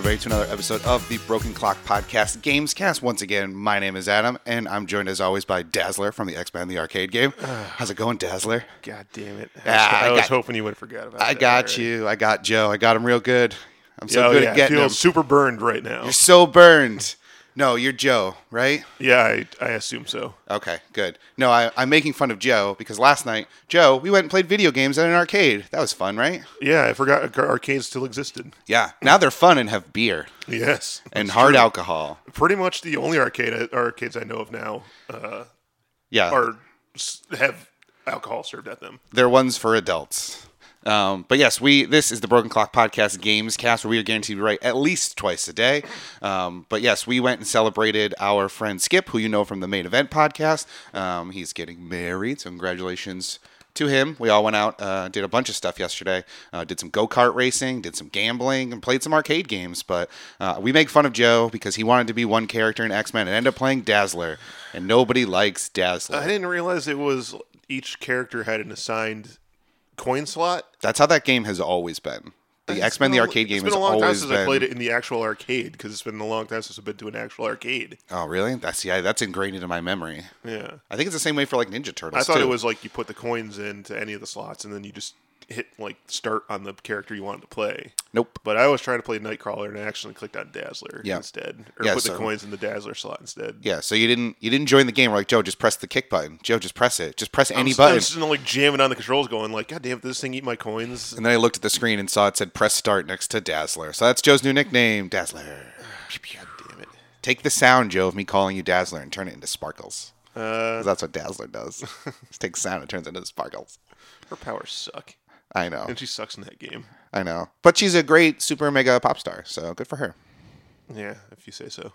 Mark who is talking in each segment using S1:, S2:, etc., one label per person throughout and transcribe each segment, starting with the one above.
S1: ready to another episode of the Broken Clock Podcast Gamescast. Once again, my name is Adam, and I'm joined as always by Dazzler from the X Men the arcade game. How's it going, Dazzler?
S2: God damn it.
S1: Ah,
S2: I, was,
S1: I
S2: I was
S1: got-
S2: hoping you would forget about
S1: I
S2: that
S1: got
S2: already.
S1: you. I got Joe. I got him real good. I'm so
S2: oh,
S1: good
S2: yeah,
S1: at
S2: I
S1: getting
S2: feel
S1: him.
S2: super burned right now.
S1: You're so burned. No, you're Joe, right?
S2: Yeah, I, I assume so.
S1: Okay, good. No, I, I'm making fun of Joe because last night, Joe, we went and played video games at an arcade. That was fun, right?
S2: Yeah, I forgot arc- arcades still existed.
S1: Yeah. Now they're fun and have beer
S2: Yes.
S1: and hard alcohol.
S2: Pretty much the only arcade arcades I know of now uh,
S1: Yeah.
S2: are s- have alcohol served at them.
S1: they're ones for adults. Um, but yes, we this is the Broken Clock Podcast Games Cast, where we are guaranteed to write at least twice a day. Um, but yes, we went and celebrated our friend Skip, who you know from the main event podcast. Um, he's getting married, so congratulations to him. We all went out, uh, did a bunch of stuff yesterday, uh, did some go kart racing, did some gambling, and played some arcade games. But uh, we make fun of Joe because he wanted to be one character in X Men and ended up playing Dazzler, and nobody likes Dazzler.
S2: I didn't realize it was each character had an assigned coin slot.
S1: That's how that game has always been. The X Men the arcade game
S2: It's been
S1: has
S2: a long time
S1: always
S2: since
S1: been.
S2: I played it in the actual arcade because it's been a long time since I've been to an actual arcade.
S1: Oh, really? That's yeah. That's ingrained into my memory.
S2: Yeah.
S1: I think it's the same way for like Ninja Turtles.
S2: I thought
S1: too.
S2: it was like you put the coins into any of the slots and then you just hit like start on the character you wanted to play.
S1: Nope.
S2: But I was trying to play Nightcrawler and I actually clicked on Dazzler
S1: Yeah.
S2: instead, or
S1: Yeah,
S2: put
S1: so-
S2: the coins in the Dazzler slot instead.
S1: Yeah. So you didn't you didn't join the game. We're like Joe, just press the kick button. Joe, just press it. Just press any
S2: I
S1: button.
S2: was sitting there, like jamming on the controls, going like, "God damn, did this thing eat my coins!"
S1: And then I looked at the screen and saw it said press start next to Dazzler. So that's Joe's new nickname, Dazzler.
S2: God damn it!
S1: Take the sound, Joe, of me calling you Dazzler and turn it into sparkles.
S2: Uh,
S1: 'Cause that's what Dazzler does. Just take sound, it turns into sparkles.
S2: her powers suck,
S1: I know.
S2: and she sucks in that game.
S1: I know. But she's a great super mega pop star, so good for her.
S2: Yeah, if you say so.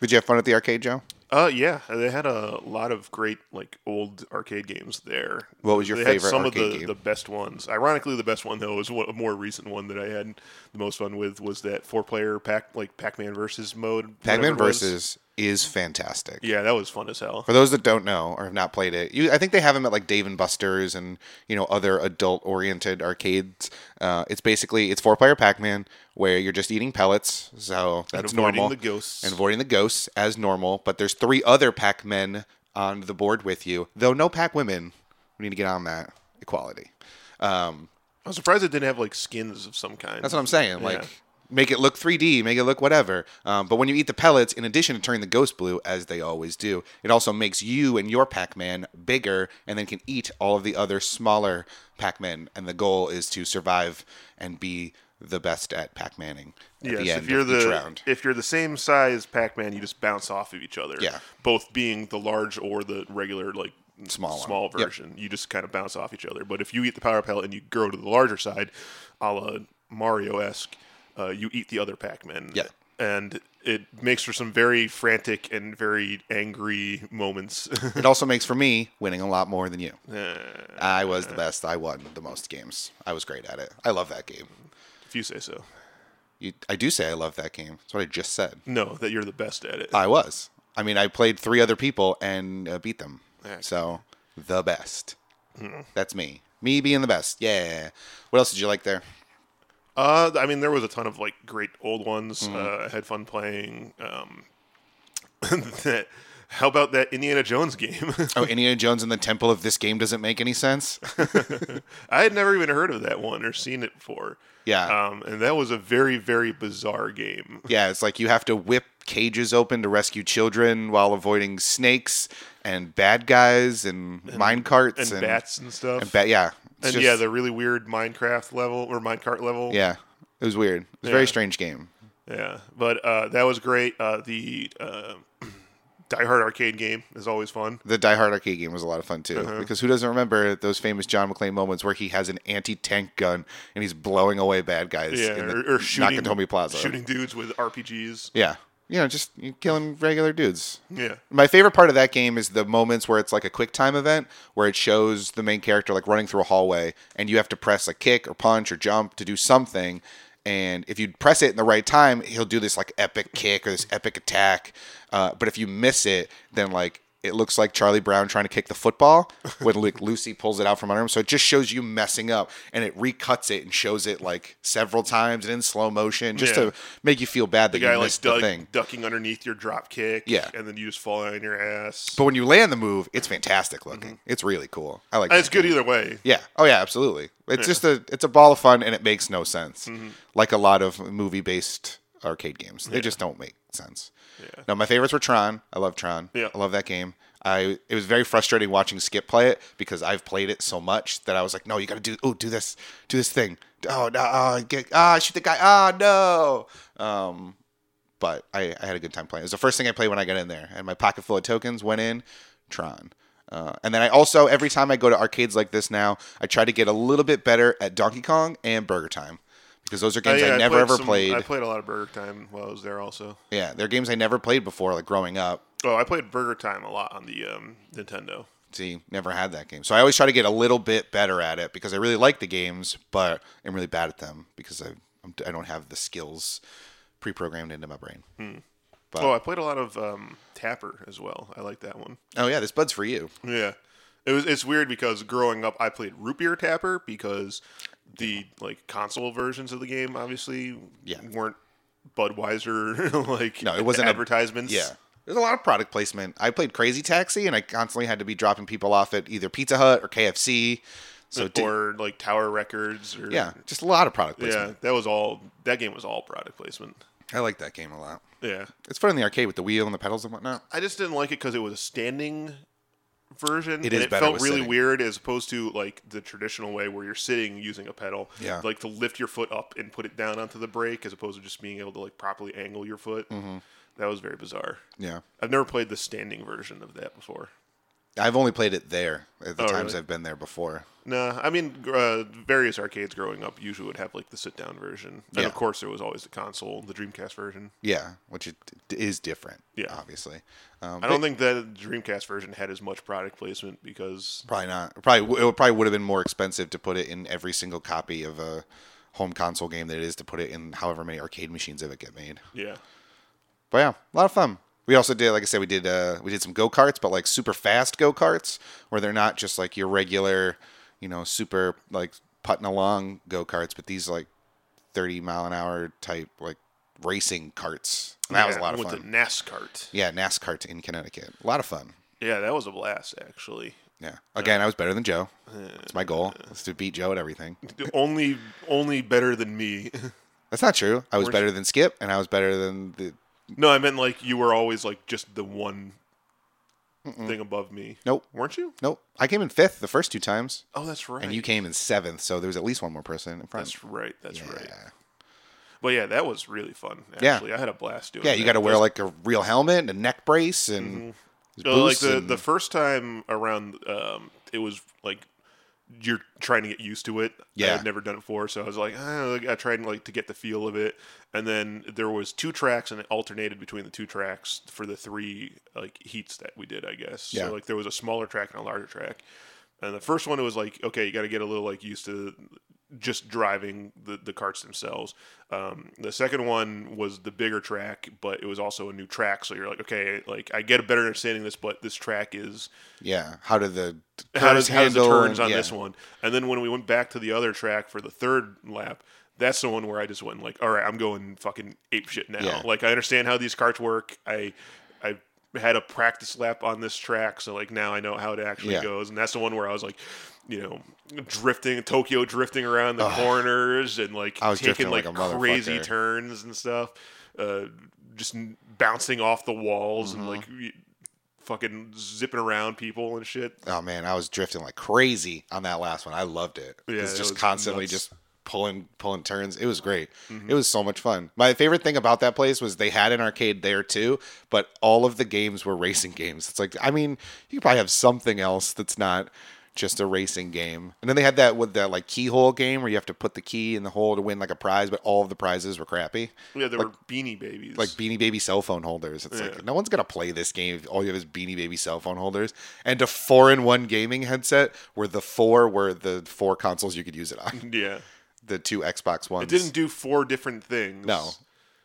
S1: Did you have fun at the arcade, Joe?
S2: Uh, yeah, they had a lot of great like old arcade games there.
S1: What was your
S2: They
S1: favorite
S2: Had some
S1: arcade
S2: of the,
S1: game?
S2: the best ones. Ironically, the best one though was one, a more recent one that I had the most fun with was that four player pack like Pac Man versus mode. whatever
S1: Pac-Man
S2: it was.
S1: Versus is fantastic.
S2: Yeah, that was fun as hell.
S1: For those that don't know or have not played it, you, I think they have them at like Dave and Buster's and you know other adult-oriented arcades. Uh, it's basically it's four-player Pac-Man where you're just eating pellets, so that's
S2: avoiding
S1: normal.
S2: the ghosts.
S1: and avoiding the ghosts as normal. But there's three other Pac-Men on the board with you, though no Pac-Women. We need to get on that equality. Um,
S2: I'm surprised it didn't have like skins of some kind.
S1: That's what I'm saying. Like,
S2: Yeah.
S1: make it look 3D, make it look whatever. Um, but when you eat the pellets, in addition to turning the ghost blue, as they always do, it also makes you and your Pac Man bigger and then can eat all of the other smaller Pac Men. And the goal is to survive and be the best at Pac Manning at
S2: Yes,
S1: the end
S2: if you're
S1: of each
S2: the
S1: round.
S2: if you're the same size Pac Man, you just bounce off of each other.
S1: Yeah.
S2: both being the large or the regular like
S1: Small one.
S2: small
S1: Yep.
S2: version. You just kind of bounce off each other. But if you eat the power pellet and you grow to the larger side, a la Mario esque, uh, you eat the other Pac Man.
S1: Yeah.
S2: and it makes for some very frantic and very angry moments.
S1: It also makes for me winning a lot more than you.
S2: if
S1: I was the best. I won the most games. I was great at it. I love that game.
S2: you say so.
S1: You, I do say I love that game. That's what I just said.
S2: No, that you're the best at it.
S1: I was. I mean, I played three other people and uh, beat them.
S2: Yeah.
S1: So the best.
S2: Hmm.
S1: That's me. Me being the best. Yeah. What else did you like there?
S2: Uh, I mean, there was a ton of like great old ones.
S1: Mm-hmm.
S2: Uh, I had fun playing. Um, that, how about that Indiana Jones game?
S1: Oh, Indiana Jones and the Temple of this game doesn't make any sense.
S2: I had never even heard of that one or seen it before.
S1: Yeah.
S2: Um, and that was a very very bizarre game.
S1: yeah, it's like you have to whip cages open to rescue children while avoiding snakes and bad guys and, mine carts
S2: And
S1: and,
S2: bats and stuff.
S1: and ba- yeah. It's
S2: And
S1: just-
S2: yeah, the really weird Minecraft level or minecart level.
S1: yeah. It was weird. It was a very
S2: Yeah.
S1: strange game.
S2: Yeah, but uh, that was great. Uh, the uh, Die Hard arcade game is always fun.
S1: the Die Hard arcade game was a lot of fun too,
S2: Uh-huh.
S1: because who doesn't remember those famous John McClane moments where he has an anti-tank gun and he's blowing away bad guys
S2: Yeah,
S1: in the
S2: or, or shooting
S1: Nakatomi Plaza?
S2: shooting dudes with RPGs.
S1: Yeah, you know, just you killing regular dudes.
S2: Yeah.
S1: My favorite part of that game is the moments where it's like a quick time event where it shows the main character like running through a hallway and you have to press a kick or punch or jump to do something. And if you press it in the right time, he'll do this like epic kick or this epic attack. Uh, but if you miss it, then like it looks like Charlie Brown trying to kick the football when like Lucy pulls it out from under him. So it just shows you messing up, and it recuts it and shows it like several times and in slow motion just
S2: Yeah.
S1: to make you feel bad that
S2: guy
S1: you
S2: like
S1: missed
S2: duck,
S1: the thing.
S2: ducking underneath your drop kick.
S1: Yeah.
S2: and then you just fall on your ass.
S1: But when you land the move, it's fantastic looking. It's really cool. I like.
S2: Mm-hmm. And
S1: that.
S2: it's good either way.
S1: Yeah. Oh yeah, absolutely. It's just a it's a ball of fun and it makes no sense.
S2: Mm-hmm.
S1: Like a lot of movie based arcade games. They just don't make sense. Yeah. Now my favorites were Tron. I love Tron.
S2: Yeah.
S1: I love that game. I it was very frustrating watching Skip play it because I've played it so much that I was like, no, you gotta do oh do this do this thing. Oh no oh, get ah shoot the guy. Ah no. Um but I, I had a good time playing. It was the first thing I played when I got in there, and my pocket full of tokens went in Tron. Uh, and then I also every time I go to arcades like this now, I try to get a little bit better at Donkey Kong and Burger Time because those are games
S2: Oh, yeah,
S1: I never
S2: played
S1: ever
S2: some-
S1: played.
S2: I played a lot of Burger Time while I was there. Also,
S1: yeah, they're games I never played before, like growing up.
S2: oh, I played Burger Time a lot on the um, Nintendo.
S1: See, never had that game, so I always try to get a little bit better at it because I really like the games, but I'm really bad at them because I I'm, I don't have the skills pre-programmed into my brain.
S2: Oh, I played a lot of um, Tapper as well. I like that one.
S1: Oh yeah, this bud's for you.
S2: Yeah. It was it's weird because growing up I played Root Beer Tapper because the like console versions of the game obviously
S1: Yeah.
S2: weren't Budweiser like
S1: No, it wasn't a-
S2: advertisements.
S1: Yeah. There's a lot of product placement. I played Crazy Taxi and I constantly had to be dropping people off at either Pizza Hut or KFC. So di-
S2: or like Tower Records or
S1: yeah, just a lot of product placement.
S2: Yeah, that was all that game was all product placement.
S1: I like that game a lot.
S2: Yeah.
S1: It's fun in the arcade with the wheel and the pedals and whatnot.
S2: I just didn't like it cuz it was a standing version
S1: It is
S2: and it
S1: better
S2: felt
S1: with
S2: really
S1: sitting.
S2: weird as opposed to like the traditional way where you're sitting using a pedal
S1: Yeah.
S2: like to lift your foot up and put it down onto the brake as opposed to just being able to like properly angle your foot
S1: Mm-hmm.
S2: that was very bizarre
S1: Yeah.
S2: i've never played the standing version of that before
S1: I've only played it there at the
S2: Oh,
S1: times
S2: really?
S1: I've been there before.
S2: nah i mean gr- uh, various arcades growing up usually would have like the sit down version and
S1: Yeah.
S2: of course there was always the console the dreamcast version
S1: Yeah, which it d- is different.
S2: Yeah.
S1: Obviously. Um,
S2: i don't think the dreamcast version had as much product placement because
S1: Probably not. Probably w- it would- probably would have been more expensive to put it in every single copy of a home console game than it is to put it in however many arcade machines of it get made.
S2: yeah
S1: But yeah, a lot of fun. We also did, like I said, we did uh, we did some go karts, but like super fast go karts, where they're not just like your regular, you know, super like putting along go karts, but these like thirty mile an hour type like racing carts. And that was a
S2: Yeah,
S1: lot of
S2: with
S1: fun.
S2: the nascart
S1: yeah, NASCAR in Connecticut, a lot of fun.
S2: yeah that was a blast actually
S1: Yeah. Again, I was better than Joe. That's my goal. Is to beat Joe at everything.
S2: only only better than me
S1: That's not true. I was better than Skip, and I was better than the.
S2: No, I meant like you were always like just the one thing above me.
S1: Nope.
S2: Weren't you?
S1: Nope. I came in fifth the first two times,
S2: Oh, that's right.
S1: and you came in seventh. So there was at least one more person in front.
S2: That's right. That's right.
S1: Yeah.
S2: But yeah, that was really fun.
S1: Yeah.
S2: Actually, I had a blast doing.
S1: Yeah, you
S2: that.
S1: got to wear
S2: Those-
S1: like a real helmet and a neck brace and
S2: uh, like
S1: boots
S2: the
S1: and-
S2: the first time around. Um, it was like you're trying to get used to it. I
S1: Yeah.
S2: had never done it before, so I was like, "Ah," I tried like to get the feel of it, and then there was two tracks, and it alternated between the two tracks for the three like heats that we did. I guess.
S1: Yeah.
S2: So like there was a smaller track and a larger track, and the first one it was like, okay, you got to get a little like used to just driving the, the carts themselves. Um, the second one was the bigger track, but it was also a new track. So you're like, okay, like I get a better understanding of this, but this track is
S1: yeah. How do the
S2: how does, how does the
S1: handle
S2: turns
S1: and-
S2: on
S1: yeah.
S2: this one? And then when we went back to the other track for the third lap, that's the one where I just went like, all right, I'm going fucking ape shit now.
S1: Yeah.
S2: Like I understand how these carts work. I I had a practice lap on this track, so like now I know how it actually
S1: Yeah.
S2: goes. And that's the one where I was like, you know, drifting Tokyo drifting around the corners and like
S1: I was
S2: taking
S1: drifting
S2: like,
S1: like a
S2: crazy
S1: motherfucker.
S2: turns and stuff. Uh, just n- bouncing off the walls
S1: Mm-hmm.
S2: and like y- fucking zipping around people and shit.
S1: Oh man, I was drifting like crazy on that last one. I loved it.
S2: Yeah,
S1: it's
S2: that
S1: just
S2: was
S1: constantly
S2: nuts. Mm-hmm.
S1: just pulling pulling turns. It was great. It was so much fun. My favorite thing about that place was they had an arcade there too, but all of the games were racing games. It's like I mean, you could probably have something else that's not just a racing game. And then they had that with that like keyhole game where you have to put the key in the hole to win like a prize, but all of the prizes were crappy.
S2: Yeah, there were beanie babies.
S1: like Beanie Baby cell phone holders. It's
S2: Yeah.
S1: like no one's gonna play this game if all you have is Beanie Baby cell phone holders and a four in one gaming headset where the four were the four consoles you could use it on.
S2: yeah,
S1: The two Xbox ones.
S2: it didn't do four different things.
S1: no.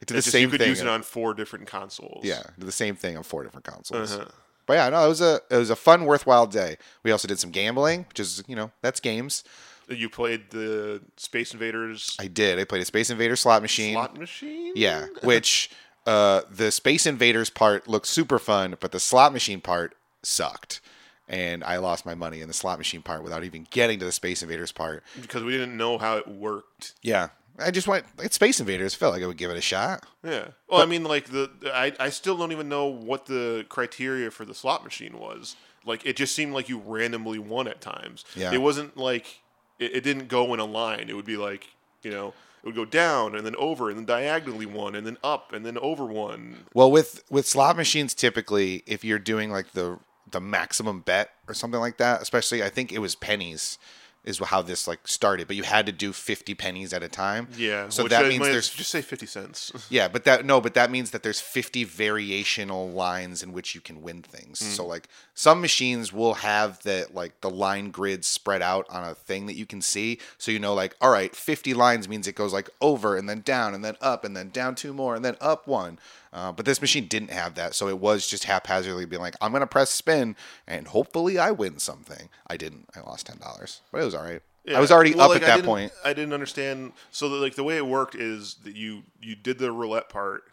S1: It did
S2: it's
S1: the
S2: just
S1: same
S2: you could
S1: thing.
S2: use it on four different consoles.
S1: yeah, it did the same thing on four different consoles.
S2: Uh-huh.
S1: But yeah, no, it was a it was a fun, worthwhile day. We also did some gambling, which is you know that's games.
S2: You played the Space Invaders
S1: I did. I played a Space Invader slot machine.
S2: slot machine.
S1: Yeah, which uh, the Space Invaders part looked super fun, but the slot machine part sucked. And I lost my money in the slot machine part without even getting to the Space Invaders part.
S2: because we didn't know how it worked.
S1: Yeah. I just went, it's Space Invaders. Felt like I would give it a shot.
S2: Yeah. Well, I mean, like the I, I still don't even know what the criteria for the slot machine was. Like it just seemed like you randomly won at times.
S1: Yeah.
S2: It wasn't like it, it didn't go in a line. It would be like you know it would go down and then over and then diagonally one and then up and then over one.
S1: Well, with with slot machines, typically, if you're doing like the the maximum bet or something like that, especially I think it was pennies is how this like started, but you had to do fifty pennies at a time.
S2: Yeah.
S1: So
S2: which
S1: that
S2: I
S1: means
S2: might-
S1: there's
S2: just say fifty cents.
S1: Yeah, but that no, but that means that there's 50 variational lines in which you can win things. So
S2: Mm.
S1: like some machines will have that like the line grid spread out on a thing that you can see, so you know like all right, 50 lines means it goes like over and then down and then up and then down two more and then up one. Uh, but this machine didn't have that, so it was just haphazardly being like, I'm gonna press spin and hopefully I win something. I didn't. I lost ten dollars, but it was all right. I was
S2: Yeah.
S1: already
S2: Well,
S1: up
S2: like,
S1: at
S2: I
S1: that
S2: didn't-
S1: point.
S2: I didn't understand. So, that, like the way it worked is that you you did the roulette part,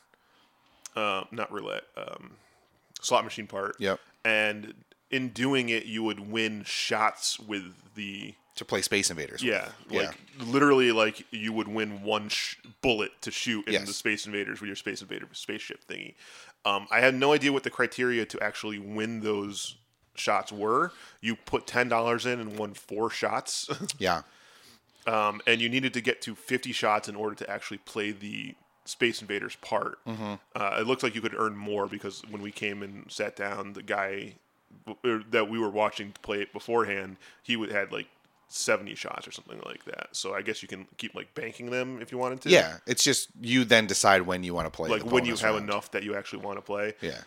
S2: uh, not roulette, um, slot machine part.
S1: Yep.
S2: And in doing it, you would win shots with the
S1: To play Space Invaders. with.
S2: yeah,
S1: Yeah.
S2: like literally, like you would win one sh- bullet to shoot in
S1: Yes.
S2: the Space Invaders with your Space Invader spaceship thingy. Um, I had no idea what the criteria to actually win those shots were. You put ten dollars in and won four shots.
S1: Yeah.
S2: um, and you needed to get to 50 shots in order to actually play the Space Invaders part.
S1: Mm-hmm.
S2: Uh, it looked like you could earn more because when we came and sat down, the guy or that we were watching play it beforehand, he would had like 70 shots or something like that. So I guess you can keep like banking them if you wanted to.
S1: Yeah, it's just you then decide when you want to play.
S2: Like
S1: the
S2: when you
S1: bonus
S2: have
S1: round.
S2: enough that you actually want to play.
S1: Yeah,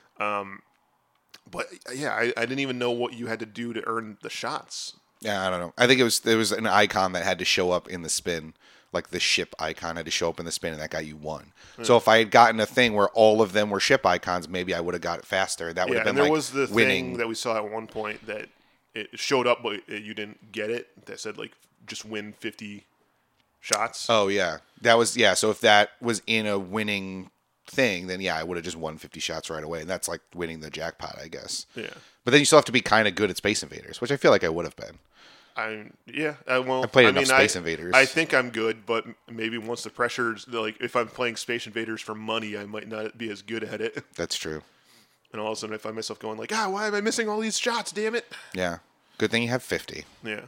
S2: But yeah, I, I didn't even know what you had to do to earn the shots.
S1: yeah. I don't know. I think it was there was an icon that had to show up in the spin, like the ship icon had to show up in the spin, and that got you one.
S2: Hmm.
S1: So if I had gotten a thing where all of them were ship icons, maybe I would have got it faster. That would
S2: Yeah,
S1: have been
S2: and there
S1: like
S2: was the
S1: winning.
S2: thing that we saw at one point that it showed up, but you didn't get it. That said, like just win fifty shots.
S1: oh yeah, that was yeah. So if that was in a winning thing, then yeah, I would have just won fifty shots right away, and that's like winning the jackpot, I guess.
S2: yeah,
S1: But then you still have to be kind of good at Space Invaders, which I feel like I would have been.
S2: I yeah. I well, I
S1: played
S2: I
S1: enough
S2: mean,
S1: Space
S2: I,
S1: Invaders.
S2: I think I'm good, but m- maybe once the pressures, like if I'm playing Space Invaders for money, I might not be as good at it.
S1: That's true.
S2: And all of a sudden, I find myself going like, ah, why am I missing all these shots? Damn it!
S1: Yeah. Good thing you have fifty.
S2: Yeah,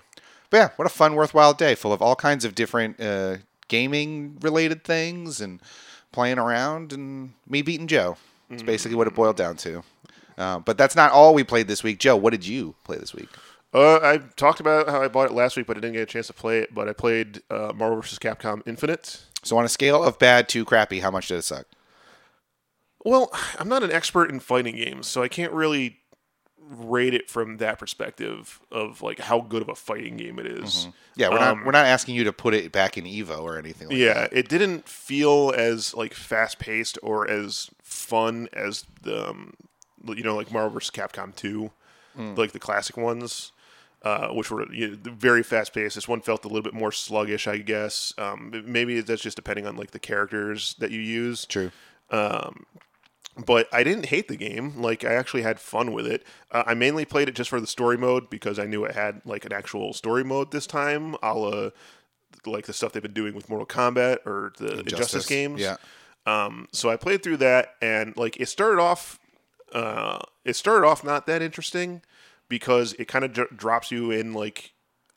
S1: But yeah, what a fun, worthwhile day full of all kinds of different uh, gaming related things and playing around and me beating Joe.
S2: Mm-hmm.
S1: It's basically what it boiled down to. Uh, but that's not all we played this week. Joe, what did you play this week?
S2: uh, I talked about how I bought it last week, but I didn't get a chance to play it. But I played uh, Marvel vs. Capcom Infinite.
S1: So, on a scale of bad to crappy, how much did it suck?
S2: Well, I'm not an expert in fighting games, so I can't really rate it from that perspective of like how good of a fighting game it is.
S1: Yeah, we're not we're not asking you to put it back in Evo or anything. like
S2: Um, Yeah, it didn't feel as like fast paced or as fun as the um, you know like Marvel vs. Capcom two, like the classic ones, uh, which were you know, very fast paced. This one felt a little bit more sluggish, I guess. Um, maybe that's just depending on like the characters that you use.
S1: True.
S2: but I didn't hate the game. Like I actually had fun with it. Uh, I mainly played it just for the story mode because I knew it had like an actual story mode this time, a la like the stuff they've been doing with Mortal Kombat or the Injustice,
S1: Justice.
S2: games.
S1: Yeah.
S2: Um, so I played through that, and like it started off, uh, it started off not that interesting because it kind of dr- drops you in like.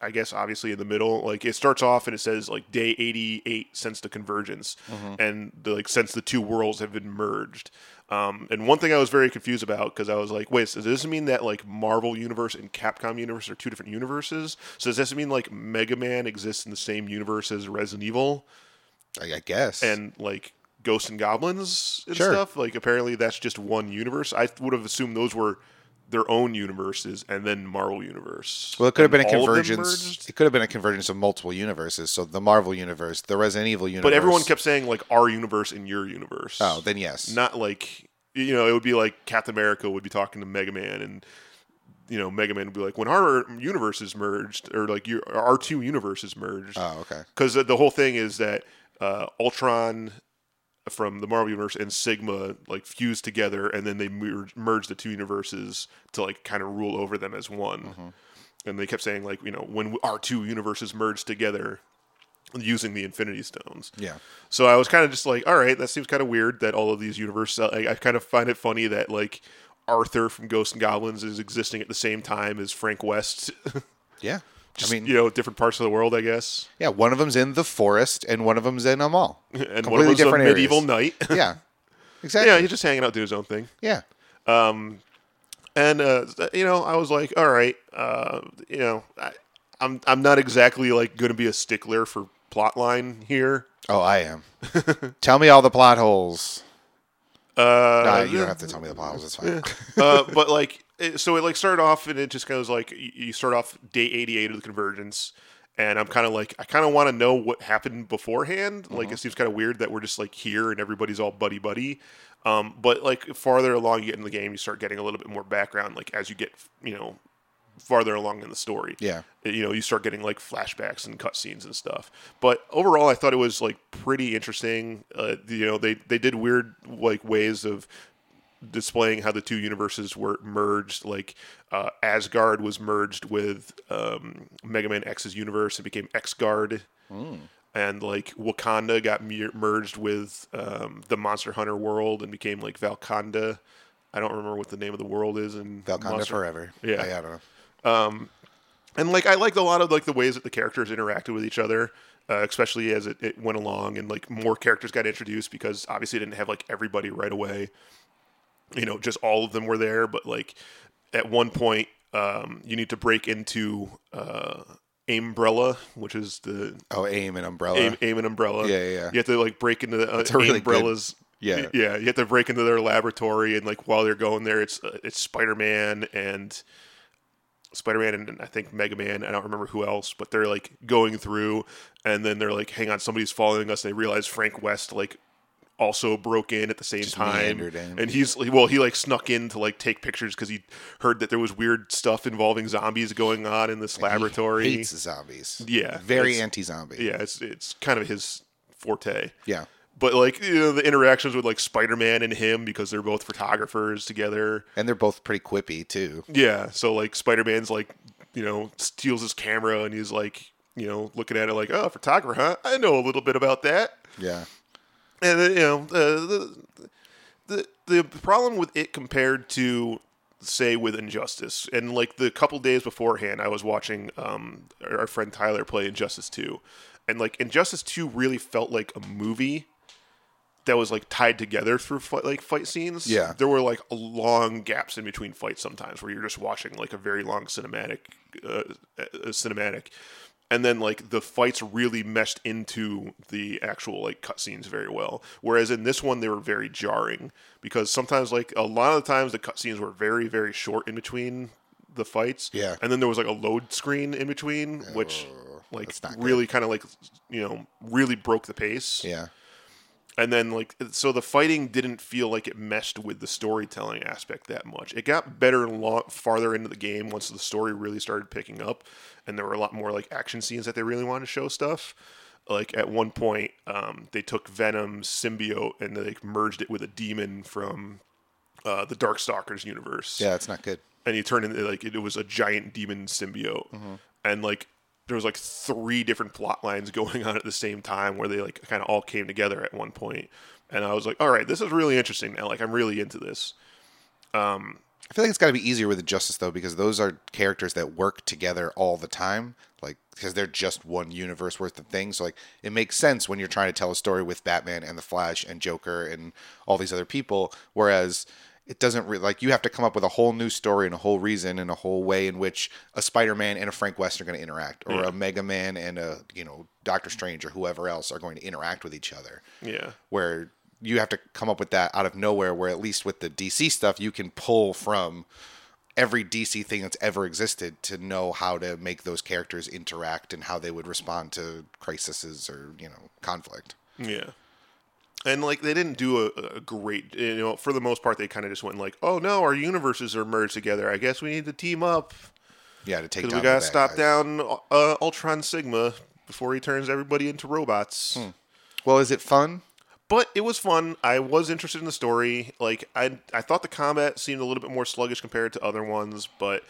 S2: I guess obviously in the middle, like it starts off and it says like day eighty eight since the convergence, and the, like since the two worlds have been merged. Um, and one thing I was very confused about because I was like, wait, so does this mean that like Marvel universe and Capcom universe are two different universes? So does this mean like Mega Man exists in the same universe as Resident Evil?
S1: I, I guess.
S2: and like ghosts and goblins and
S1: Sure.
S2: stuff. Like apparently that's just one universe. I would have assumed those were their own universes and then Marvel universe.
S1: Well, it could have been
S2: And
S1: a
S2: all of them
S1: convergence.
S2: merged?
S1: It could have been a convergence of multiple universes. So the Marvel universe, the Resident Evil universe.
S2: But everyone kept saying like our universe and your universe.
S1: Oh, then yes.
S2: not like you know, it would be like Captain America would be talking to Mega Man, and you know, Mega Man would be like, when our universes merged, or like your our two universes merged,
S1: Oh, okay.
S2: because the whole thing is that uh, Ultron from the Marvel universe and Sigma like fused together, and then they merge, merged the two universes to like kind of rule over them as one.
S1: Mm-hmm.
S2: And they kept saying like, you know, when our two universes merge together using the Infinity Stones.
S1: Yeah.
S2: So I was kind of just like, all right, that seems kind of weird that all of these universes. I, I kind of find it funny that like Arthur from Ghosts and Goblins is existing at the same time as Frank West.
S1: Yeah.
S2: just,
S1: I mean,
S2: you know, different parts of the world, I guess.
S1: yeah, one of them's in the forest and one of them's in a mall.
S2: And one of
S1: Completely
S2: them's a
S1: different areas.
S2: medieval knight.
S1: yeah.
S2: yeah,
S1: Exactly.
S2: he's just hanging out doing his own thing.
S1: Yeah.
S2: And uh, you know, I was like, all right, uh, you know, I, I'm I'm not exactly like going to be a stickler for plot line here.
S1: Oh, I am. tell me all the plot holes.
S2: Uh,
S1: Nah, you don't have to tell me the plot holes. It's fine.
S2: uh, but like it, so it like started off and it just goes like y- you start off day 88 of the convergence and i'm kind of like i kind of want to know what happened beforehand like it seems kind of weird that we're just like here and everybody's all buddy buddy um, but like farther along you get in the game you start getting a little bit more background like as you get you know farther along in the story
S1: Yeah.
S2: you know you start getting like flashbacks and cutscenes and stuff but overall i thought it was like pretty interesting uh, you know they they did weird like ways of displaying how the two universes were merged like uh, asgard was merged with um, mega man x's universe and became xgard and like wakanda got mer- merged with um, the monster hunter world and became like valconda i don't remember what the name of the world is in
S1: Valconda
S2: Monster-
S1: forever.
S2: Yeah.
S1: I, I don't know.
S2: and like I liked a lot of like the ways that the characters interacted with each other, uh, especially as it, it went along and like more characters got introduced because obviously they didn't have like everybody right away. You know, just all of them were there, but like at one point, um, you need to break into uh, Umbrella, which is the
S1: Oh, aim and umbrella.
S2: aim, aim and umbrella.
S1: Yeah, yeah, yeah.
S2: You have to like break into the uh,
S1: a really
S2: umbrellas.
S1: good- yeah.
S2: yeah. You have to break into their laboratory, and like while they're going there, it's uh, it's Spider Man and Spider Man and I think Mega Man. I don't remember who else, but they're like going through, and then they're like, "Hang on, somebody's following us." They realize Frank West like also broke in at the same time,
S1: meandered in.
S2: and he's well, he like snuck in to like take pictures because he heard that there was weird stuff involving zombies going on in this laboratory.
S1: Hates zombies.
S2: Yeah,
S1: Very
S2: it's-
S1: anti-zombie.
S2: yeah, it's it's kind of his forte.
S1: Yeah.
S2: But like you know, the interactions with like Spider Man and him because they're both photographers together.
S1: And they're both pretty quippy too.
S2: Yeah, so like Spider Man's like you know steals his camera and he's like you know looking at it like oh photographer huh I know a little bit about that
S1: Yeah.
S2: and uh, you know uh, the, the the problem with it compared to say with injustice and like the couple days beforehand i was watching um our our friend tyler play injustice 2 and like injustice 2 really felt like a movie that was like tied together through fight, like fight scenes
S1: Yeah.
S2: there were like long gaps in between fights sometimes where you're just watching like a very long cinematic uh, uh, cinematic and then like the fights really meshed into the actual like cutscenes very well. Whereas in this one, they were very jarring because sometimes like a lot of the times the cutscenes were very very short in between the fights.
S1: Yeah. Oh,
S2: and then there was like a load screen in between, which like
S1: that's not good.
S2: really kind of like you know really broke the pace.
S1: Yeah.
S2: And then like so the fighting didn't feel like it meshed with the storytelling aspect that much. It got better long farther into the game once the story really started picking up and there were a lot more like action scenes that they really wanted to show stuff. Like at one point, um, they took Venom's symbiote and they like, merged it with a demon from uh, the Darkstalkers universe
S1: Yeah. It's not good.
S2: and he turned into like it was a giant demon symbiote and like there was like three different plot lines going on at the same time where they like kind of all came together at one point and i was like all right this is really interesting now like i'm really into this
S1: I feel like it's got to be easier with Injustice though, because those are characters that work together all the time, like because they're just one universe worth of things. So like it makes sense when you're trying to tell a story with Batman and the Flash and Joker and all these other people, whereas it doesn't re- like you have to come up with a whole new story and a whole reason and a whole way in which a Spider-Man and a Frank West are going to interact, or a Mega Man and a you know Doctor Strange or whoever else are going to interact with each other
S2: yeah
S1: where you have to come up with that out of nowhere where at least with the DC stuff you can pull from every DC thing that's ever existed to know how to make those characters interact and how they would respond to crises or you know conflict
S2: yeah and like they didn't do a, a great you know for the most part they kind of just went like oh no our universes are merged together i guess we need to team up
S1: Yeah, to take
S2: because
S1: down
S2: we
S1: the
S2: gotta
S1: bad
S2: stop
S1: guys.
S2: down uh, ultron sigma before he turns everybody into robots
S1: Well, is it fun?
S2: but it was fun i was interested in the story like i i thought the combat seemed a little bit more sluggish compared to other ones but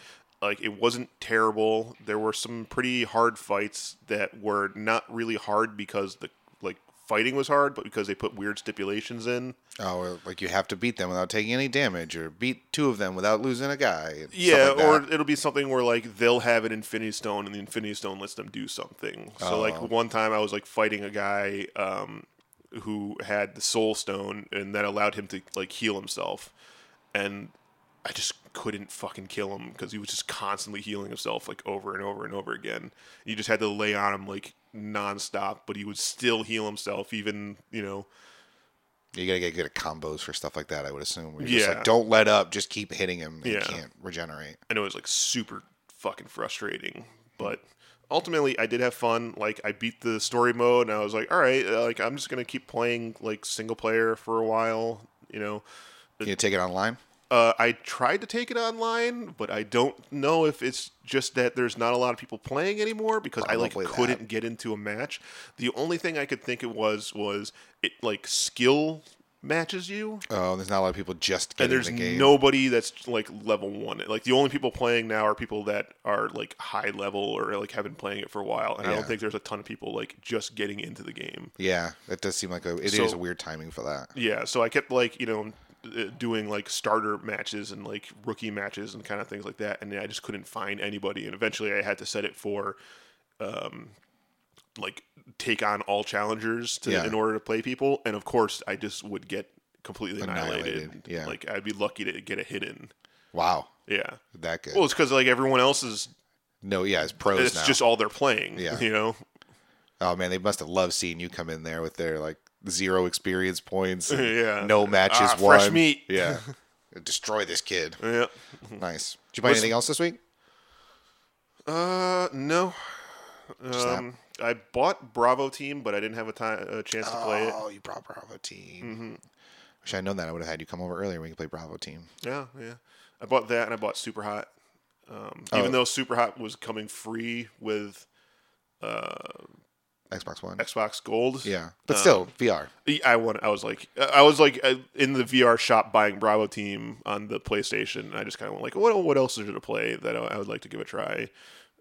S2: like it wasn't terrible there were some pretty hard fights that were not really hard because the like fighting was hard but because they put weird stipulations in
S1: Oh, or like you have to beat them without taking any damage, or beat two of them without losing a guy. and stuff
S2: Yeah,
S1: like that.
S2: or it'll be something where like they'll have an Infinity Stone, and the Infinity Stone lets them do something. So like
S1: Oh.
S2: one time I was like fighting a guy um, who had the Soul Stone, and that allowed him to like heal himself, and I just couldn't fucking kill him because he was just constantly healing himself like over and over and over again. You just had to lay on him like nonstop, but he would still heal himself, even you know.
S1: you gotta get good at combos for stuff like that. I would assume. Where you're just
S2: Yeah.
S1: like, don't let up. Just keep hitting him. And
S2: Yeah.
S1: He can't regenerate.
S2: and it was like super fucking frustrating. But ultimately, I did have fun. Like I beat the story mode, and I was like, all right, uh, like I'm just gonna keep playing like single player for a while. You know,
S1: You take it online.
S2: uh, I tried to take it online, but I don't know if it's just that there's not a lot of people playing anymore because I
S1: Probably
S2: like
S1: that.
S2: couldn't get into a match. The only thing I could think it was was it like skill matches you
S1: Oh, there's not a lot of people just
S2: and
S1: getting
S2: there's
S1: the game.
S2: nobody that's like level one. Like the only people playing now are people that are like high level or like have been playing it for a while. And I
S1: Yeah.
S2: don't think there's a ton of people like just getting into the game.
S1: Yeah, that does seem like a it is
S2: So-
S1: a weird timing for that.
S2: Yeah, so I kept like you know uh, doing like starter matches and like rookie matches and kind of things like that, and I just couldn't find anybody. And eventually, I had to set it for, um, like take on all challengers to,
S1: Yeah.
S2: in order to play people. And of course, I just would get completely annihilated.
S1: Annihilated, yeah.
S2: like I'd be lucky to get a hit in.
S1: Wow,
S2: Yeah.
S1: that good.
S2: Well, it's because like everyone else is.
S1: no, yeah, it's pros
S2: It's
S1: now.
S2: just all they're playing.
S1: Yeah.
S2: You know.
S1: oh man, they must have loved seeing you come in there with their like zero experience points. and
S2: Yeah.
S1: no matches
S2: Ah,
S1: won.
S2: fresh meat. Mm-hmm.
S1: Yeah, destroy this kid.
S2: Yeah.
S1: Nice. Did you buy
S2: Listen-
S1: anything else this week?
S2: Uh, no.
S1: that.
S2: Um, I bought Bravo Team, but I didn't have a time a chance to play it. Mm-hmm.
S1: Oh, you brought Bravo Team. Wish I'd known that. I would have had you come over earlier. We could play Bravo Team.
S2: Yeah, yeah. I bought that and I bought Super Hot. Um,
S1: Oh.
S2: Even though Super Hot was coming free with
S1: Xbox One.
S2: Xbox Gold,
S1: yeah, but still
S2: Um.
S1: VR.
S2: I want. I was like, I was like uh, in the VR shop buying Bravo Team on the PlayStation, and I just kind of went like, what what else is there to play that I I would like to give a try?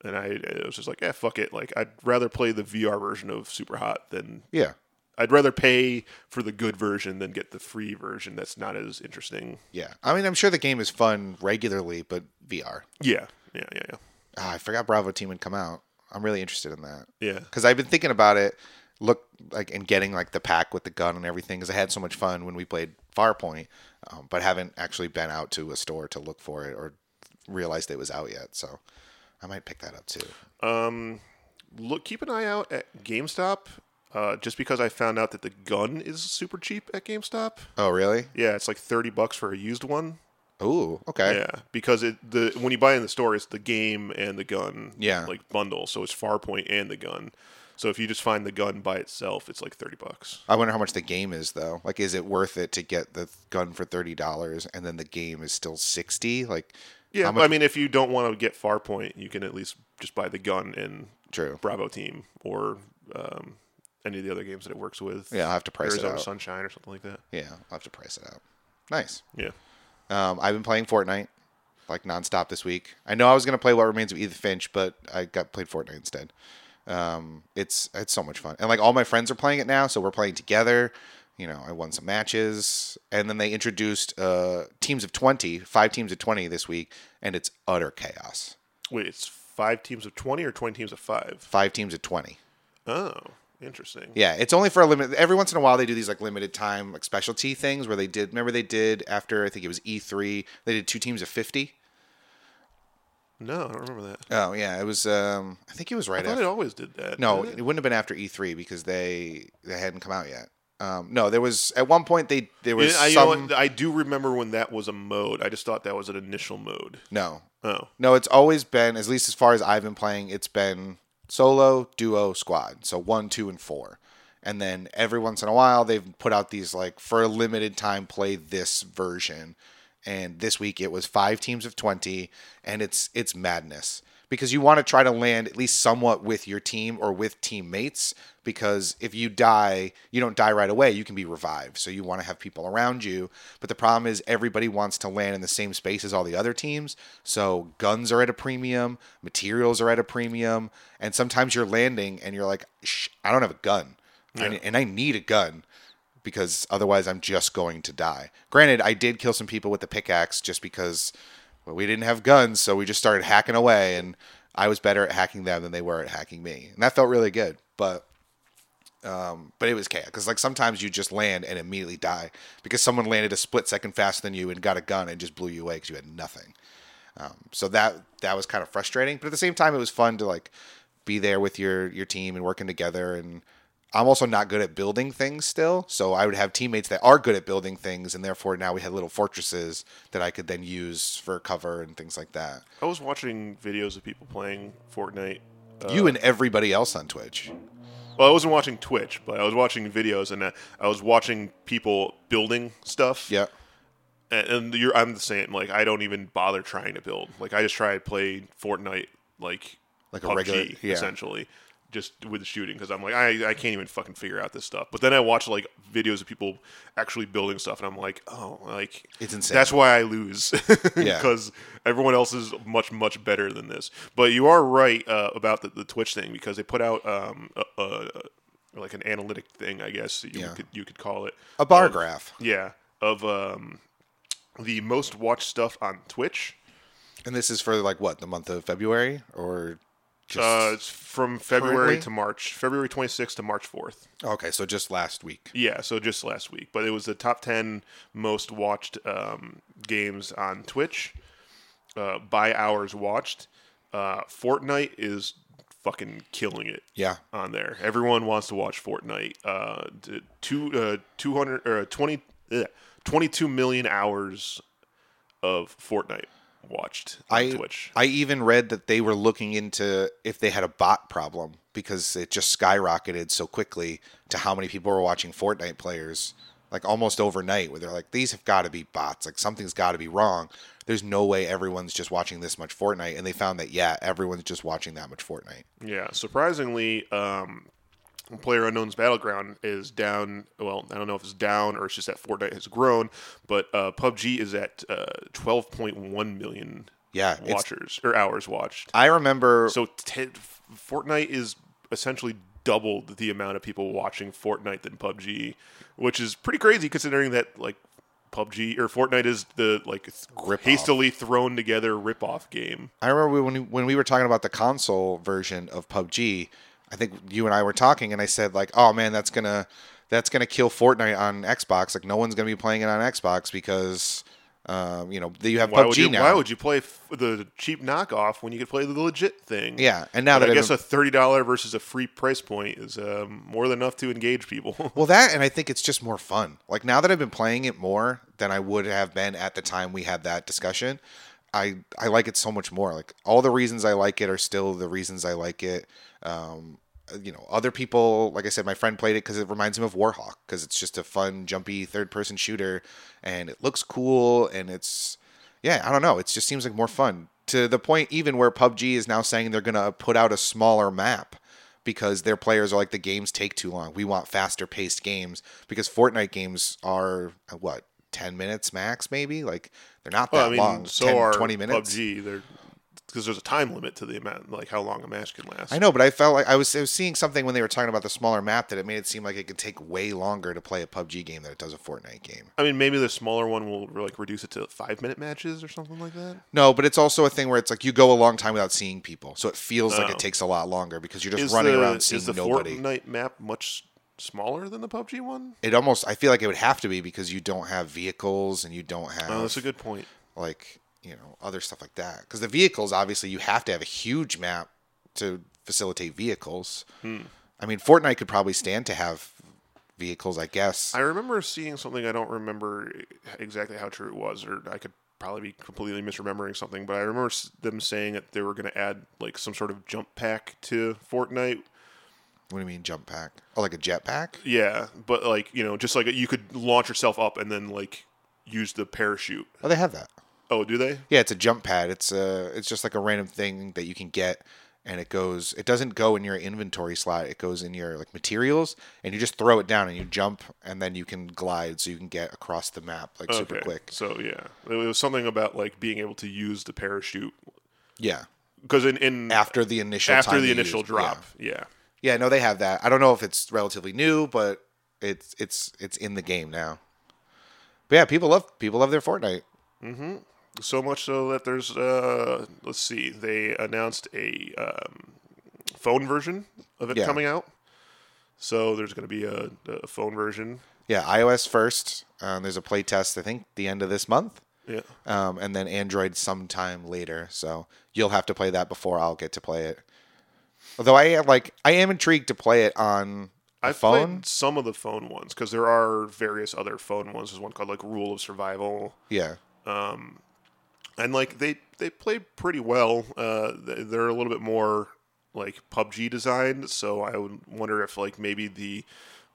S2: And I it was just like, eh, fuck it. Like I'd rather play the VR version of Super Hot than
S1: Yeah,
S2: I'd rather pay for the good version than get the free version that's not as interesting.
S1: yeah. I mean, I'm sure the game is fun regularly, but VR.
S2: Yeah, yeah, yeah, yeah.
S1: Ah, I forgot Bravo Team would come out. I'm really interested in that.
S2: Yeah.
S1: because I've been thinking about it. Look like and getting like the pack with the gun and everything because I had so much fun when we played Farpoint, um, but haven't actually been out to a store to look for it or realized it was out yet. So I might pick that up too.
S2: Um, Look, keep an eye out at GameStop. Uh, just because I found out that the gun is super cheap at GameStop.
S1: Oh really?
S2: Yeah, it's like thirty bucks for a used one.
S1: Ooh okay.
S2: Yeah, because it the when you buy in the store, it's the game and the gun.
S1: Yeah.
S2: like bundle. So it's Farpoint and the gun. So if you just find the gun by itself, it's like thirty bucks.
S1: I wonder how much the game is though. Like, is it worth it to get the gun for thirty dollars and then the game is still sixty? Like,
S2: Yeah,
S1: how
S2: but
S1: much?
S2: I mean, if you don't want to get Farpoint, you can at least just buy the gun and
S1: True.
S2: Bravo Team or um, any of the other games that it works with.
S1: Yeah, I'll have to price it
S2: Arizona
S1: out.
S2: Sunshine or something like that.
S1: Yeah, I'll have to price it out. Nice.
S2: Yeah.
S1: Um, I've been playing Fortnite like nonstop this week. I know I was gonna play What Remains of Edith Finch, but I got played Fortnite instead. Um, it's it's so much fun, and like all my friends are playing it now, so we're playing together. You know, I won some matches, and then they introduced uh, teams of 20, five teams of twenty this week, and it's utter chaos.
S2: Wait, it's five teams of 20 or 20 teams of five?
S1: Five teams of twenty.
S2: Oh, interesting.
S1: Yeah, it's only for a limit. Every once in a while, they do these like limited time, like specialty things where they did. Remember, they did after I think it was E three. They did two teams of fifty.
S2: No, I don't remember that.
S1: Oh yeah, it was. um I think it was right
S2: I thought
S1: after.
S2: it always did that.
S1: No,
S2: didn't
S1: it
S2: it?
S1: wouldn't have been after E three because they they hadn't come out yet. Um, no, there was at one point they there was
S2: Yeah, I, you know
S1: some
S2: what, I do remember when that was a mode. I just thought that was an initial mode.
S1: no
S2: Oh,
S1: no. It's always been at least as far as I've been playing. It's been solo, duo, squad. So one, two, and four. and then every once in a while they've put out these like for a limited time play this version and this week it was five teams of 20 and it's it's madness because you want to try to land at least somewhat with your team or with teammates because if you die you don't die right away you can be revived so you want to have people around you but the problem is everybody wants to land in the same space as all the other teams so guns are at a premium materials are at a premium and sometimes you're landing and you're like Shh, i don't have a gun I ne- and I need a gun because otherwise I'm just going to die. Granted, I did kill some people with the pickaxe just because well, we didn't have guns, so we just started hacking away, and I was better at hacking them than they were at hacking me, and that felt really good. But um, but it was chaos because like sometimes you just land and immediately die because someone landed a split second faster than you and got a gun and just blew you away because you had nothing. Um, so that that was kind of frustrating, but at the same time, it was fun to like be there with your your team and working together. And I'm also not good at building things still, so I would have teammates that are good at building things, and therefore now we had little fortresses that I could then use for cover and things like that.
S2: I was watching videos of people playing Fortnite. Uh,
S1: you and everybody else on Twitch.
S2: well, I wasn't watching Twitch, but I was watching videos and uh, I was watching people building stuff.
S1: Yeah.
S2: and, and you're I'm the same. Like I don't even bother trying to build. Like I just try to play Fortnite like
S1: Like a
S2: PUBG,
S1: regular- yeah.
S2: essentially. Just with the shooting, because I'm like, I, I can't even fucking figure out this stuff. But then I watch like videos of people actually building stuff, and I'm like, oh, like
S1: It's insane.
S2: That's why I lose,
S1: Yeah.
S2: because everyone else is much much better than this. But you are right uh, about the, the Twitch thing because they put out um a, a, like an analytic thing, I guess you
S1: Yeah.
S2: could you could call it
S1: A bar
S2: of-
S1: graph.
S2: yeah, of um, the most watched stuff on Twitch.
S1: And this is for like what, the month of February or just
S2: Uh, it's from February
S1: Currently?
S2: to March, February 26th to March 4th.
S1: Okay, so just last week.
S2: Yeah, so just last week, but it was the top 10 most watched um, games on Twitch uh, by hours watched. Uh, Fortnite is fucking killing it.
S1: Yeah.
S2: on there. Everyone wants to watch Fortnite. Uh, d- two uh, two hundred or twenty ugh, 22 million hours of Fortnite watched on
S1: I
S2: Twitch.
S1: I even read that they were looking into if they had a bot problem because it just skyrocketed so quickly to how many people were watching Fortnite players like almost overnight where they're like these have got to be bots like something's got to be wrong there's no way everyone's just watching this much Fortnite and they found that yeah everyone's just watching that much Fortnite
S2: Yeah, surprisingly, um, Player Unknown's Battleground is down. Well, I don't know if it's down or it's just that Fortnite has grown, but uh, PUBG is at uh, 12.1 million
S1: yeah it's-
S2: watchers or hours watched.
S1: I remember
S2: So t- Fortnite is essentially doubled the amount of people watching Fortnite than PUBG, which is pretty crazy considering that like PUBG or Fortnite is the like th-
S1: Rip-off.
S2: hastily thrown together rip-off game.
S1: I remember when we, when we were talking about the console version of PUBG. I think you and I were talking, and I said like, "Oh man, that's gonna that's gonna kill Fortnite on Xbox. Like no one's gonna be playing it on Xbox because um, you know you have
S2: Why
S1: PUBG
S2: would you
S1: now.
S2: why would you play f- the cheap knockoff when you could play the legit thing?
S1: yeah, and now
S2: But
S1: that
S2: I
S1: it-
S2: guess a thirty dollar versus a free price point is um, more than enough to engage people.
S1: Well, that, and I think it's just more fun. Like now that I've been playing it more than I would have been at the time we had that discussion, I I like it so much more. Like all the reasons I like it are still the reasons I like it. Um, you know, other people, like I said, my friend played it because it reminds him of Warhawk because it's just a fun, jumpy third-person shooter, and it looks cool, and it's yeah, I don't know. It just seems like more fun to the point even where PUBG is now saying they're gonna put out a smaller map because their players are like the games take too long. We want faster paced games because Fortnite games are uh, what ten minutes max, maybe like they're not that
S2: Well, I mean,
S1: long.
S2: so
S1: 10,
S2: are
S1: twenty minutes.
S2: PUBG. They're because there's a time limit to the amount, like how long a match can last.
S1: I know, but I felt like I was, I was seeing something when they were talking about the smaller map that it made it seem like it could take way longer to play a PUBG game than it does a Fortnite game.
S2: I mean, maybe the smaller one will like reduce it to five minute matches or something like that.
S1: No, but it's also a thing where it's like you go a long time without seeing people, so it feels like
S2: Oh.
S1: it takes a lot longer because you're just
S2: Is
S1: running
S2: the,
S1: around seeing
S2: is the
S1: nobody.
S2: Fortnite map much smaller than the PUBG one?
S1: It almost, I feel like it would have to be because you don't have vehicles and you don't have.
S2: Oh, that's a good point.
S1: like you know other stuff like that because the vehicles obviously you have to have a huge map to facilitate vehicles
S2: Hmm.
S1: i mean fortnite could probably stand to have vehicles i guess
S2: I remember seeing something. I don't remember exactly how true it was, or I could probably be completely misremembering something. But I remember s- them saying that they were going to add like some sort of jump pack to Fortnite,
S1: What do you mean jump pack? Oh, like a jet pack?
S2: Yeah, but like you know, just like you could launch yourself up and then like use the parachute.
S1: Oh, they have that.
S2: Oh, do they?
S1: Yeah, it's a jump pad. It's a it's just like a random thing that you can get and it goes it doesn't go in your inventory slot. It goes in your like materials and you just throw it down and you jump and then you can glide so you can get across the map like super
S2: Okay.
S1: quick.
S2: So yeah, it was something about like being able to use the parachute
S1: Yeah.
S2: because in, in after,
S1: After the initial time
S2: the
S1: you
S2: initial
S1: use-
S2: drop, yeah.
S1: Yeah. yeah, no they have that. I don't know if it's relatively new, but it's it's it's in the game now. But yeah, people love people love their Fortnite.
S2: So much so that there's uh, let's see, they announced a um, phone version of it
S1: Yeah.
S2: coming out. So there's going to be a, a phone version.
S1: Yeah, iOS first. Um, there's a play test, I think, the end of this month,
S2: Yeah.
S1: um, and then Android sometime later. So you'll have to play that before I'll get to play it. Although I am like, I am intrigued to play it on a
S2: I've
S1: phone.
S2: played some of the phone ones because there are various other phone ones. There's one called like Rule of Survival,
S1: Yeah,
S2: and like they they play pretty well. Uh, th- they're a little bit more like PUBG designed, so I would wonder if like maybe the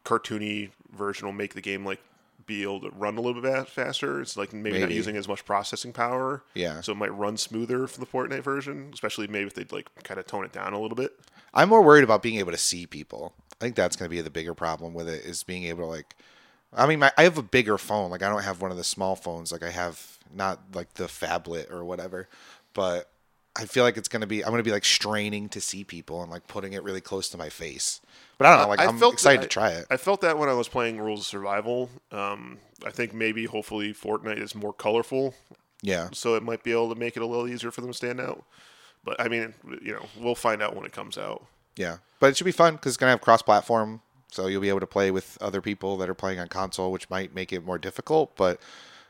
S2: cartoony version will make the game like be able to run a little bit fa- faster. It's like maybe, not
S1: Maybe.
S2: using as much processing power.
S1: Yeah.
S2: So it might run smoother for the Fortnite version, especially maybe if they'd like kind of tone it down a little bit.
S1: I'm more worried about being able to see people. I think that's going to be the bigger problem with it is being able to like. I mean, my, I have a bigger phone. Like, I don't have one of the small phones. Like, I have not like the phablet or whatever. But I feel like it's going to be. I'm going to be like straining to see people and like putting it really close to my face. But I don't know. Like, I,
S2: I
S1: am
S2: felt
S1: excited
S2: that-
S1: to try it.
S2: I felt that when I was playing Rules of Survival. Um, I think maybe hopefully Fortnite is more colorful,
S1: yeah.
S2: so it might be able to make it a little easier for them to stand out. But I mean, you know, we'll find out when it comes out.
S1: Yeah. But it should be fun because it's going to have cross platform. So you'll be able to play with other people that are playing on console, which might make it more difficult. But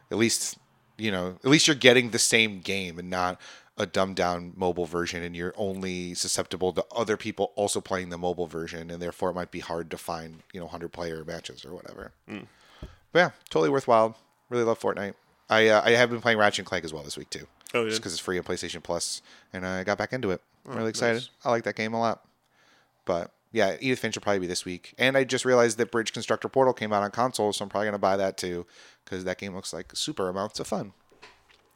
S1: at least, you know, at least you're getting the same game and not a dumbed down mobile version. And you're only susceptible to other people also playing the mobile version. And therefore, it might be hard to find, you know, 100 player matches or whatever.
S2: Hmm.
S1: But yeah, totally worthwhile. Really love Fortnite. I, uh, I have been playing Ratchet and Clank as well this week, too.
S2: Oh, yeah? Oh,
S1: Just because it's free on PlayStation Plus, and I got back into it. I'm really excited. I like that game a lot. But yeah, Edith Finch will probably be this week. And I just realized that Bridge Constructor Portal came out on console, so I'm probably gonna buy that too because that game looks like super amounts of fun.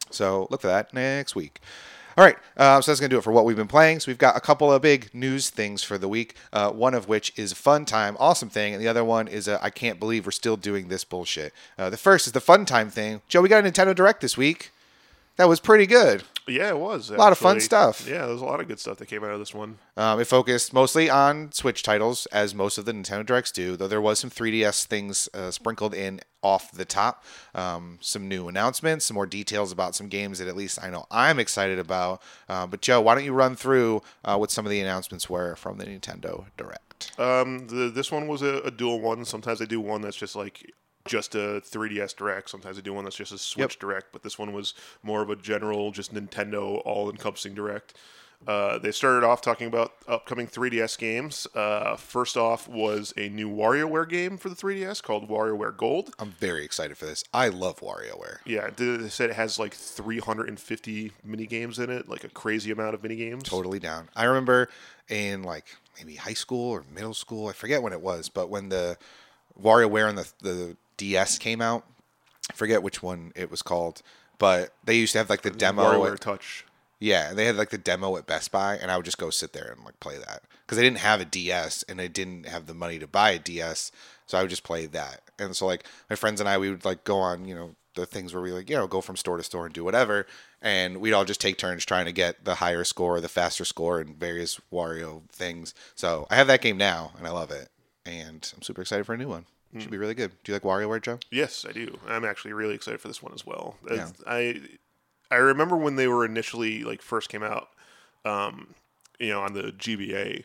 S1: So look for that next week. All right, uh, so that's gonna do it for what we've been playing. So we've got a couple of big news things for the week. Uh, one of which is a fun time, awesome thing, and the other one is uh, I I can't believe we're still doing this bullshit. Uh, the first is the fun time thing. Joe, we got a Nintendo Direct this week. That was pretty good.
S2: Yeah, it was a
S1: lot of fun stuff.
S2: Yeah, there's a lot of good stuff that came out of this one.
S1: Um, it focused mostly on Switch titles, as most of the Nintendo Directs do, though there was some 3DS things uh, sprinkled in off the top. Um, some new announcements, some more details about some games that at least I know I'm excited about. Uh, but Joe, why don't you run through uh, what some of the announcements were from the Nintendo Direct?
S2: Um, the, this one was a, a dual one. Sometimes they do one that's just like just a 3DS Direct. Sometimes they do one that's just a Switch Direct. But this one was more of a general, just Nintendo all-encompassing Direct. Uh, they started off talking about upcoming 3DS games. Uh, first off was a new WarioWare game for the 3DS called WarioWare Gold.
S1: I'm very excited for this. I love WarioWare.
S2: Yeah, they they said it has like 350 mini games in it, like a crazy amount of mini games.
S1: totally down. I remember in like maybe high school or middle school, I forget when it was, but when the WarioWare and the, the DS came out, I forget which one it was called, but they used to have like the demo.
S2: WarioWare
S1: At,
S2: Touch.
S1: yeah, they had like the demo at Best Buy, and I would just go sit there and like play that because I didn't have a DS and I didn't have the money to buy a DS, so I would just play that. And so like my friends and I, we would like go on, you know, the things where we like you know go from store to store and do whatever, and we'd all just take turns trying to get the higher score, the faster score, and various Wario things. So I have that game now, and I love it, and I'm super excited for a new one. Should be really good. Do you like WarioWare, Joe?
S2: Yes, I do. I'm actually really excited for this one as well. It's- I I remember when they were initially like first came out, um, you know, on the GBA.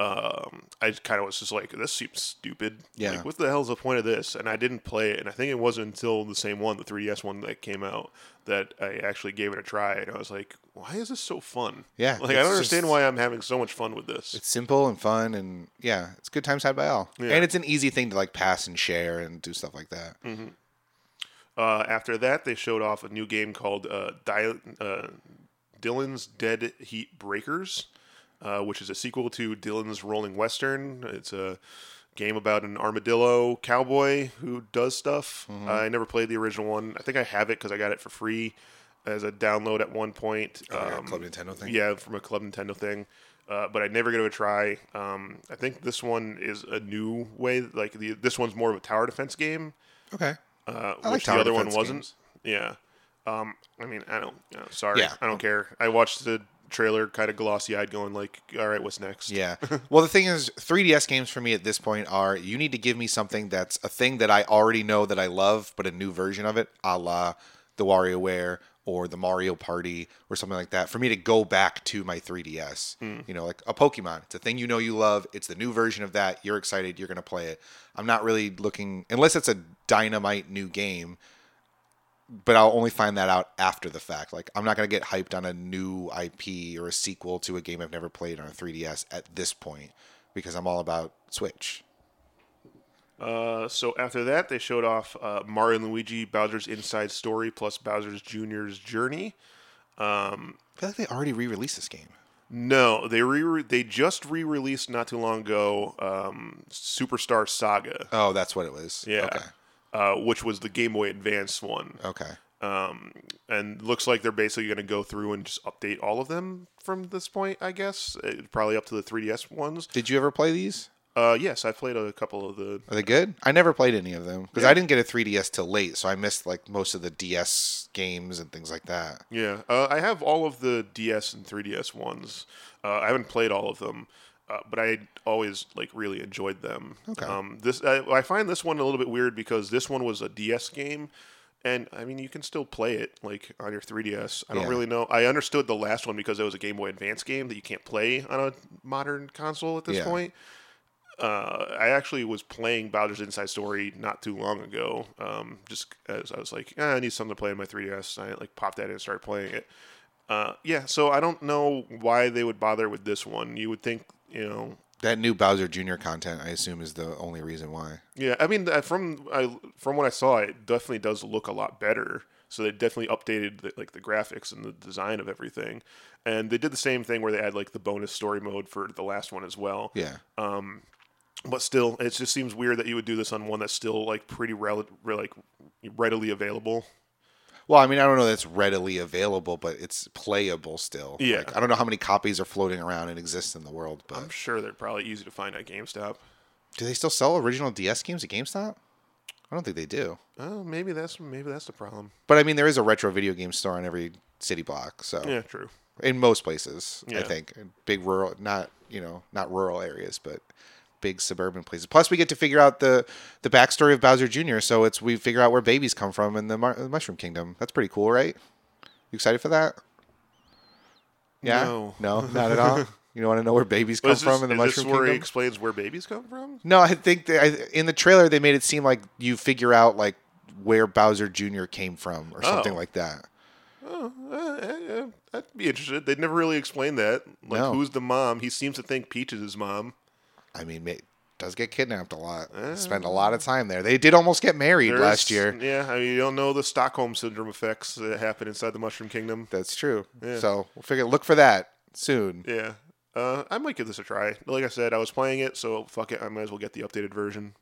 S2: Um, I kind of was just like, this seems stupid.
S1: Yeah.
S2: Like, what the hell's the point of this? And I didn't play it. And I think it wasn't until the same one, the 3DS one that came out, that I actually gave it a try. And I was like, why is this so fun?
S1: Yeah,
S2: Like,
S1: it's
S2: I don't understand
S1: just-
S2: why I'm having so much fun with this.
S1: It's simple and fun, and yeah, it's good times had by all. And it's an easy thing to like pass and share and do stuff like that.
S2: Uh, after that, they showed off a new game called uh, Dy- uh, Dylan's Dead Heat Breakers. uh, which is a sequel to Dylan's Rolling Western. It's a game about an armadillo cowboy who does stuff.
S3: Mm-hmm.
S2: I never played the original one. I think I have it because I got it for free as a download at one point.
S3: Oh, Yeah,
S2: Um,
S3: Club Nintendo thing.
S2: yeah, from a Club Nintendo thing. Uh, but I never give it a try. Um, I think this one is a new way. Like the this one's more of a tower defense game,
S3: Okay.
S2: uh,
S3: like
S2: which
S3: tower
S2: the other one
S3: defense
S2: wasn't.
S3: games.
S2: Yeah. Um, I mean, I don't. You know, sorry,
S1: Yeah.
S2: I don't care. I watched the trailer, kind of glossy eyed, going like, "All right, what's next?"
S3: Yeah.
S1: Well, the thing is, 3DS games for me at this point are you need to give me something that's a thing that I already know that I love, but a new version of it, a la the WarioWare or the Mario Party or something like that, for me to go back to my 3DS. You know, like a Pokemon. It's a thing you know you love. It's the new version of that. You're excited. You're going to play it. I'm not really looking, unless it's a dynamite new game but I'll only find that out after the fact. Like I'm not gonna get hyped on a new IP or a sequel to a game I've never played on a 3DS at this point because I'm all about Switch.
S2: Uh, so after that, they showed off uh, Mario and Luigi Bowser's Inside Story plus Bowser's Junior's Journey.
S1: I feel like they already re-released this game.
S2: No, they re they just re released not too long ago um, Superstar Saga.
S1: Oh, that's what it was.
S2: Yeah.
S1: Okay.
S2: Uh, which was the Game Boy Advance one.
S1: Okay.
S2: Um, and looks like they're basically going to go through and just update all of them from this point, I guess. Uh, probably up to the 3DS ones.
S1: Did you ever play these?
S2: Uh, yes, I played a couple of the.
S1: Are they good? I never played any of them because I didn't get a 3DS till late, so I missed like most of the DS games and things like that.
S2: Yeah, uh, I have all of the DS and 3DS ones. Uh, I haven't played all of them, uh, but I always like really enjoyed them.
S1: Okay.
S2: Um, this I, I find this one a little bit weird because this one was a DS game, and I mean you can still play it like on your 3DS. I don't
S1: Yeah.
S2: really know. I understood the last one because it was a Game Boy Advance game that you can't play on a modern console at this
S1: Yeah.
S2: point. Uh, I actually was playing Bowser's Inside Story not too long ago. Um, just as I was like, eh, I need something to play on my 3DS, and I like popped that in and started playing it. Uh, yeah, so I don't know why they would bother with this one. You would think, you know,
S1: That new Bowser Jr. content, I assume, is the only reason why.
S2: yeah. I mean, uh, from I from what I saw, it definitely does look a lot better. So they definitely updated the, like the graphics and the design of everything, and they did the same thing where they add like the bonus story mode for the last one as well.
S1: Yeah.
S2: but still it just seems weird that you would do this on one that's still like pretty rel- re- like readily available
S1: Well, I mean, I don't know that's readily available, but it's playable still.
S2: Yeah.
S1: Like, I don't know how many copies are floating around and exist in the world, but
S2: i'm sure they're probably easy to find at gamestop
S1: do they still sell original DS games at GameStop? I don't think they do.
S2: oh maybe that's maybe that's the problem
S1: But I mean, there is a retro video game store on every city block, so
S2: yeah true
S1: in most places, I
S2: Yeah.
S1: think, In big rural, not you know, not rural areas, but big suburban places. Plus, we get to figure out the the backstory of Bowser Jr. So it's we figure out where babies come from in the Mar- Mushroom Kingdom. That's pretty cool, right? You excited for that? Yeah.
S2: No.
S1: not at all. You don't want to know where babies come
S2: Is this,
S1: from in the
S2: is
S1: Mushroom
S2: this where he
S1: Kingdom?
S2: explains where babies come from
S1: No, I think that I, in the trailer they made it seem like you figure out like where Bowser Jr. came from or something
S2: Oh.
S1: like that.
S2: oh uh, uh, uh, i'd be interested they never really explained that like
S1: No.
S2: who's the mom he seems to think peach is his mom
S1: I mean, it does get kidnapped a lot. Spend a lot of time there. They did almost get married
S2: There's-
S1: last year.
S2: yeah I mean, you don't know the stockholm syndrome effects that happen inside the mushroom kingdom
S1: That's true. So we'll figure. Look for that soon.
S2: yeah uh, I might give this a try. Like I said, I was playing it, so fuck it. I might as well get the updated version.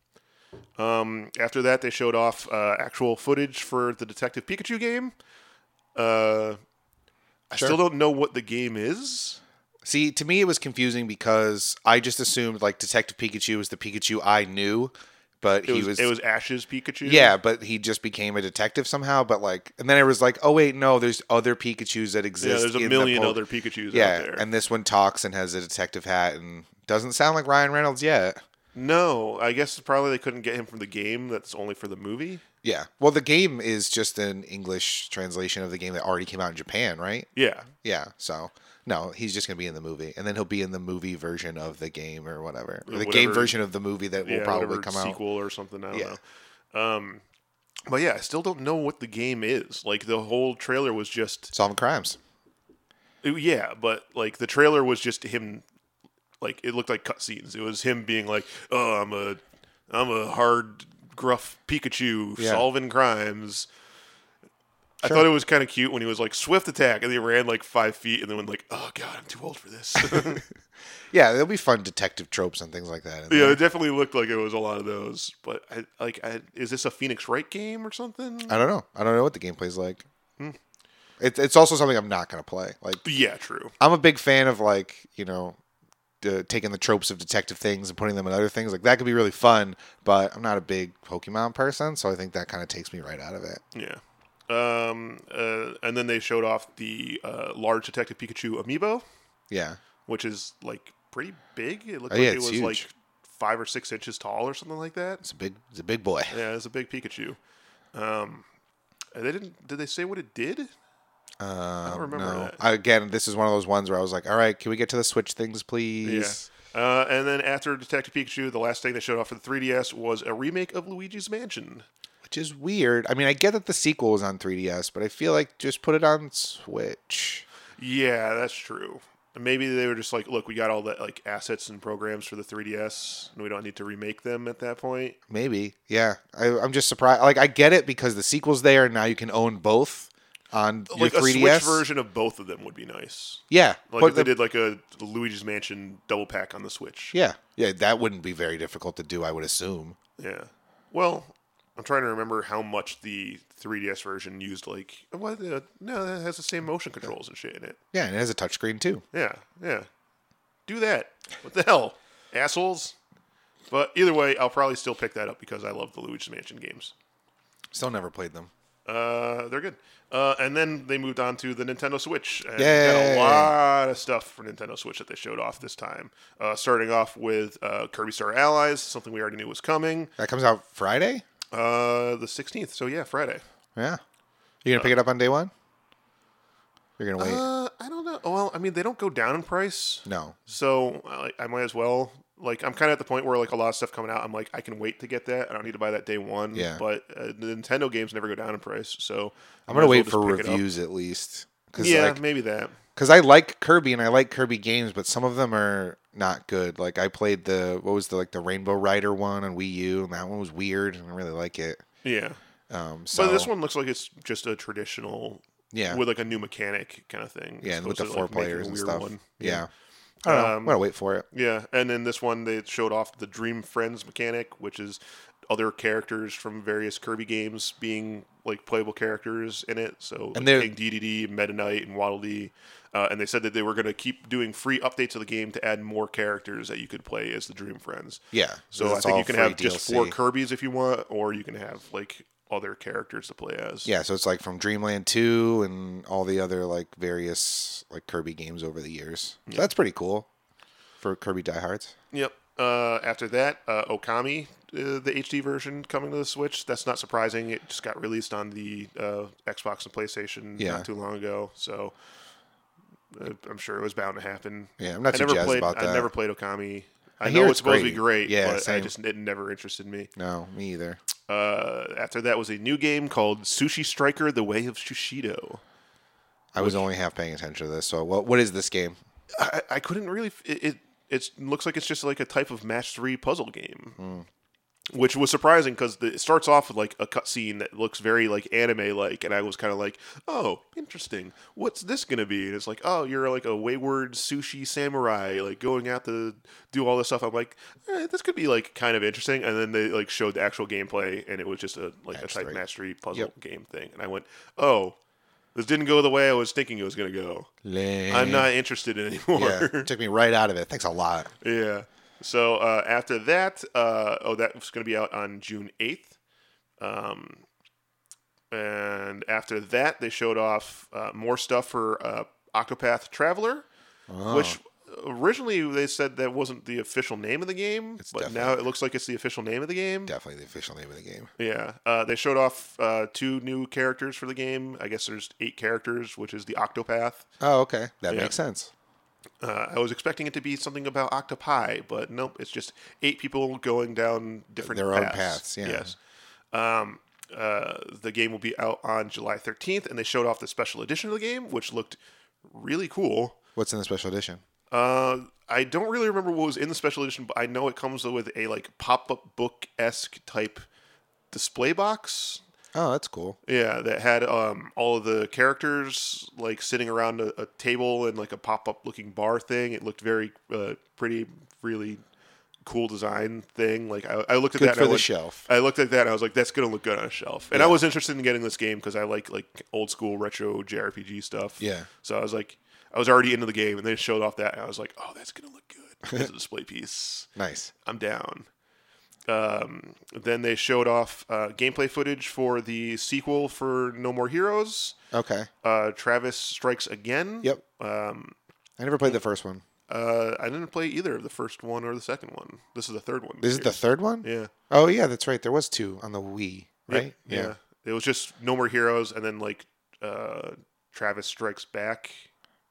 S2: Um, after that, they showed off uh, actual footage for the Detective Pikachu game. Uh, I still don't know what the game is.
S1: See, to me, it was confusing because I just assumed like Detective Pikachu was the Pikachu I knew, but he
S2: It was,
S1: was,
S2: it was Ash's Pikachu.
S1: yeah, but he just became a detective somehow. But like, and then it was like, oh wait, no, there's other Pikachu's that exist.
S2: yeah. There's a
S1: in the
S2: million
S1: po-
S2: other Pikachu's out
S1: Yeah,
S2: there.
S1: and this one talks and has a detective hat and doesn't sound like Ryan Reynolds yet.
S2: no, I guess probably they couldn't get him from the game. That's only for the movie.
S1: Yeah. Well, the game is just an English translation of the game that already came out in Japan, right?
S2: Yeah.
S1: Yeah. So, no, he's just going to be in the movie. And then he'll be in the movie version of the game or whatever. Or the game
S2: Whatever-
S1: version of the movie that will
S2: yeah,
S1: probably
S2: whatever
S1: come out.
S2: sequel or something. I don't
S1: Yeah.
S2: know. Um, but yeah, I still don't know what the game is. Like the whole trailer was just
S1: Solving crimes.
S2: Ooh, Yeah, but like the trailer was just him, like it looked like cutscenes. It was him being like, "Oh, I'm a, I'm a hard, gruff Pikachu
S1: Yeah.
S2: solving crimes." I thought it was kind of cute when he was like swift attack and he ran like five feet and then went like, oh god, I'm too old for this.
S1: Yeah, there'll be fun detective tropes and things like that. in
S2: yeah,
S1: there.
S2: it definitely looked like it was a lot of those. But I, like, I, is this a Phoenix Wright game or something?
S1: I don't know. I don't know what the gameplay's like.
S2: Hmm.
S1: It's it's also something I'm not gonna play. Like
S2: yeah, true.
S1: I'm a big fan of like you know the, taking the tropes of detective things and putting them in other things. Like that could be really fun, but I'm not a big Pokemon person, so I think that kind of takes me right out of it.
S2: Yeah. Um, uh, and then they showed off the uh, large Detective Pikachu amiibo,
S1: Yeah,
S2: which is like pretty big. It looked
S1: Oh,
S2: like
S1: yeah,
S2: it
S1: it's
S2: was
S1: huge.
S2: like five or six inches tall or something like that.
S1: it's a big it's a big boy.
S2: Yeah, it's a big Pikachu. Um, and they didn't. Did they say what it did?
S1: I
S2: don't remember
S1: Uh, no.
S2: that.
S1: I- again, this is one of those ones where I was like, all right, can we get to the Switch things,
S2: Yeah.
S1: please?
S2: Uh, and then after Detective Pikachu, the last thing they showed off for the 3DS was a remake of Luigi's Mansion.
S1: Which is weird. I mean, I get that the sequel was on 3DS, but I feel like just put it on Switch.
S2: Yeah, that's true. Maybe they were just like, look, we got all the like assets and programs for the 3DS, and we don't need to remake them at that point.
S1: Maybe. Yeah. I, I'm just surprised. Like, I get it because the sequel's there and now you can own both on
S2: like
S1: your
S2: a
S1: 3DS.
S2: Switch version of both of them would be nice.
S1: Yeah.
S2: Like
S1: put
S2: if they
S1: the-
S2: did like a Luigi's Mansion double pack on the Switch.
S1: yeah. Yeah. That wouldn't be very difficult to do, I would assume.
S2: Yeah. Well, I'm trying to remember how much the 3DS version used. Like, what? the- No, that has the same motion controls and shit in it.
S1: Yeah. And it has a touchscreen too.
S2: Yeah, yeah. Do that. What the hell, assholes? But either way, I'll probably still pick that up because I love the Luigi's Mansion games.
S1: Still never played them.
S2: Uh, they're good. Uh, and then they moved on to the Nintendo Switch. And Got
S1: Yay.
S2: a lot of stuff for Nintendo Switch that they showed off this time. Uh, starting off with uh, Kirby Star Allies, something we already knew was coming.
S1: That comes out Friday?
S2: Uh, the 16th. So yeah, Friday.
S1: Yeah. You're going to pick it up on day one? You're going to wait?
S2: Uh, I don't know. Well, I mean, they don't go down in price.
S1: no.
S2: So I, I might as well. Like I'm kind of at the point where like a lot of stuff coming out, I'm like I can wait to get that. I don't need to buy that day one.
S1: Yeah.
S2: But uh, the Nintendo games never go down in price, so
S1: I'm going to wait for
S2: reviews.
S1: reviews at least. Cause
S2: Yeah,
S1: like,
S2: maybe that.
S1: because I like Kirby and I like Kirby games, but some of them are not good. Like I played the what was the like the Rainbow Rider one on Wii U, and that one was weird, and I really like it.
S2: Yeah.
S1: Um, so
S2: But this one looks like it's just a traditional,
S1: yeah,
S2: with like a new mechanic kind of thing.
S1: yeah,
S2: as
S1: and with the
S2: opposed to,
S1: four
S2: like, making a
S1: players and
S2: weird
S1: stuff.
S2: one.
S1: Yeah, I don't know.
S2: Um,
S1: I'm gonna wait for it.
S2: Yeah, and then this one they showed off the Dream Friends mechanic, which is other characters from various Kirby games being like playable characters in it. So
S1: And
S2: like
S1: they're-
S2: King DDD, Meta Knight, and Waddle Dee. Uh, and they said that they were going to keep doing free updates of the game to add more characters that you could play as the Dream Friends.
S1: Yeah,
S2: So I
S1: it's
S2: think
S1: all
S2: you can
S1: free
S2: have just four
S1: DLC.
S2: Kirby's if you want, or you can have like other characters to play as.
S1: yeah, so it's like from Dreamland Two and all the other like various like Kirby games over the years. So that's pretty cool for Kirby diehards.
S2: Yep. Uh, after that, uh, Okami, uh, the HD version coming to the Switch. That's not surprising. It just got released on the uh, Xbox and PlayStation
S1: Yeah.
S2: not too long ago, so uh, I'm sure it was bound to happen.
S1: Yeah, I'm not
S2: I
S1: too
S2: never
S1: jazzed
S2: played.
S1: about
S2: I
S1: that.
S2: never played Okami. I,
S1: I hear
S2: know it's
S1: it's
S2: supposed to be
S1: great.
S2: great,
S1: Yeah,
S2: but I
S1: same.
S2: just it never interested me.
S1: No, me either.
S2: Uh, after that was a new game called Sushi Striker: The Way of Sushido.
S1: I was only half paying attention to this. So what what is this game?
S2: I, I couldn't really. f- It, it it's, looks like it's just like a type of match three puzzle game,
S1: Hmm.
S2: which was surprising because it starts off with like a cutscene that looks very like anime like, and I was kind of like, oh, interesting. What's this gonna be? And it's like, oh, you're like a wayward sushi samurai, like going out to do all this stuff. I'm like, eh, this could be like kind of interesting. And then they like showed the actual gameplay, and it was just a like a
S1: Match
S2: type
S1: three.
S2: match three puzzle game thing, and I went, oh. This didn't go the way I was thinking it was going to go. I'm not interested in it
S1: Yeah,
S2: anymore. Yeah.
S1: took me right out of it. Thanks a lot.
S2: So uh, after that, uh, oh, that's going to be out on June 8th. Um, and after that, they showed off uh, more stuff for uh, Octopath Traveler,
S1: Oh,
S2: which originally they said that wasn't the official name of the game, but
S1: definitely-
S2: now it looks like it's the official name of the game.
S1: Definitely the official name of the game.
S2: Yeah, uh, they showed off uh, two new characters for the game. I guess there's eight characters, which is the Octopath.
S1: Oh, okay. That
S2: Yeah.
S1: makes sense.
S2: Uh, I was expecting it to be something about octopi, but nope. It's just eight people going down different
S1: Their own
S2: paths.
S1: paths, yeah.
S2: Yes. Um, uh, the game will be out on July 13th, and they showed off the special edition of the game, which looked really cool.
S1: What's in the special edition?
S2: Uh, I don't really remember what was in the special edition, but I know it comes with a like pop up book esque type display box.
S1: Oh, that's cool.
S2: Yeah, that had um, all of the characters like sitting around a, a table and like a pop up looking bar thing. It looked very uh, pretty, really cool design thing. Like I, I looked at
S1: Good
S2: that and
S1: for
S2: I
S1: the
S2: went-
S1: shelf.
S2: I looked at that and I was like, that's gonna look good on a shelf. And I was interested in getting this game because I like like old school retro JRPG stuff.
S1: Yeah.
S2: So I was like, I was already into the game, and they showed off that, and I was like, oh, that's gonna look good as a display piece.
S1: Nice.
S2: I'm down. Um, then they showed off uh, gameplay footage for the sequel for No More Heroes.
S1: Okay.
S2: Uh, Travis Strikes Again.
S1: Yep.
S2: Um,
S1: I never played the first one.
S2: uh, I didn't play either of the first one or the second one. This is the third one.
S1: This is the third one?
S2: yeah.
S1: Oh, yeah, that's right. There was two on the Wii, right?
S2: Yeah. It was just No More Heroes, and then like uh, Travis Strikes Back.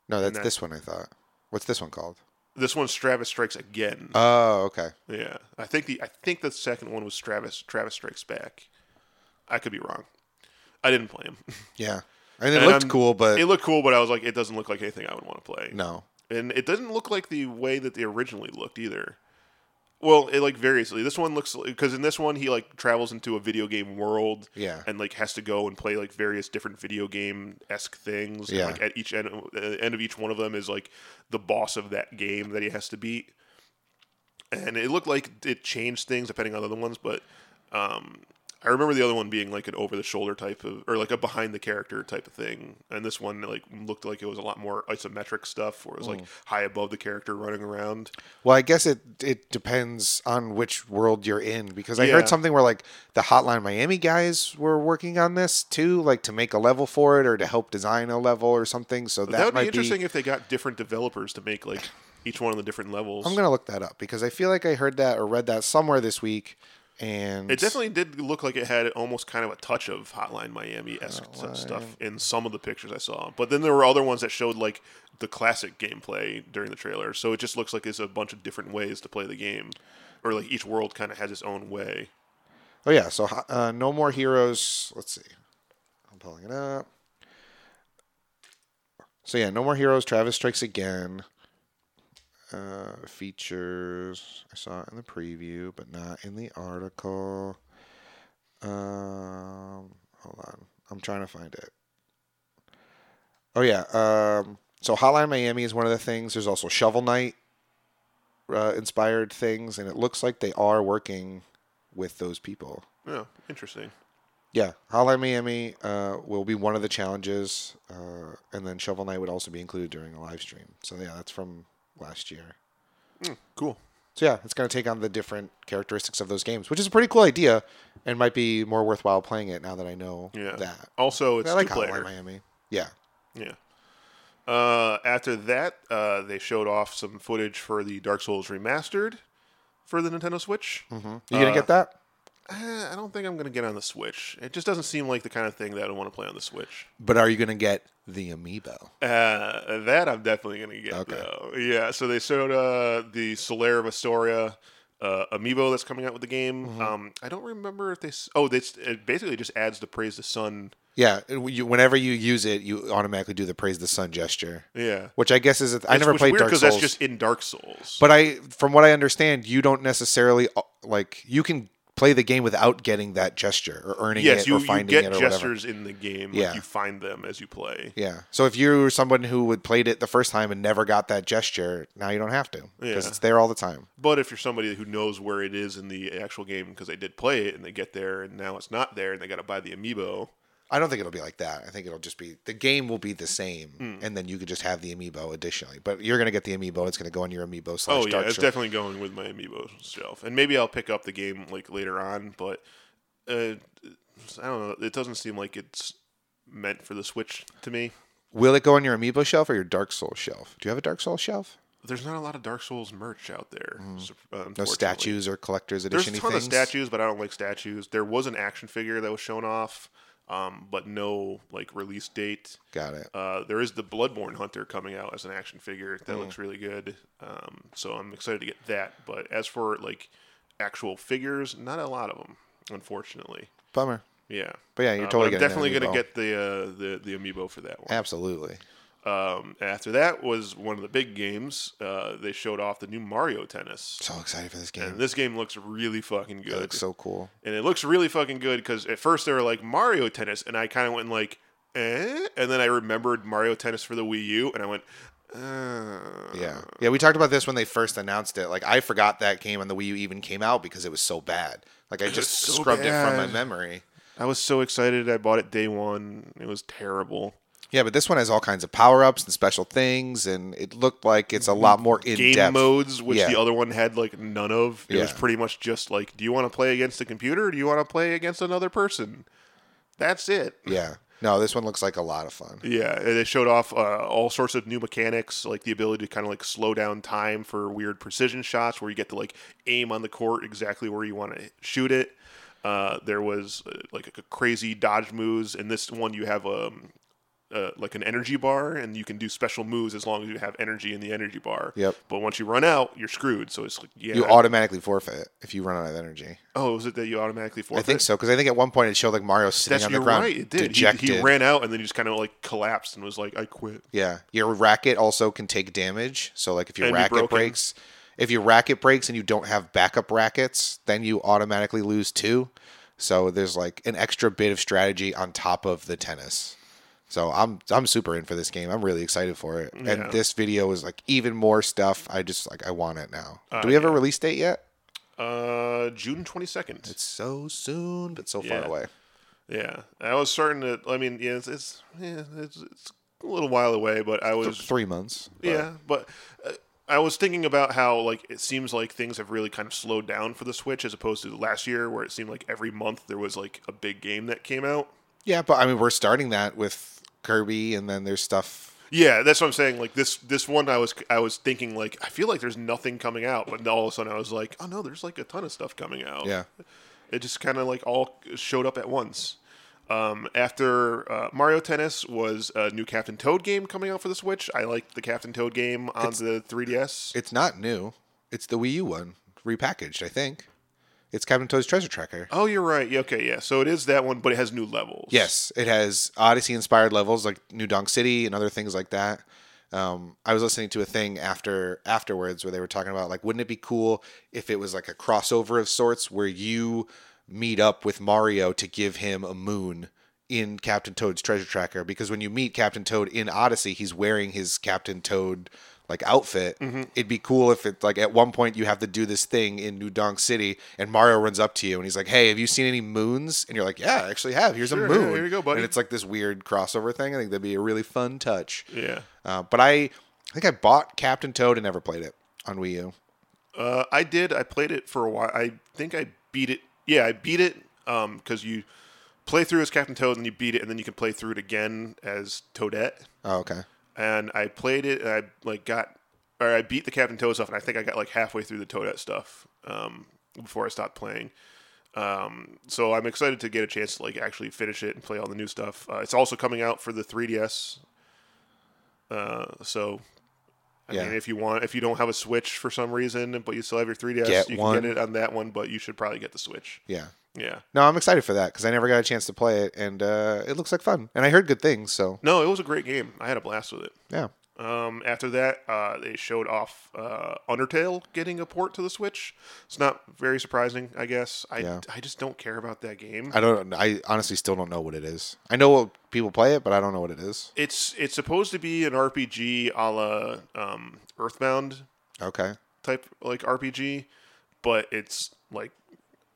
S1: No, that's
S2: No.
S1: this one, I thought. What's this one called?
S2: This one's Travis Strikes Again.
S1: Oh, okay.
S2: yeah, I think the I think the second one was Travis Travis Strikes Back. I could be wrong. I didn't play him.
S1: Yeah. I mean, it
S2: And
S1: looked
S2: I'm-
S1: cool, but
S2: it looked cool, but I was like, it doesn't look like anything I would want to play.
S1: no.
S2: and it doesn't look like the way that they originally looked either. Well, it like variously. This one looks because in this one he like travels into a video game world,
S1: Yeah.
S2: and like has to go and play like various different video game esque things. And,
S1: Yeah.
S2: like at each end, at the end of each one of them is like the boss of that game that he has to beat. And it looked like it changed things depending on the other ones, but um, I remember the other one being like an over the shoulder type of, or like a behind the character type of thing, and this one like looked like it was a lot more isometric stuff, where it was
S1: Mm.
S2: like high above the character running around.
S1: Well, I guess it it depends on which world you're in because I
S2: Yeah.
S1: heard something where like the Hotline Miami guys were working on this too, like to make a level for it or to help design a level or something. So that,
S2: That, would
S1: might
S2: be interesting if they got different developers to make like each one of the different levels.
S1: I'm gonna look that up because I feel like I heard that or read that somewhere this week, and
S2: it definitely did look like it had almost kind of a touch of Hotline Miami esque stuff in some of the pictures I saw. But then there were other ones that showed like the classic gameplay during the trailer. So it just looks like there's a bunch of different ways to play the game, or like each world kind of has its own way.
S1: Oh yeah, so uh, no more heroes. Let's see, I'm pulling it up. So yeah, no more heroes. Travis strikes again. Uh, features I saw it in the preview, but not in the article. Um, hold on, I'm trying to find it. Oh yeah, um, so Hotline Miami is one of the things. There's also Shovel Knight uh, inspired things, and it looks like they are working with those people.
S2: Oh, interesting.
S1: Yeah, Hotline Miami uh, will be one of the challenges, uh, and then Shovel Knight would also be included during the live stream. So yeah, that's from last year.
S2: Cool.
S1: So yeah, it's going to take on the different characteristics of those games, which is a pretty cool idea, and might be more worthwhile playing it now that I know
S2: Yeah.
S1: that.
S2: Also, it's
S1: I like
S2: two
S1: Hotline
S2: player.
S1: Miami. Yeah.
S2: Yeah. Uh, after that, uh, they showed off some footage for the Dark Souls remastered for the Nintendo Switch.
S1: hmm You
S2: Uh,
S1: gonna get that?
S2: Eh, I don't think I'm gonna get on the Switch. It just doesn't seem like the kind of thing that I want to play on the Switch.
S1: But are you gonna get the amiibo?
S2: Uh, that I'm definitely gonna get
S1: Okay.
S2: though. Yeah. So they showed uh, the Solaire of Astoria uh, amiibo that's coming out with the game.
S1: Mm-hmm.
S2: Um, I don't remember if they. S- oh, they, s- it basically just adds the praise the sun.
S1: Yeah. it- you- whenever you use it, you automatically do the praise the sun gesture,
S2: Yeah.
S1: which I guess is a- I never
S2: Which- which
S1: played
S2: weird
S1: Dark Souls.
S2: that's just in Dark Souls.
S1: But I, from what I understand, you don't necessarily uh, like you can play the game without getting that gesture or earning
S2: yes,
S1: it
S2: you,
S1: or
S2: you
S1: finding
S2: get
S1: it or whatever.
S2: gestures in the game.
S1: Yeah.
S2: Like you find them as you play.
S1: Yeah. So if you were someone who had played it the first time and never got that gesture, now you don't have to because
S2: Yeah.
S1: it's there all the time.
S2: But if you're somebody who knows where it is in the actual game because they did play it and they get there and now it's not there and they got to buy the amiibo.
S1: I don't think it'll be like that. I think it'll just be the game will be the same,
S2: Hmm.
S1: and then you could just have the amiibo additionally. But you're gonna get the amiibo. It's gonna go on your amiibo slash
S2: Oh yeah,
S1: dark
S2: it's
S1: Souls.
S2: definitely going with my amiibo shelf, and maybe I'll pick up the game like later on. But uh, I don't know. It doesn't seem like it's meant for the Switch to me.
S1: Will it go on your amiibo shelf or your Dark Souls shelf? Do you have a Dark Souls shelf?
S2: There's not a lot of Dark Souls merch out there. so-
S1: Mm. No
S2: unfortunately.
S1: statues or collectors
S2: There's
S1: edition
S2: a ton
S1: things.
S2: of statues, but I don't like statues. There was an action figure that was shown off, um, but no like release date.
S1: Got it.
S2: Uh, there is the Bloodborne Hunter coming out as an action figure that
S1: Mm.
S2: looks really good. Um, so I'm excited to get that. But as for like actual figures, not a lot of them, unfortunately.
S1: Bummer.
S2: Yeah.
S1: But yeah, you're
S2: Uh,
S1: totally
S2: I'm
S1: getting an
S2: definitely going
S1: amiibo.
S2: to get the, uh, the the amiibo for that one.
S1: Absolutely.
S2: Um, and after that was one of the big games. Uh, they showed off the new Mario Tennis,
S1: So excited for this
S2: and
S1: game.
S2: this game looks really fucking
S1: It
S2: good.
S1: looks so cool.
S2: and it looks really fucking good because at first they were like Mario Tennis, and I kind of went like, eh, and then I remembered Mario Tennis for the Wii U, and I went, uh,
S1: Yeah. Yeah, we talked about this when they first announced it. Like I forgot that game on the Wii U even came out because it was so bad. Like I just
S2: so
S1: scrubbed it from my
S2: bad.
S1: memory.
S2: I was so excited. I bought it day one. It was terrible.
S1: Yeah, but this one has all kinds of power-ups and special things and it looked like it's a lot more in
S2: Game
S1: depth.
S2: modes, which
S1: Yeah.
S2: the other one had like none of. It was
S1: Yeah.
S2: pretty much just like, do you want to play against the computer? or Do you want to play against another person? That's it.
S1: Yeah. No, this one looks like a lot of fun.
S2: Yeah, and they showed off uh, all sorts of new mechanics, like the ability to kind of like slow down time for weird precision shots, where you get to like aim on the court exactly where you want to shoot it. Uh, there was uh, like a crazy dodge moves, and this one you have um, uh, like an energy bar, and you can do special moves as long as you have energy in the energy bar.
S1: Yep.
S2: But once you run out, you're screwed. So it's like yeah.
S1: You automatically forfeit if you run out of energy.
S2: oh, is it that you automatically
S1: I
S2: forfeit?
S1: think so because I think at one point it showed like Mario sitting
S2: That's
S1: on the
S2: you're
S1: ground,
S2: right. It did. He,
S1: dejected.
S2: he ran out, and then he just kind of like collapsed and was like, "I quit."
S1: Yeah, your racket also can take damage. So like if your
S2: And be
S1: racket
S2: broken.
S1: breaks, if your racket breaks and you don't have backup rackets, then you automatically lose two. So there's like an extra bit of strategy on top of the tennis. So I'm I'm super in for this game. I'm really excited for it.
S2: Yeah.
S1: And this video is like even more stuff. I just like I want it now. Do we have a release date yet?
S2: Uh, June twenty second.
S1: It's so soon, but so
S2: Yeah.
S1: far away.
S2: Yeah, I was starting to. I mean, yeah, it's it's, yeah, it's, it's a little while away, but I
S1: Th-
S2: was
S1: Three months. but-
S2: yeah, but uh, I was thinking about how like it seems like things have really kind of slowed down for the Switch as opposed to last year where it seemed like every month there was like a big game that came out.
S1: Yeah, but I mean we're starting that with Kirby, and then there's stuff
S2: Yeah, that's what I'm saying. Like this this one, I was I was thinking like I feel like there's nothing coming out, but all of a sudden I was like, oh no, there's like a ton of stuff coming out.
S1: Yeah.
S2: it just kind of like all showed up at once. Um, after uh, Mario Tennis was a new Captain Toad game coming out for the Switch. I liked the Captain Toad game on the 3DS.
S1: It's not new. It's the Wii U one, repackaged, I think. It's Captain Toad's Treasure Tracker.
S2: oh, you're right. Yeah, okay, yeah. So it is that one, but it has new levels.
S1: Yes, it has Odyssey inspired levels like New Donk City and other things like that. Um, I was listening to a thing after afterwards where they were talking about like, wouldn't it be cool if it was like a crossover of sorts where you meet up with Mario to give him a moon in Captain Toad's Treasure Tracker? Because when you meet Captain Toad in Odyssey, he's wearing his Captain Toad like outfit.
S2: Mm-hmm.
S1: It'd be cool if it like at one point you have to do this thing in New Donk City and Mario runs up to you and he's like, "Hey, have you seen any moons?" And you're like, "Yeah, I actually have. Here's
S2: Sure,
S1: a
S2: yeah,
S1: moon."
S2: here you go, buddy.
S1: And it's like this weird crossover thing. I think that'd be a really fun touch.
S2: Yeah.
S1: Uh, but I, I think I bought Captain Toad and never played it on Wii U.
S2: Uh, I did. I played it for a while. I think I beat it. Yeah, I beat it because you play through as Captain Toad, and you beat it, and then you can play through it again as Toadette.
S1: Oh, okay.
S2: And I played it, and I like got or I beat the Captain Toad stuff, and I think I got like halfway through the Toadette stuff um, before I stopped playing. Um, so I'm excited to get a chance to like actually finish it and play all the new stuff. Uh, it's also coming out for the 3DS. Uh, so I
S1: Yeah.
S2: mean, if you want, if you don't have a Switch for some reason, but you still have your 3DS,
S1: Get
S2: you
S1: one.
S2: can get it on that one. But you should probably get the Switch.
S1: Yeah.
S2: Yeah.
S1: No, I'm excited for that because I never got a chance to play it, and uh, it looks like fun. And I heard good things, so
S2: No, it was a great game. I had a blast with it.
S1: yeah.
S2: Um, after that, uh, they showed off uh, Undertale getting a port to the Switch. It's not very surprising, I guess. I,
S1: Yeah.
S2: I just don't care about that game.
S1: I don't. I honestly still don't know what it is. I know what people play it, but I don't know what it is.
S2: it's it's supposed to be an RPG a la um, Earthbound
S1: Okay.
S2: type like RPG, but it's like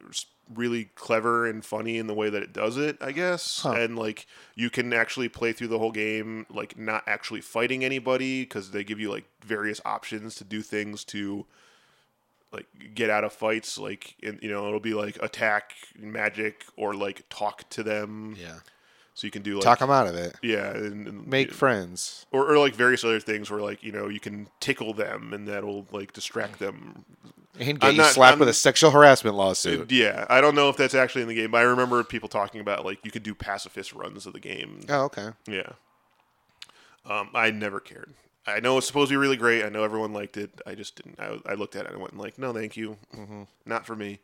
S2: s- really clever and funny in the way that it does it, I guess. And like you can actually play through the whole game like not actually fighting anybody cuz they give you like various options to do things to like get out of fights like and, you know it'll be like attack magic or like talk to them
S1: Yeah.
S2: so you can do like
S1: Talk them out of it.
S2: yeah and, and
S1: Make friends.
S2: or, or like various other things where like you know you can tickle them and that'll like
S1: Mm.
S2: distract them
S1: And
S2: I'm
S1: get you
S2: not-
S1: slapped
S2: I'm-
S1: with a sexual harassment lawsuit.
S2: Yeah, I don't know if that's actually in the game, but I remember people talking about like you could do pacifist runs of the game.
S1: Oh, okay.
S2: Yeah. Um, I never cared. I know it's supposed to be really great. I know everyone liked it. I just didn't. I, I looked at it and went like, no, thank you, not for me.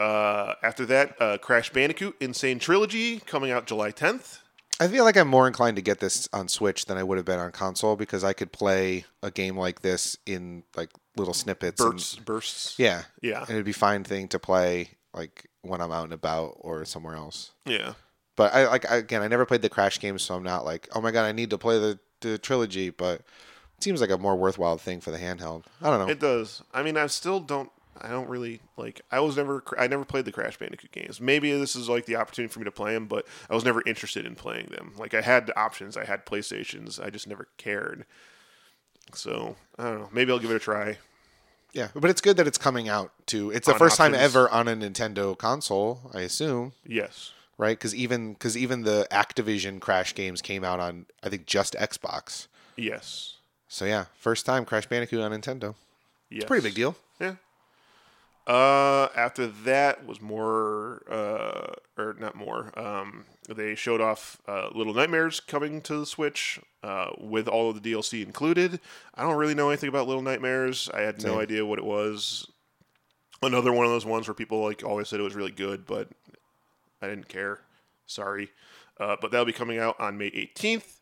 S2: Uh, after that, uh, Crash Bandicoot Insane Trilogy coming out July 10th.
S1: I I feel like I'm more inclined to get this on Switch than I would have been on console because I could play a game like this in like little snippets. and-
S2: Bursts, bursts.
S1: yeah,
S2: Yeah.
S1: and it'd be fine thing to play like when I'm out and about or somewhere else.
S2: Yeah.
S1: But I like again, I never played the Crash games, so I'm not like, oh my god, I need to play the, the trilogy. But it seems like a more worthwhile thing for the handheld. I don't know.
S2: It does. I mean, I still don't. I don't really like. I was never. I never played the Crash Bandicoot games. Maybe this is like the opportunity for me to play them, but I was never interested in playing them. Like I had options. I had PlayStations. I just never cared. So I don't know. Maybe I'll give it a try.
S1: yeah, but it's good that it's coming out too. It's the
S2: On
S1: first time
S2: options.
S1: ever on a Nintendo console, I assume.
S2: Yes.
S1: right? Because even because even the Activision Crash games came out on I think just Xbox.
S2: Yes.
S1: So yeah, first time Crash Bandicoot on Nintendo.
S2: Yes.
S1: Pretty big deal.
S2: Yeah. Uh, after that was more, uh, or not more. Um, they showed off uh, Little Nightmares coming to the Switch uh, with all of the DLC included. I don't really know anything about Little Nightmares. I had no
S1: Same.
S2: idea what it was. Another one of those ones where people like always said it was really good, but I didn't care. Sorry. Uh, but that'll be coming out on May 18th.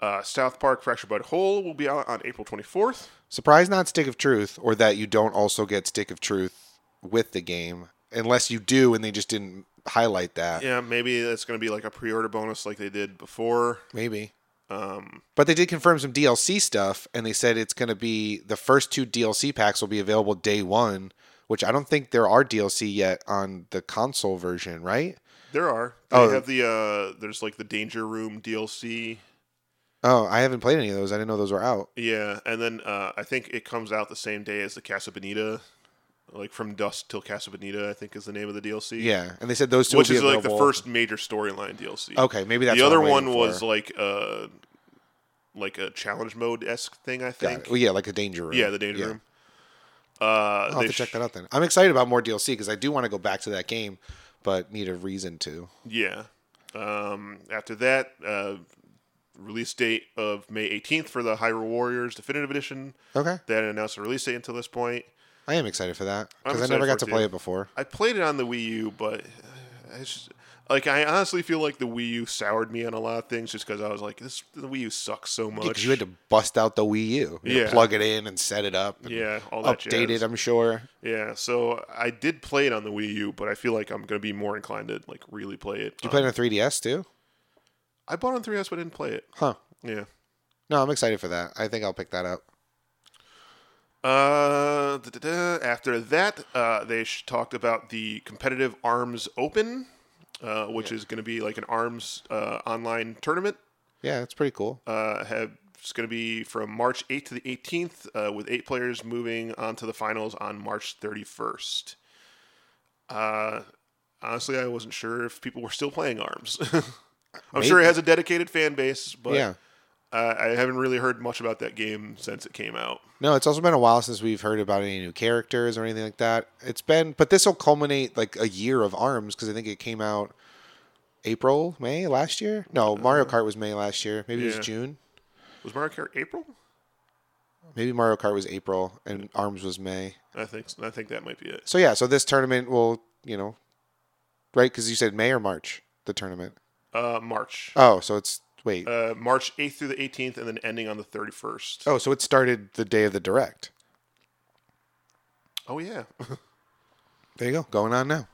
S2: Uh, South Park Fracture Bud Hole will be out on April 24th.
S1: Surprise, not Stick of Truth, or that you don't also get Stick of Truth with the game, unless you do, and they just didn't highlight that.
S2: Yeah, maybe it's going to be like a pre-order bonus like they did before.
S1: Maybe.
S2: Um,
S1: But they did confirm some DLC stuff, and they said it's going to be the first two DLC packs will be available day one, which I don't think there are DLC yet on the console version, right?
S2: there are. They
S1: Oh.
S2: have the uh, there's like the Danger Room DLC.
S1: Oh, I haven't played any of those. I didn't know those were out.
S2: Yeah, and then uh, I think it comes out the same day as the Casa Bonita, like from dusk till Casa Bonita. I think is the name of the DLC.
S1: Yeah, and they said those two
S2: which
S1: will be
S2: is like the
S1: available-
S2: first major storyline DLC.
S1: Okay, maybe that's
S2: the
S1: what
S2: other
S1: I'm waiting
S2: one was
S1: for.
S2: like uh, like a challenge mode esque thing. I
S1: Got it.
S2: think.
S1: Well, yeah, like a danger room.
S2: Yeah, the Danger Room. Uh,
S1: I'll
S2: they
S1: have to check
S2: sh-
S1: that out then. I'm excited about more DLC because I do want to go back to that game, but need a reason to.
S2: Yeah. Um, after that, uh, release date of May 18th for the Hyrule Warriors Definitive Edition.
S1: Okay,
S2: They hadn't announced a release date until this point.
S1: I am excited for that
S2: I'm
S1: because I
S2: excited
S1: never got
S2: for
S1: to
S2: it,
S1: play
S2: too.
S1: it before.
S2: I played it on the Wii U, but I just like I honestly feel like the Wii U soured me on a lot of things just because I was like, this the Wii U sucks so much.
S1: Because you had to bust out the Wii U, You had to
S2: Yeah.
S1: plug it in and set it up, and
S2: yeah, all that
S1: update it.
S2: jazz.
S1: I'm sure.
S2: Yeah, so I did play it on the Wii U, but I feel like I'm gonna be more inclined to like really play it.
S1: You
S2: on-
S1: played on 3DS too,
S2: I bought it on 3DS, but I didn't play it.
S1: huh?
S2: Yeah.
S1: No, I'm excited for that. I think I'll pick that up.
S2: Uh, da, da, da. after that, uh, they sh- talked about the competitive Arms Open, uh, which is going to be like an Arms uh, online tournament.
S1: Yeah, it's pretty cool.
S2: Uh, have it's going to be from March 8th to the 18th, uh, with eight players moving on to the finals on March 31st. Uh, honestly, I wasn't sure if people were still playing Arms. I'm sure it has a dedicated fan base, but
S1: yeah.
S2: uh, I haven't really heard much about that game since it came out.
S1: No, it's also been a while since we've heard about any new characters or anything like that. It's been, but this will culminate like a year of Arms because I think it came out April, May last year. No, Mario Kart was May last year. Maybe it
S2: Uh-huh. Yeah.
S1: was June.
S2: Was Mario Kart April?
S1: Maybe Mario Kart was April and Arms was May.
S2: I think I think that might be it.
S1: So yeah, so this tournament will, you know, right? Because you said May or March, the tournament.
S2: Uh, March.
S1: Oh, so it's wait.
S2: Uh, March 8th through the 18th, and then ending on the 31st.
S1: oh, so it started the day of the direct.
S2: Oh, yeah.
S1: There you go. Going on now.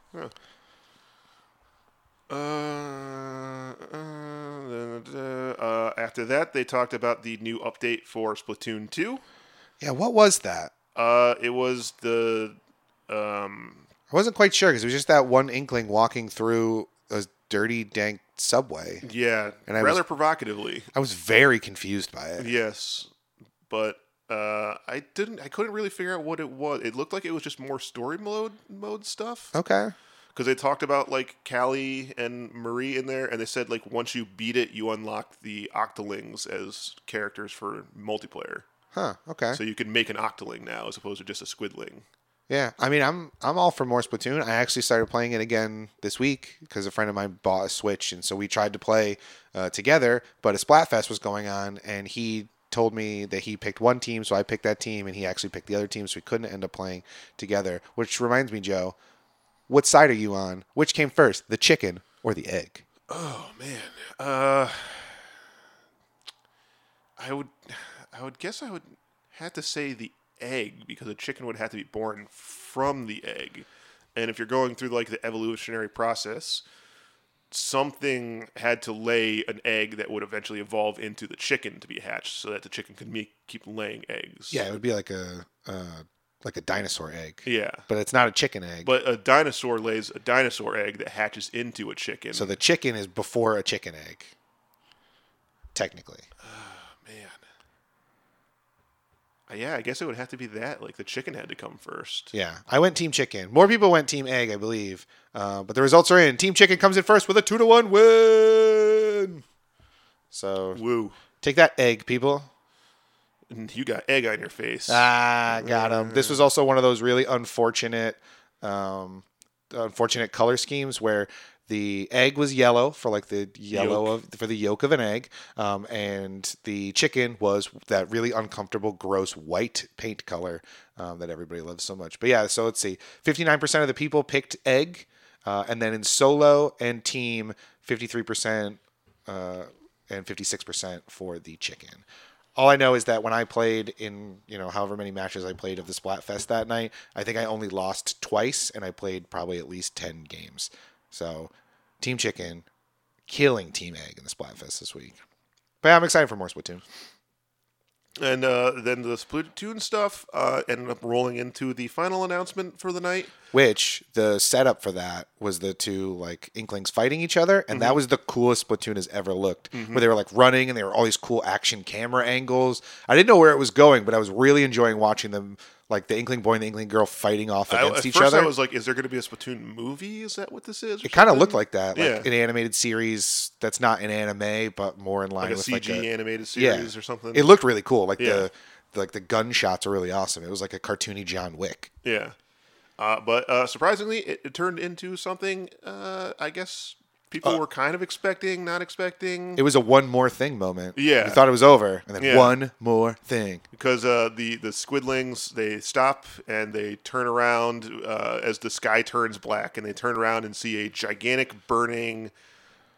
S2: uh, uh, da- da- da. uh, after that, they talked about the new update for Splatoon 2.
S1: Yeah. What was that?
S2: Uh, it was the. Um,
S1: I wasn't quite sure because it was just that one inkling walking through a dirty, dank subway.
S2: yeah,
S1: And I was-
S2: rather provocatively.
S1: I was very confused by it.
S2: Yes, but uh, I didn't. I couldn't really figure out what it was. It looked like it was just more story mode mode stuff.
S1: Okay.
S2: because they talked about like Callie and Marie in there, and they said like once you beat it, you unlock the Octolings as characters for multiplayer.
S1: Huh. Okay.
S2: So you can make an Octoling now as opposed to just a Squidling.
S1: yeah. I mean, I'm I'm all for more Splatoon. I actually started playing it again this week because a friend of mine bought a Switch, and so we tried to play uh, together. But a Splatfest was going on, and he told me that he picked one team, so I picked that team, and he actually picked the other team, so we couldn't end up playing together. Which reminds me, Joe, what side are you on? Which came first, the chicken or the egg?
S2: Oh man, uh, I would, I would guess I would have to say the egg because a chicken would have to be born from the egg, and if you're going through like the evolutionary process, something had to lay an egg that would eventually evolve into the chicken to be hatched, so that the chicken could me- keep laying eggs.
S1: Yeah, it would be like a uh, like a dinosaur egg,
S2: yeah.
S1: but it's not a chicken egg.
S2: But a dinosaur lays a dinosaur egg that hatches into a chicken.
S1: so the chicken is before a chicken egg, technically.
S2: Man. Uh, Yeah, I guess it would have to be that. Like the chicken had to come first.
S1: Yeah, I went team chicken. More people went team egg, I believe. Uh, but the results are in. Team chicken comes in first with a two to one win. So
S2: Woo.
S1: take that egg, people.
S2: And you got egg on your face.
S1: Ah, got him. This was also one of those really unfortunate, um, unfortunate color schemes where the egg was yellow for like the yellow of for the yolk of an egg, um, and the chicken was that really uncomfortable, gross white paint color um, that everybody loves so much. But yeah, so let's see, fifty nine percent of the people picked egg, uh, and then in solo and team, fifty three percent uh, and 56% for the chicken. All I know is that when I played in, you know, however many matches I played of the Splatfest that night, I think I only lost twice and I played probably at least 10 games. So, Team Chicken killing Team Egg in the Splatfest this week. But I'm excited for more Splatoon.
S2: And uh, then the Splatoon stuff uh, ended up rolling into the final announcement for the night.
S1: Which the setup for that was the two like inklings fighting each other, and
S2: Mm-hmm.
S1: that was the coolest Splatoon has ever looked. Where they were like running, and they were all these cool action camera angles. I didn't know where it was going, but I was really enjoying watching them, like the inkling boy and the inkling girl fighting off
S2: I,
S1: against
S2: at
S1: each
S2: first,
S1: other.
S2: I was like, "Is there going to be a Splatoon movie? Is that what this is?" or
S1: it kind of
S2: something?
S1: looked like that, like
S2: Yeah.
S1: an animated series that's not an anime, but more in line
S2: like a
S1: with
S2: CG
S1: like a,
S2: animated series or something.
S1: It looked really cool. Like
S2: Yeah.
S1: the like the gunshots are really awesome. It was like a cartoony John Wick.
S2: yeah. Uh, but uh, surprisingly, it, it turned into something. Uh, I guess
S1: Uh,
S2: people were kind of expecting, not expecting.
S1: It was a one more thing moment.
S2: Yeah.
S1: you thought it was over, and then
S2: Yeah.
S1: one more thing.
S2: because uh, the the squidlings they stop and they turn around uh, as the sky turns black and they turn around and see a gigantic burning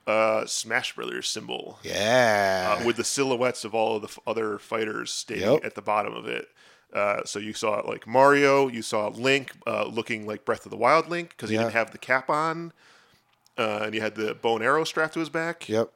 S2: uh, Smash Brothers symbol
S1: Yeah.
S2: uh, with the silhouettes of all of the f- other fighters standing
S1: Yep.
S2: at the bottom of it. Uh, so you saw like Mario, you saw Link uh, looking like Breath of the Wild Link because he
S1: Yeah.
S2: didn't have the cap on, uh, and he had the bow and arrow strapped to his back.
S1: yep.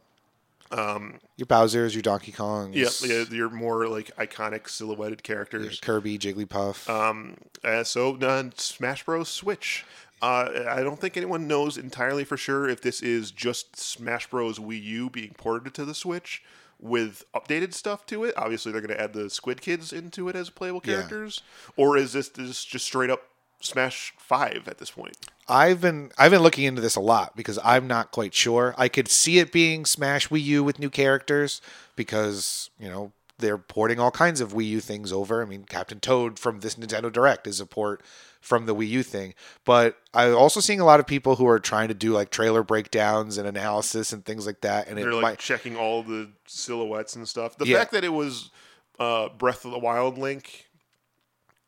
S1: Um, your Bowser's, your Donkey Kongs,
S2: Yep, yeah, you're more like iconic silhouetted characters.
S1: Kirby, Jigglypuff.
S2: Um, uh, so uh, Smash Bros. Switch. Uh, I don't think anyone knows entirely for sure if this is just Smash Bros. Wii U being ported to the Switch with updated stuff to it. Obviously, they're going to add the Squid Kids into it as playable characters, or is this, this just straight up Smash Five at this point?
S1: I've been I've been looking into this a lot because I'm not quite sure. I could see it being Smash Wii U with new characters because you know they're porting all kinds of Wii U things over. I mean, Captain Toad from this Nintendo Direct is a port from the Wii U thing. But I'm also seeing a lot of people who are trying to do like trailer breakdowns and analysis and things like that. And it
S2: They're like
S1: might,
S2: checking all the silhouettes and stuff. The
S1: Yeah.
S2: fact that it was uh, Breath of the Wild Link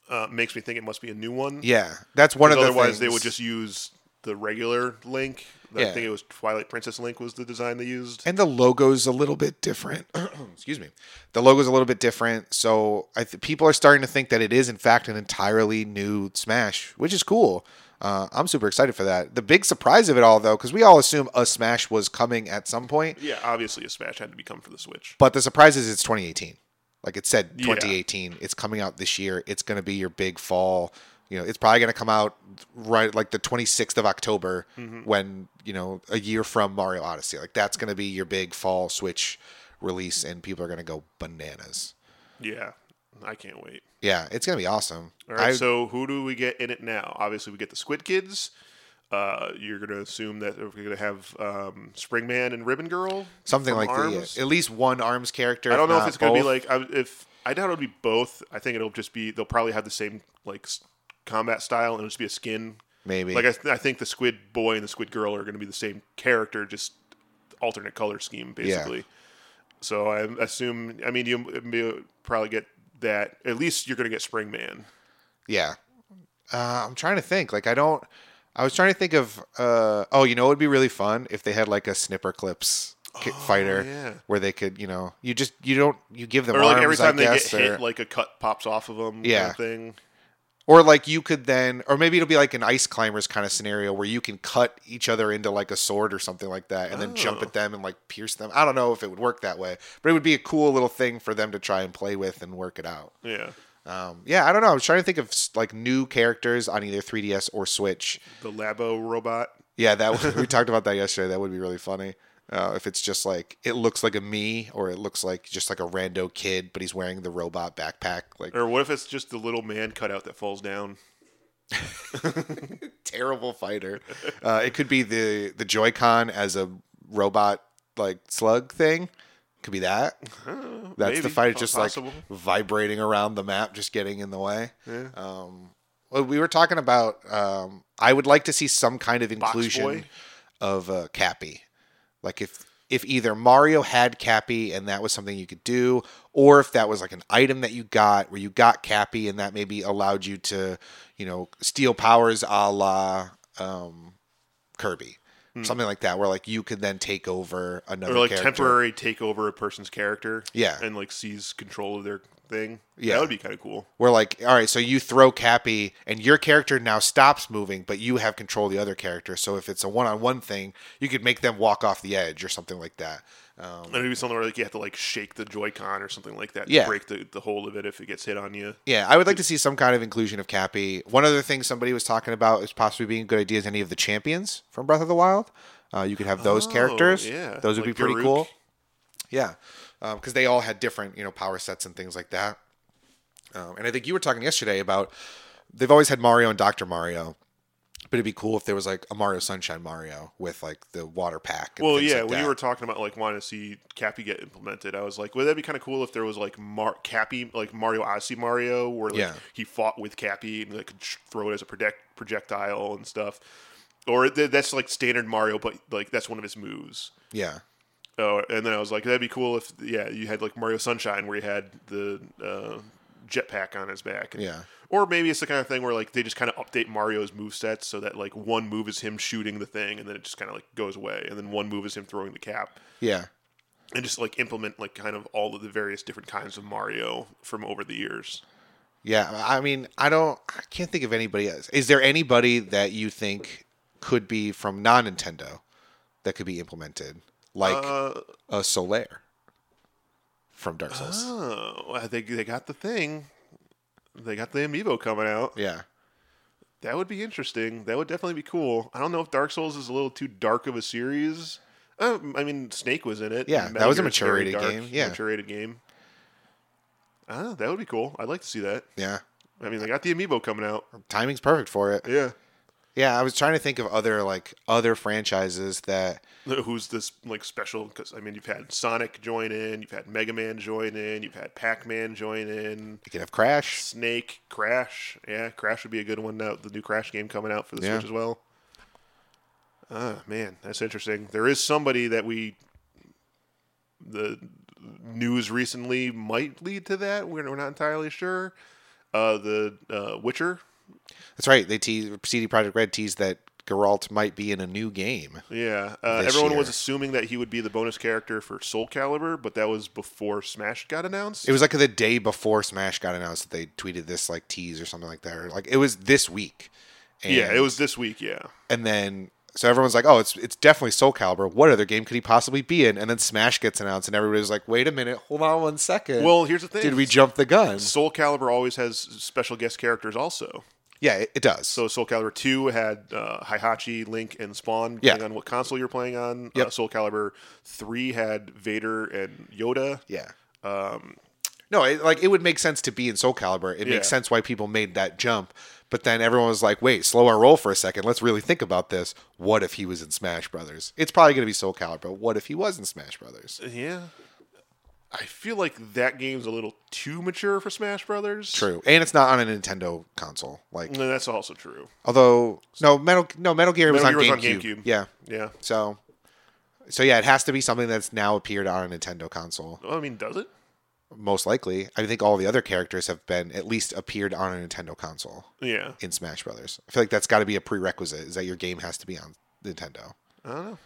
S2: uh, makes me think it must be a new one.
S1: yeah, that's one of the
S2: otherwise
S1: things.
S2: they would just use the regular link. I
S1: Yeah.
S2: think it was Twilight Princess Link was the design they used.
S1: and the logo's a little bit different. Excuse me. The logo's a little bit different, so I th- people are starting to think that it is in fact an entirely new Smash, which is cool. Uh, I'm super excited for that. The big surprise of it all, though, because we all assume a Smash was coming at some point,
S2: yeah, obviously a Smash had to become for the Switch.
S1: but the surprise is it's 2018. Like it said,
S2: Yeah.
S1: 2018. It's coming out this year. It's going to be your big fall. You know, it's probably going to come out right like the 26th of October
S2: Mm-hmm.
S1: when, you know, a year from Mario Odyssey. Like that's going to be your big fall Switch release and people are going to go bananas.
S2: Yeah, I can't wait.
S1: Yeah, it's going to be awesome.
S2: All right,
S1: I-
S2: so who do we get in it now? Obviously, we get the Squid Kids. Uh, you're going to assume that we're going to have um, Springman and Ribbon Girl.
S1: something
S2: from
S1: like
S2: Arms.
S1: the at least one arms character.
S2: I don't know if
S1: not
S2: it's going to be
S1: both.
S2: like I- if I doubt it'll be both. I think it'll just be they'll probably have the same like s- combat style and it'll just be a skin
S1: maybe
S2: Like I, th- I think the Squid Boy and the Squid Girl are going to be the same character, just alternate color scheme, basically. So I assume. I mean, you you'll probably get that. At least you're going to get Springman.
S1: Yeah. Uh, I'm trying to think. Like I don't I was trying to think of. Uh, oh, you know, it would be really fun if they had like a snipper clips ki- fighter
S2: Oh, yeah.
S1: where they could, you know, you just you don't you give them
S2: Or
S1: arms,
S2: like every time
S1: I
S2: they
S1: guess,
S2: get
S1: or,
S2: hit, like a cut pops off of them.
S1: Yeah.
S2: Kind of thing.
S1: or like you could then, or maybe it'll be like an ice climbers kind of scenario where you can cut each other into like a sword or something like that, and then jump
S2: Oh.
S1: at them and like pierce them. I don't know if it would work that way, but it would be a cool little thing for them to try and play with and work it out.
S2: Yeah.
S1: Um, yeah, I don't know. I was trying to think of s- like new characters on either 3DS or Switch.
S2: The Labo robot.
S1: Yeah, that would- we talked about that yesterday. That would be really funny. Uh, if it's just like it looks like a me, or it looks like just like a rando kid, but he's wearing the robot backpack, like
S2: Or what if it's just the little man cutout that falls down?
S1: terrible fighter. Uh, it could be the the Joy-Con as a robot like slug thing. Could be that.
S2: That's
S1: That's the fighter just like vibrating around the map, just getting in the way.
S2: Yeah.
S1: Um, well, we were talking about. Um, I would like to see some kind of inclusion
S2: Boy?
S1: of uh, Cappy, like if if either Mario had Cappy and that was something you could do, or if that was like an item that you got where you got Cappy and that maybe allowed you to, you know, steal powers a la um, Kirby. Something like that, where like you could then take over another
S2: Hmm. or like
S1: character.
S2: temporary take over a person's character.
S1: Yeah.
S2: And like seize control of their thing.
S1: Yeah.
S2: That would be kind of cool.
S1: We're like, all right, so you throw Cappy and your character now stops moving, but you have control of the other character. So if it's a one on one thing, you could make them walk off the edge or something like that. Um,
S2: And it'd be something where like you have to like shake the Joy-Con or something like that
S1: Yeah.
S2: to break the, the hold of it if it gets hit on you.
S1: yeah, I would like to see some kind of inclusion of Cappy. One other thing somebody was talking about is possibly being a good idea is any of the champions from Breath of the Wild. Uh, you could have those
S2: Oh,
S1: characters.
S2: yeah.
S1: Those would
S2: Like
S1: be pretty
S2: Garuruk.
S1: cool. Yeah, because they all had different, you know, power sets and things like that. Um, and I think you were talking yesterday about they've always had Mario and Doctor Mario, but it'd be cool if there was like a Mario Sunshine Mario with like the water pack. And
S2: Well,
S1: things
S2: yeah,
S1: like
S2: when
S1: that.
S2: you were talking about like wanting to see Cappy get implemented, I was like, well, that'd be kind of cool if there was like Mar- Cappy, like Mario Odyssey Mario, where like
S1: Yeah.
S2: he fought with Cappy and like could sh- throw it as a project- projectile and stuff. Or th- that's like standard Mario, but like that's one of his moves.
S1: yeah,
S2: Oh, and then I was like, that'd be cool if yeah, you had like Mario Sunshine where he had the uh, jetpack on his back.
S1: Yeah.
S2: Or maybe it's the kind of thing where like they just kind of update Mario's move sets so that like one move is him shooting the thing and then it just kind of like goes away, and then one move is him throwing the cap,
S1: yeah,
S2: and just like implement like kind of all of the various different kinds of Mario from over the years.
S1: yeah. I mean, I don't, I can't think of anybody else. Is there anybody that you think could be from non Nintendo that could be implemented, like
S2: Uh,
S1: a Solaire from Dark Souls?
S2: oh, I think they got the thing. They got the amiibo coming out.
S1: yeah.
S2: That would be interesting. That would definitely be cool. I don't know if Dark Souls is a little too dark of a series. Uh, I mean, Snake was in it.
S1: Yeah,
S2: and
S1: that was a
S2: Metal Gear is very
S1: mature-rated
S2: dark,
S1: game, yeah.
S2: mature-rated game. Ah, that would be cool. I'd like to see that.
S1: Yeah.
S2: I mean, they got the amiibo coming out.
S1: Timing's perfect for it.
S2: Yeah.
S1: Yeah, I was trying to think of other like other franchises that
S2: Who's this like special? Because I mean, you've had Sonic join in, you've had Mega Man join in, you've had Pac Man join in,
S1: you could have Crash.
S2: Snake, Crash. Yeah, Crash would be a good one. Now the new Crash game coming out for the
S1: Yeah.
S2: Switch as well. Ah, man, that's interesting. There is somebody that we the news recently might lead to that. We're, we're not entirely sure. Uh, the uh, Witcher.
S1: That's right. They tease CD Projekt Red teased that Geralt might be in a new game.
S2: Yeah, uh,
S1: This
S2: everyone was
S1: year.
S2: assuming that he would be the bonus character for Soul Calibur, but that was before Smash got announced.
S1: It was like the day before Smash got announced that they tweeted this like tease or something like that. Or like it was this week. And,
S2: yeah, it was this week. Yeah,
S1: and then so everyone's like, "Oh, it's it's definitely Soul Calibur. What other game could he possibly be in?" And then Smash gets announced, and everybody's like, "Wait a minute, hold on one second.
S2: Well, here's the thing.
S1: did we jump the gun?"
S2: Soul Calibur always has special guest characters, also.
S1: Yeah, it, it does.
S2: So Soul Calibur 2 had uh, Hihachi, Link, and Spawn,
S1: Yeah.
S2: depending on what console you're playing on.
S1: Yep.
S2: Uh, Soul Calibur 3 had Vader and Yoda.
S1: yeah.
S2: Um,
S1: No, it, like it would make sense to be in Soul Calibur. It
S2: Yeah.
S1: makes sense why people made that jump. But then everyone was like, "Wait, slow our roll for a second. Let's really think about this. What if he was in Smash Brothers? It's probably going to be Soul Calibur. What if he was in Smash Brothers?
S2: yeah. I feel like that game's a little too mature for Smash Brothers.
S1: True, and it's not on a Nintendo console. Like,
S2: No, that's also true.
S1: although no Metal, no Metal Gear,
S2: Metal
S1: was,
S2: Gear
S1: on,
S2: was on
S1: GameCube.
S2: GameCube.
S1: Yeah,
S2: Yeah.
S1: so, so yeah, it has to be something that's now appeared on a Nintendo console.
S2: Well, I mean, does it?
S1: most likely. I think all the other characters have been at least appeared on a Nintendo console
S2: Yeah.
S1: in Smash Brothers. I feel like that's got to be a prerequisite is that your game has to be on Nintendo.
S2: I don't know.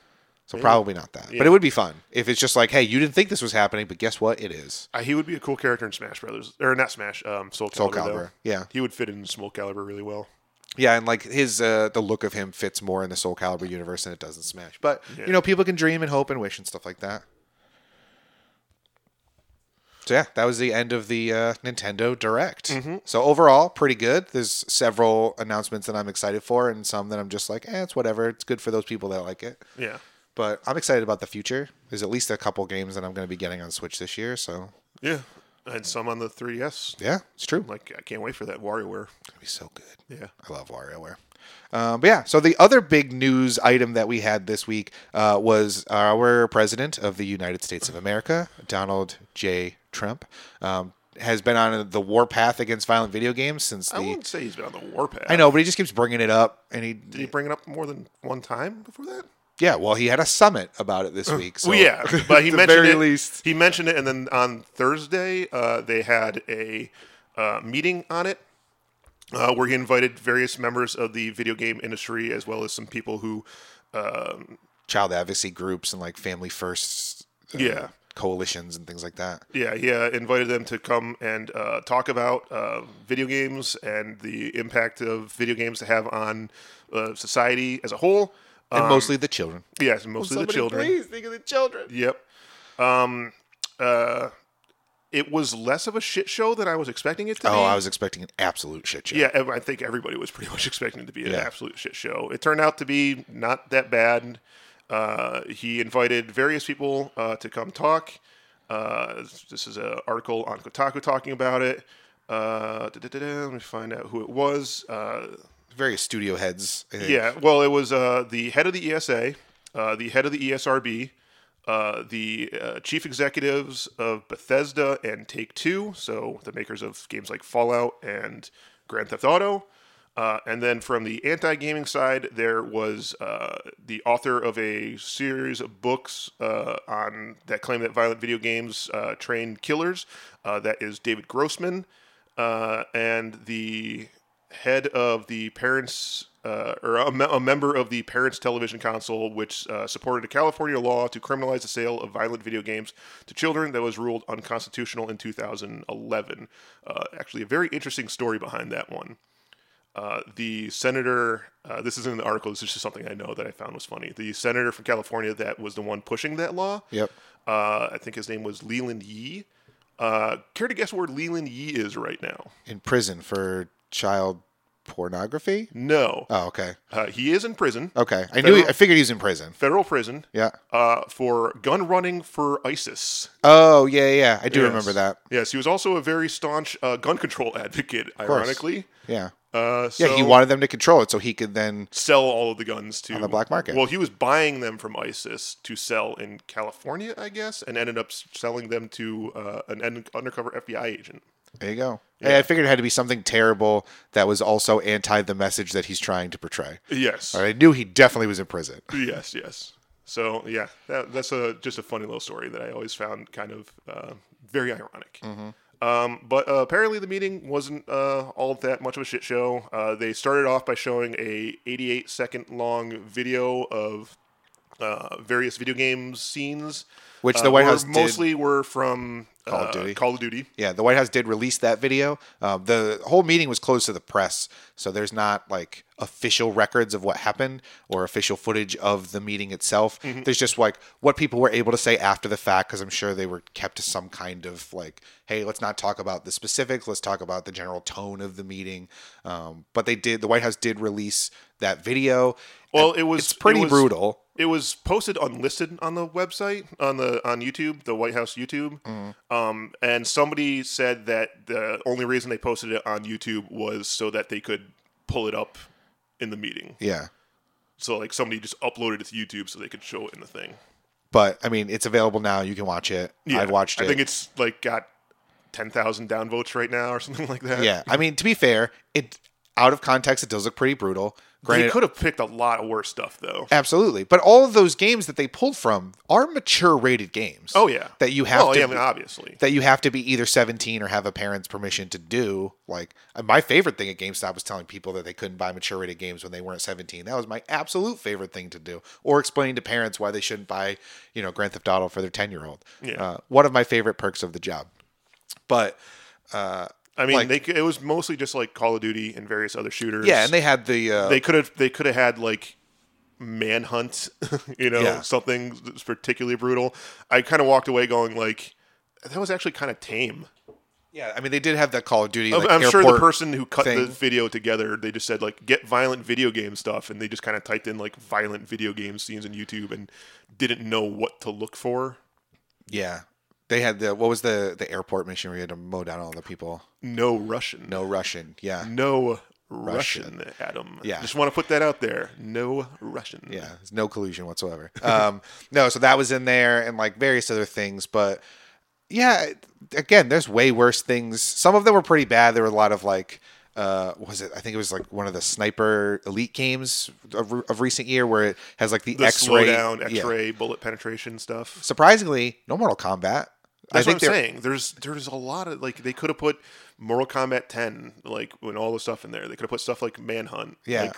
S1: So probably not that.
S2: Yeah.
S1: But it would be fun if it's just like, hey, you didn't think this was happening, but guess what? It is.
S2: Uh, he would be a cool character in Smash Brothers, or not Smash, um, Soul Calibur.
S1: Soul
S2: though.
S1: Calibur. Yeah.
S2: He would fit in Soul Calibur really well.
S1: Yeah, and like his uh the look of him fits more in the Soul Calibur universe than it does in Smash. But
S2: Yeah.
S1: you know, people can dream and hope and wish and stuff like that. So yeah, that was the end of the uh, Nintendo Direct. So overall, pretty good. There's several announcements that I'm excited for, and some that I'm just like, eh, it's whatever. It's good for those people that like it.
S2: Yeah.
S1: But I'm excited about the future. There's at least a couple games that I'm going to be getting on Switch this year. So
S2: Yeah. And some on the 3DS.
S1: yeah, it's true.
S2: Like, I can't wait for that WarioWare.
S1: It'll be so good.
S2: Yeah.
S1: I love WarioWare. Um, but yeah, so the other big news item that we had this week uh, was our president of the United States of America, Donald J. Trump, um, has been on the warpath against violent video games since
S2: I
S1: the.
S2: wouldn't say he's been on the warpath.
S1: I know, but he just keeps bringing it up, and he
S2: Did he bring it up more than one time before that?
S1: yeah, well, he had a summit about it this week. So
S2: Uh, well, yeah, but he
S1: at the
S2: mentioned
S1: very
S2: it.
S1: least.
S2: He mentioned it, and then on Thursday uh, they had a uh, meeting on it uh, where he invited various members of the video game industry as well as some people who, um,
S1: child advocacy groups and like family first, uh,
S2: Yeah.
S1: coalitions and things like that.
S2: yeah, he uh, invited them to come and uh, talk about uh, video games and the impact of video games to have on uh, society as a whole.
S1: And mostly the children.
S2: Yes, Um, mostly the children.
S1: think of the children.
S2: Yep. Um, uh, it was less of a shit show than I was expecting it to be.
S1: Oh, I was expecting an absolute shit show.
S2: Yeah, ev- I think everybody was pretty much expecting it to be an
S1: Yeah.
S2: absolute shit show. It turned out to be not that bad. Uh, he invited various people uh, to come talk. Uh, this is an article on Kotaku talking about it. Uh, da-da-da-da, let me find out who it was. Uh,
S1: various studio heads. I think.
S2: yeah, well, it was uh, the head of the ESA, uh, the head of the ESRB, uh, the uh, chief executives of Bethesda and Take Two, so the makers of games like Fallout and Grand Theft Auto. Uh, and then from the anti gaming side, there was uh, the author of a series of books uh, on that claim that violent video games uh, train killers. Uh, that is David Grossman, uh, and the head of the parents uh, or a, me- a member of the parents television council which uh, supported a california law to criminalize the sale of violent video games to children that was ruled unconstitutional in 2011 uh, actually a very interesting story behind that one uh, the senator uh, this isn't in the article this is just something i know that i found was funny the senator from california that was the one pushing that law
S1: Yep.
S2: uh, i think his name was leland yee uh, care to guess where leland yee is right now
S1: In prison for child pornography.
S2: no
S1: Oh, okay.
S2: Uh, he is in prison,
S1: Okay. I knew.
S2: Federal-
S1: I figured he was in prison.
S2: federal prison,
S1: Yeah.
S2: uh, for gun running for ISIS.
S1: Oh, yeah, yeah. I do
S2: Yes.
S1: remember that.
S2: Yes, he was also a very staunch uh, gun control advocate,
S1: course.
S2: ironically.
S1: Yeah.
S2: Uh,
S1: Yeah. he
S2: so-
S1: wanted them to control it so he could then.
S2: sell all of the guns to
S1: On the black market.
S2: Well, he was buying them from ISIS to sell in California, I guess, and ended up s- selling them to uh, an un- undercover FBI agent.
S1: There you go. Hey, I figured it had to be something terrible that was also anti the message that he's trying to portray.
S2: Yes,
S1: I knew he definitely was in prison.
S2: yes, yes. So yeah, that, that's a just a funny little story that I always found kind of uh, very ironic.
S1: Mm-hmm.
S2: Um, but uh, apparently the meeting wasn't uh, all that much of a shit show. Uh, they started off by showing a 88 second long video of uh, various video game scenes,
S1: Which
S2: uh,
S1: the White
S2: were
S1: House did-
S2: mostly were from Call
S1: of Duty.
S2: Call of Duty.
S1: Yeah, the White House did release that video. Um, the whole meeting was closed to the press, so there's not like official records of what happened or official footage of the meeting itself.
S2: Mm-hmm.
S1: There's just like what people were able to say after the fact, because I'm sure they were kept to some kind of like, hey, let's not talk about the specifics, let's talk about the general tone of the meeting. Um, but they did, the White House did release that video.
S2: Well, it was
S1: It's pretty
S2: it was-
S1: brutal.
S2: It was posted unlisted on the website on the on YouTube, the White House YouTube,
S1: Mm-hmm.
S2: um, and somebody said that the only reason they posted it on YouTube was so that they could pull it up in the meeting.
S1: Yeah.
S2: So like somebody just uploaded it to YouTube so they could show it in the thing.
S1: But I mean, it's available now. You can watch it. I've watched it.
S2: I think it's like got ten thousand downvotes right now or something like that.
S1: Yeah, I mean to be fair, it Out of context, it does look pretty brutal. Granted,
S2: they could have picked a lot of worse stuff though.
S1: absolutely. But all of those games that they pulled from are mature rated games.
S2: Oh yeah,
S1: That you have
S2: Oh
S1: to
S2: yeah, I mean, obviously.
S1: that you have to be either 17 or have a parent's permission to do. Like uh, my favorite thing at GameStop was telling people that they couldn't buy mature rated games when they weren't 17. That was my absolute favorite thing to do, or explaining to parents why they shouldn't buy, you know, Grand Theft Auto for their 10 year old.
S2: Yeah.
S1: Uh, one of my favorite perks of the job. But
S2: I mean,
S1: like-
S2: they c- it was mostly just like Call of Duty and various other shooters.
S1: yeah, and they had the uh,
S2: they could have they could have had like manhunt you know
S1: Yeah.
S2: something that's particularly brutal i kind of walked away going like that was actually kind of tame
S1: yeah, I mean they did have that Call of Duty.
S2: I'm-
S1: Like,
S2: i'm sure the
S1: airport-
S2: person who cut the
S1: thing.
S2: video together they just said like get violent video game stuff and they just kind of typed in like violent video game scenes in youtube and didn't know what to look for
S1: Yeah, they had the what was the the airport mission where you had to mow down all the people?
S2: no russian
S1: No Russian. Yeah,
S2: no
S1: Russian.
S2: russian, adam
S1: Yeah.
S2: just want to put that out there no russian
S1: Yeah, there's no collusion whatsoever. Um, no, so that was in there and like various other things, but yeah, again, there's way worse things. Some of them were pretty bad. There were a lot of like, uh, was it? I think it was like one of the sniper elite games of, of recent year where it has like the,
S2: the
S1: X-ray.
S2: slowdown
S1: Yeah.
S2: x-ray bullet penetration stuff
S1: Surprisingly, no Mortal Kombat.
S2: That's
S1: I think
S2: what I'm
S1: they're-
S2: saying. There's there's a lot of like they could have put Mortal Kombat 10 like when all the stuff in there. They could have put stuff like Manhunt.
S1: Yeah,
S2: Like,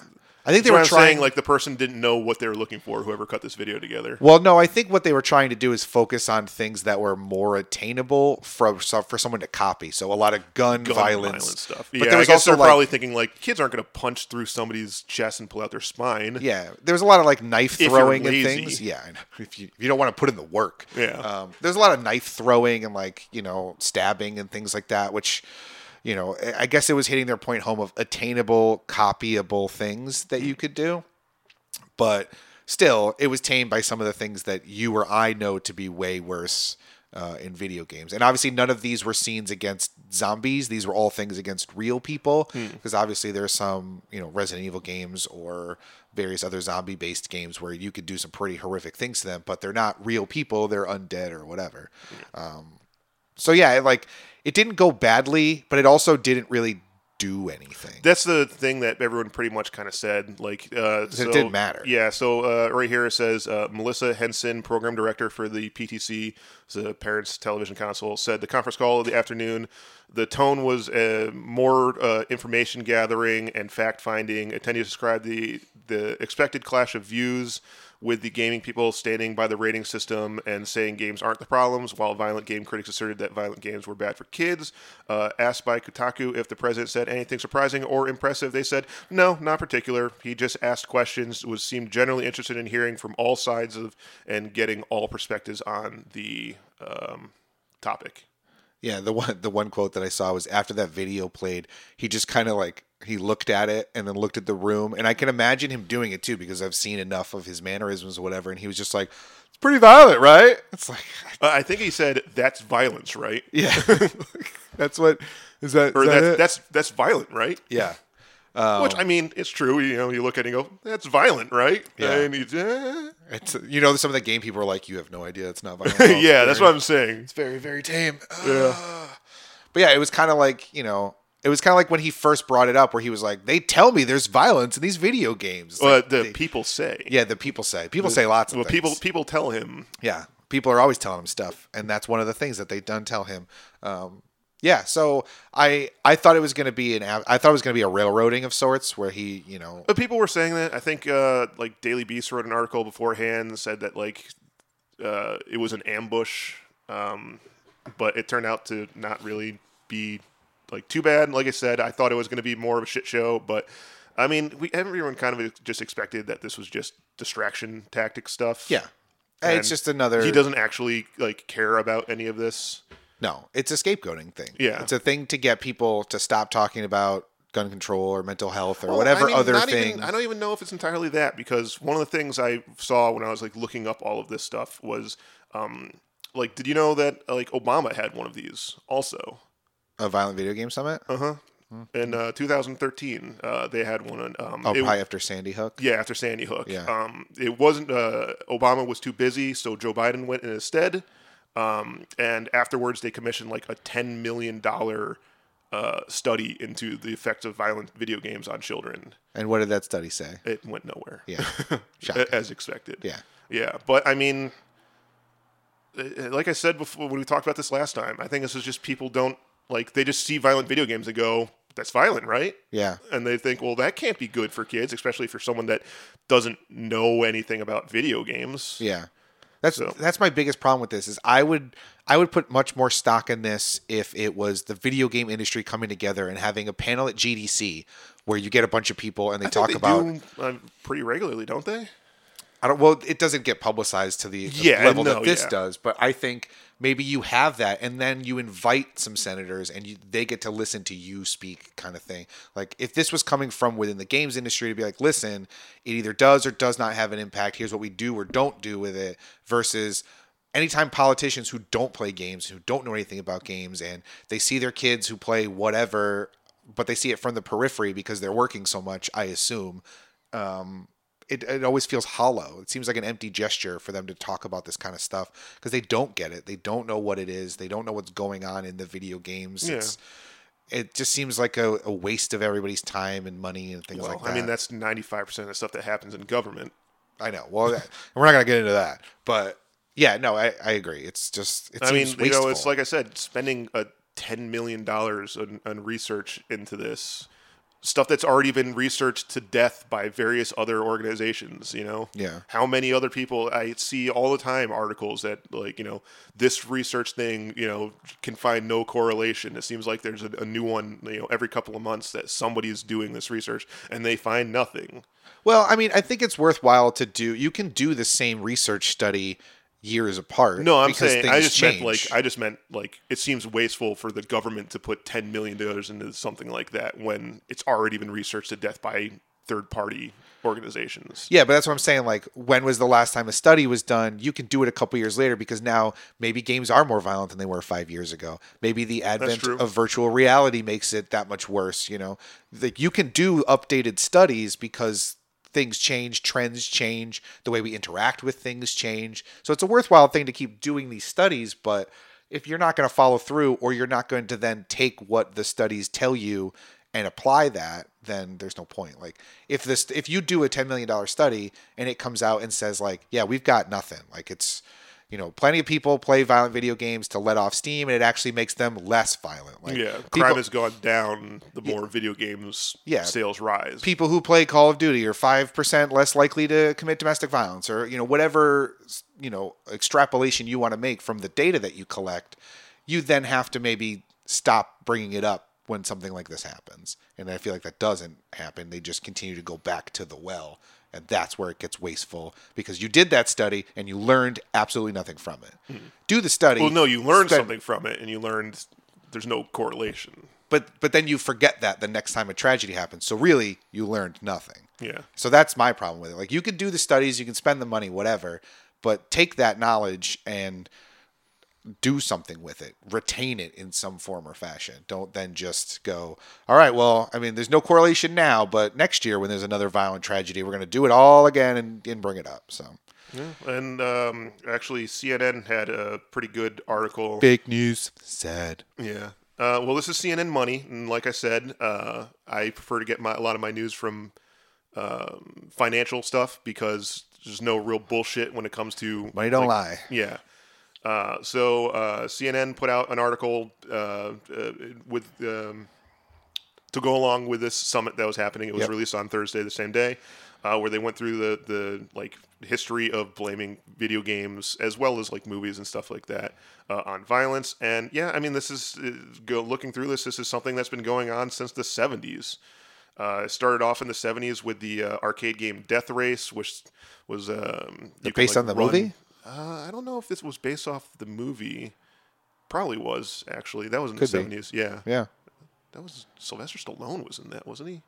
S1: I think
S2: they
S1: they were
S2: I'm
S1: trying
S2: saying like the person didn't know what they were looking for. Whoever cut this video together.
S1: Well, no, I think what they were trying to do is focus on things that were more attainable for so- for someone to copy. So a lot of gun,
S2: Gun
S1: violence.
S2: stuff.
S1: But
S2: yeah,
S1: there was
S2: I guess
S1: also
S2: they're
S1: like,
S2: probably thinking like kids aren't going to punch through somebody's chest and pull out their spine.
S1: yeah, there was a lot of like knife
S2: you're
S1: throwing and
S2: lazy.
S1: things. Yeah, I know. if you if you don't want to put in the work.
S2: Yeah.
S1: um, there's a lot of knife throwing and like you know stabbing and things like that, which. You know, I- I guess it was hitting their point home of attainable, copyable things
S2: Mm.
S1: that you could do. but still, it was tamed by some of the things that you or I know to be way worse uh, in video games. And obviously, none of these were scenes against zombies. These were all things against real people, because obviously there's some you know Resident Evil games or various other zombie-based games where you could do some pretty horrific things to them, but they're not real people; they're undead or whatever. Um, so yeah, it, like it didn't go badly, but it also didn't really do anything.
S2: That's the thing that everyone pretty much kind of said. Like, uh, so,
S1: didn't matter.
S2: Yeah. So uh, right here it says uh, Melissa Henson, program director for the PTC, the Parents Television Council, said the conference call of the afternoon. The tone was uh, more uh, information gathering and fact finding. Attendees described the the expected clash of views with the gaming people standing by the rating system and saying games aren't the problems, while violent game critics asserted that violent games were bad for kids. Uh, asked by Kotaku if the president said anything surprising or impressive, they said, no, not particular. He just asked questions, was seemed generally interested in hearing from all sides of and getting all perspectives on the um, topic.
S1: Yeah, the one the one quote that I saw was after that video played, he just kind of like he looked at it and then looked at the room, and I can imagine him doing it too because I've seen enough of his mannerisms or whatever, and he was just like, "It's pretty violent, right?" It's like,
S2: Uh, I think he said, that's violence, right?
S1: yeah, that's what is that?
S2: Or
S1: is that
S2: that's,
S1: it?
S2: that's, that's violent, right?
S1: yeah,
S2: Which, I mean, it's true. You know, you look at it and go, that's violent, right?
S1: Yeah.
S2: And you, eh.
S1: it's you know some of the game people are like, "You have no idea, it's not violent." at all.
S2: yeah, that's
S1: Very-
S2: what I'm saying.
S1: It's very very tame. Ah. Yeah, but yeah, it was kind of like you know. It was kind of like when he first brought it up, where he was like, "They tell me there's violence in these video games." It's
S2: Well,
S1: like,
S2: the
S1: they-
S2: people say.
S1: Yeah, the people say. People say lots of
S2: Well,
S1: things.
S2: people people tell him.
S1: Yeah, people are always telling him stuff, and that's one of the things that they done tell him. Um, yeah, so I I thought it was going to be an ab- I thought it was going to be a railroading of sorts where he you know
S2: But people were saying that. I think uh, like Daily Beast wrote an article beforehand that said that like uh, it was an ambush, um, but it turned out to not really be like too bad. Like I said, I thought it was going to be more of a shit show, but I mean, we everyone kind of just expected that this was just distraction tactic stuff.
S1: yeah Uh,
S2: And
S1: it's just another
S2: He doesn't actually like care about any of this.
S1: no it's a scapegoating thing
S2: Yeah.
S1: it's a thing to get people to stop talking about gun control or mental health or
S2: Well,
S1: whatever
S2: I mean,
S1: other
S2: not
S1: thing
S2: even- I don't even know if it's entirely that because one of the things I saw when I was like looking up all of this stuff was, um, like, did you know that uh, like Obama had one of these also?
S1: a violent video game summit
S2: Uh huh. In uh, 2013, uh, they had one. on, Um,
S1: oh
S2: it-
S1: probably after Sandy Hook
S2: yeah, after Sandy Hook.
S1: Yeah.
S2: Um, it wasn't. Uh, Obama was too busy, so Joe Biden went in instead. Um, and afterwards, they commissioned like a ten million dollar uh, study into the effects of violent video games on children.
S1: And what did that study say?
S2: It went nowhere.
S1: Yeah. Shocking.
S2: A- as expected.
S1: Yeah.
S2: Yeah, but I mean, uh, like I said before when we talked about this last time, I think this is just people don't like they just see violent video games and go, "That's violent, right?"
S1: Yeah.
S2: And they think, "Well, that can't be good for kids, especially for someone that doesn't know anything about video games."
S1: Yeah. That's
S2: So-
S1: that's my biggest problem with this is I would I would put much more stock in this if it was the video game industry coming together and having a panel at GDC where you get a bunch of people and they
S2: I
S1: talk
S2: think
S1: about
S2: they do, uh, pretty regularly, don't they?
S1: I don't. Well, it doesn't get publicized to the the
S2: Yeah,
S1: level
S2: no,
S1: that this
S2: yeah.
S1: does, but I think maybe you have that, and then you invite some senators, and you, they get to listen to you speak, kind of thing. Like if this was coming from within the games industry, to be like, listen, it either does or does not have an impact. Here's what we do or don't do with it. Versus. Anytime politicians who don't play games, who don't know anything about games, and they see their kids who play whatever, but they see it from the periphery because they're working so much, I assume, it, it always feels hollow. It seems like an empty gesture for them to talk about this kind of stuff because they don't get it. They don't know what it is. They don't know what's going on in the video games. It's, it just seems like a, a waste of everybody's time and money and things
S2: Well,
S1: like that.
S2: I mean, that's ninety five percent of the stuff that happens in government.
S1: I know. Well, that, we're not gonna get into that, but yeah, no, I, I agree. It's just it
S2: I mean,
S1: seems
S2: you
S1: wasteful.
S2: know, it's like I said, spending a ten million dollars on, on research into this stuff that's already been researched to death by various other organizations. You know,
S1: Yeah.
S2: How many other people I see all the time articles that like you know this research thing you know can find no correlation. It seems like there's a, a new one you know every couple of months that somebody's doing this research and they find nothing.
S1: well, I mean, I think it's worthwhile to do. You can do the same research study years apart.
S2: No, I'm
S1: because
S2: saying I
S1: things
S2: just meant
S1: change.
S2: like I just meant like it seems wasteful for the government to put ten million dollars into something like that when it's already been researched to death by third party organizations.
S1: Yeah, but that's what I'm saying. Like, when was the last time a study was done? You can do it a couple years later because now maybe games are more violent than they were five years ago. Maybe the advent
S2: true.
S1: of virtual reality makes it that much worse. You know, like you can do updated studies because things change, trends change, the way we interact with things change. So it's a worthwhile thing to keep doing these studies, but if you're not going to follow through or you're not going to then take what the studies tell you and apply that, then there's no point. Like if this if you do a 10 million dollar study and it comes out and says like, yeah, we've got nothing. Like it's you know, plenty of people play violent video games to let off steam and it actually makes them less violent. Like
S2: Yeah, crime
S1: people,
S2: has gone down the more video games
S1: Yeah.
S2: sales rise.
S1: people who play Call of Duty are five percent less likely to commit domestic violence, or you know whatever you know extrapolation you want to make from the data that you collect. You then have to maybe stop bringing it up when something like this happens, and I feel like that doesn't happen. They just continue to go back to the well, and that's where it gets wasteful because you did that study and you learned absolutely nothing from it. Do the study.
S2: Hmm. well, no, you learned
S1: spend-
S2: something from it, and you learned there's no correlation.
S1: but but then you forget that the next time a tragedy happens. So really, you learned nothing.
S2: Yeah.
S1: So that's my problem with it. Like you could do the studies, you can spend the money, whatever, but take that knowledge and do something with it. Retain it in some form or fashion. Don't then just go, all right, well, I mean, there's no correlation now, but next year when there's another violent tragedy, we're going to do it all again and, and bring it up. So
S2: And um, actually, CNN had a pretty good article.
S1: fake news, sad.
S2: Yeah. Uh, well, this is CNN Money, and like I said, uh, I prefer to get my, a lot of my news from um, financial stuff because there's no real bullshit when it comes to
S1: Money don't lie.
S2: yeah. Uh, so uh, CNN put out an article uh, uh, with um, to go along with this summit that was happening. It was
S1: Yep.
S2: released on Thursday, the same day, uh, where they went through the the like history of blaming video games as well as like movies and stuff like that uh, on violence. And yeah, I mean, this is uh, go looking through this. This is something that's been going on since the '70s. Uh, it started off in the '70s with the uh, arcade game Death Race, which was um, you could,
S1: based on the movie?
S2: Uh, I don't know if this was based off the movie. Probably was actually. That was in
S1: Could
S2: the
S1: be.
S2: '70s. Yeah,
S1: Yeah.
S2: that was Sylvester Stallone was in that, wasn't he?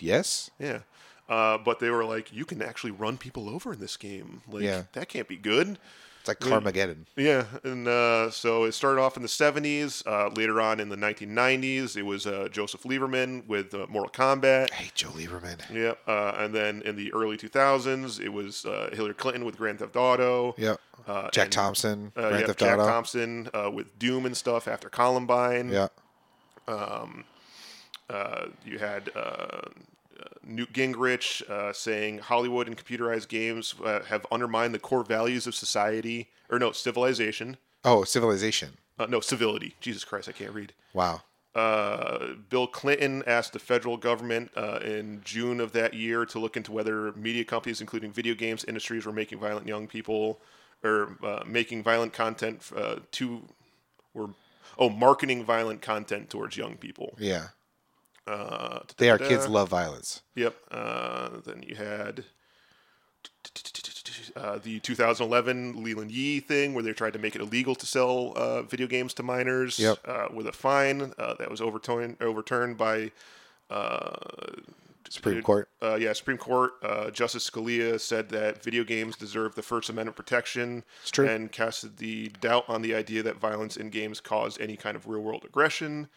S1: Yes.
S2: Yeah. Uh, but they were like, you can actually run people over in this game. Like,
S1: Yeah.
S2: that can't be good.
S1: It's like Carmageddon.
S2: Yeah, and uh, so it started off in the 70s. Uh, later on in the 1990s, it was uh, Joseph Lieberman with uh, Mortal Kombat.
S1: I hate Joe Lieberman.
S2: Yeah, uh, and then in the early 2000s, it was uh, Hillary Clinton with Grand Theft Auto.
S1: Yep.
S2: Uh,
S1: Jack
S2: and,
S1: Thompson,
S2: Uh,
S1: Grand
S2: yeah,
S1: Theft
S2: Jack
S1: Auto.
S2: Thompson uh, with Doom and stuff after Columbine.
S1: Yeah.
S2: Um, uh, you had uh, uh, Newt Gingrich uh, saying Hollywood and computerized games uh, have undermined the core values of society, or no, civilization.
S1: Oh, Civilization.
S2: Uh, no, civility. Jesus Christ, I can't read.
S1: Wow.
S2: Uh, Bill Clinton asked the federal government uh, in June of that year to look into whether media companies, including video games industries, were making violent young people or uh, making violent content uh, to or oh marketing violent content towards young people.
S1: Yeah.
S2: Uh,
S1: They are kids
S2: da-da-da-da.
S1: love violence.
S2: Yep. Uh, then you had uh, the 2011 Leland Yee thing, where they tried to make it illegal to sell uh, video games to minors
S1: Yep.
S2: uh, with a fine uh, that was overturned overturned by uh,
S1: Supreme Court.
S2: uh, yeah Supreme Court. Uh, Justice Scalia said that video games deserve the First Amendment protection,
S1: It's true.
S2: and casted the doubt on the idea that violence in games caused any kind of real world aggression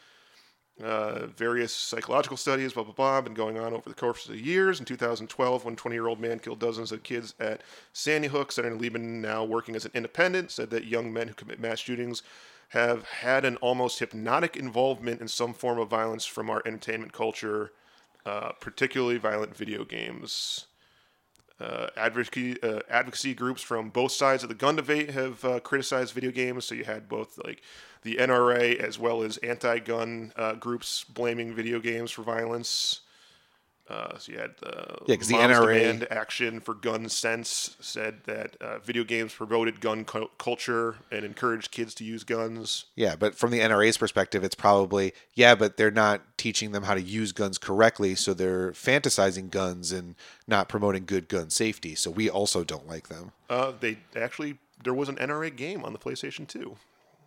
S2: uh, various psychological studies, blah, blah, blah, been going on over the course of the years. In 2012, when 20 year old man killed dozens of kids at Sandy Hook, Senator Lieben, now working as an independent, said that young men who commit mass shootings have had an almost hypnotic involvement in some form of violence from our entertainment culture, uh, particularly violent video games. Uh, advocacy, uh, advocacy groups from both sides of the gun debate have uh, criticized video games. So you had both like the NRA as well as anti-gun uh, groups blaming video games for violence. Uh, so you had uh,
S1: Yeah, 'cause the
S2: Moms
S1: NRA
S2: Demand Action for Gun Sense said that uh, video games promoted gun cu- culture and encouraged kids to use guns.
S1: Yeah, but from the NRA's perspective, it's probably yeah, but they're not teaching them how to use guns correctly, so they're fantasizing guns and not promoting good gun safety. So we also don't like them.
S2: Uh, they actually there was an NRA game on the PlayStation 2.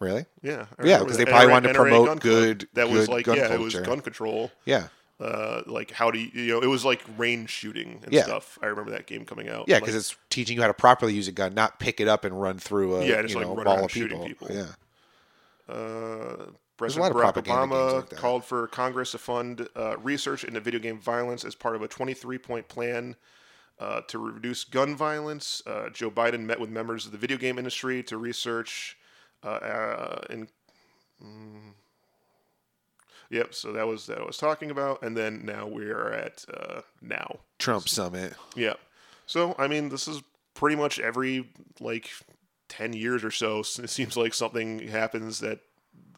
S1: Really?
S2: Yeah, I
S1: Yeah,
S2: remember
S1: 'cause
S2: the
S1: they probably
S2: NRA
S1: wanted to
S2: gun
S1: promote
S2: club.
S1: good-
S2: That was
S1: good
S2: like
S1: gun
S2: yeah, it was
S1: culture.
S2: gun control.
S1: Yeah.
S2: uh, like how do you, you know it was like range shooting and
S1: Yeah.
S2: stuff. I remember that game coming out.
S1: Yeah,
S2: Like,
S1: because it's teaching you how to properly use a gun, not pick it up and run through a
S2: Yeah, just,
S1: you
S2: like,
S1: know,
S2: run
S1: wall
S2: around
S1: of
S2: shooting
S1: people.
S2: people.
S1: Yeah,
S2: uh,
S1: a lot
S2: President
S1: of
S2: Barack
S1: propaganda games
S2: Obama
S1: like that.
S2: called for Congress to fund uh, research into video game violence as part of a 23-point plan uh, to reduce gun violence. Uh, Joe Biden met with members of the video game industry to research uh, uh, and. mm. Yep, so that was that I was talking about, and then now we are at uh, now.
S1: Trump summit.
S2: Yeah. So I mean, this is pretty much every like ten years or so. s- It seems like something happens that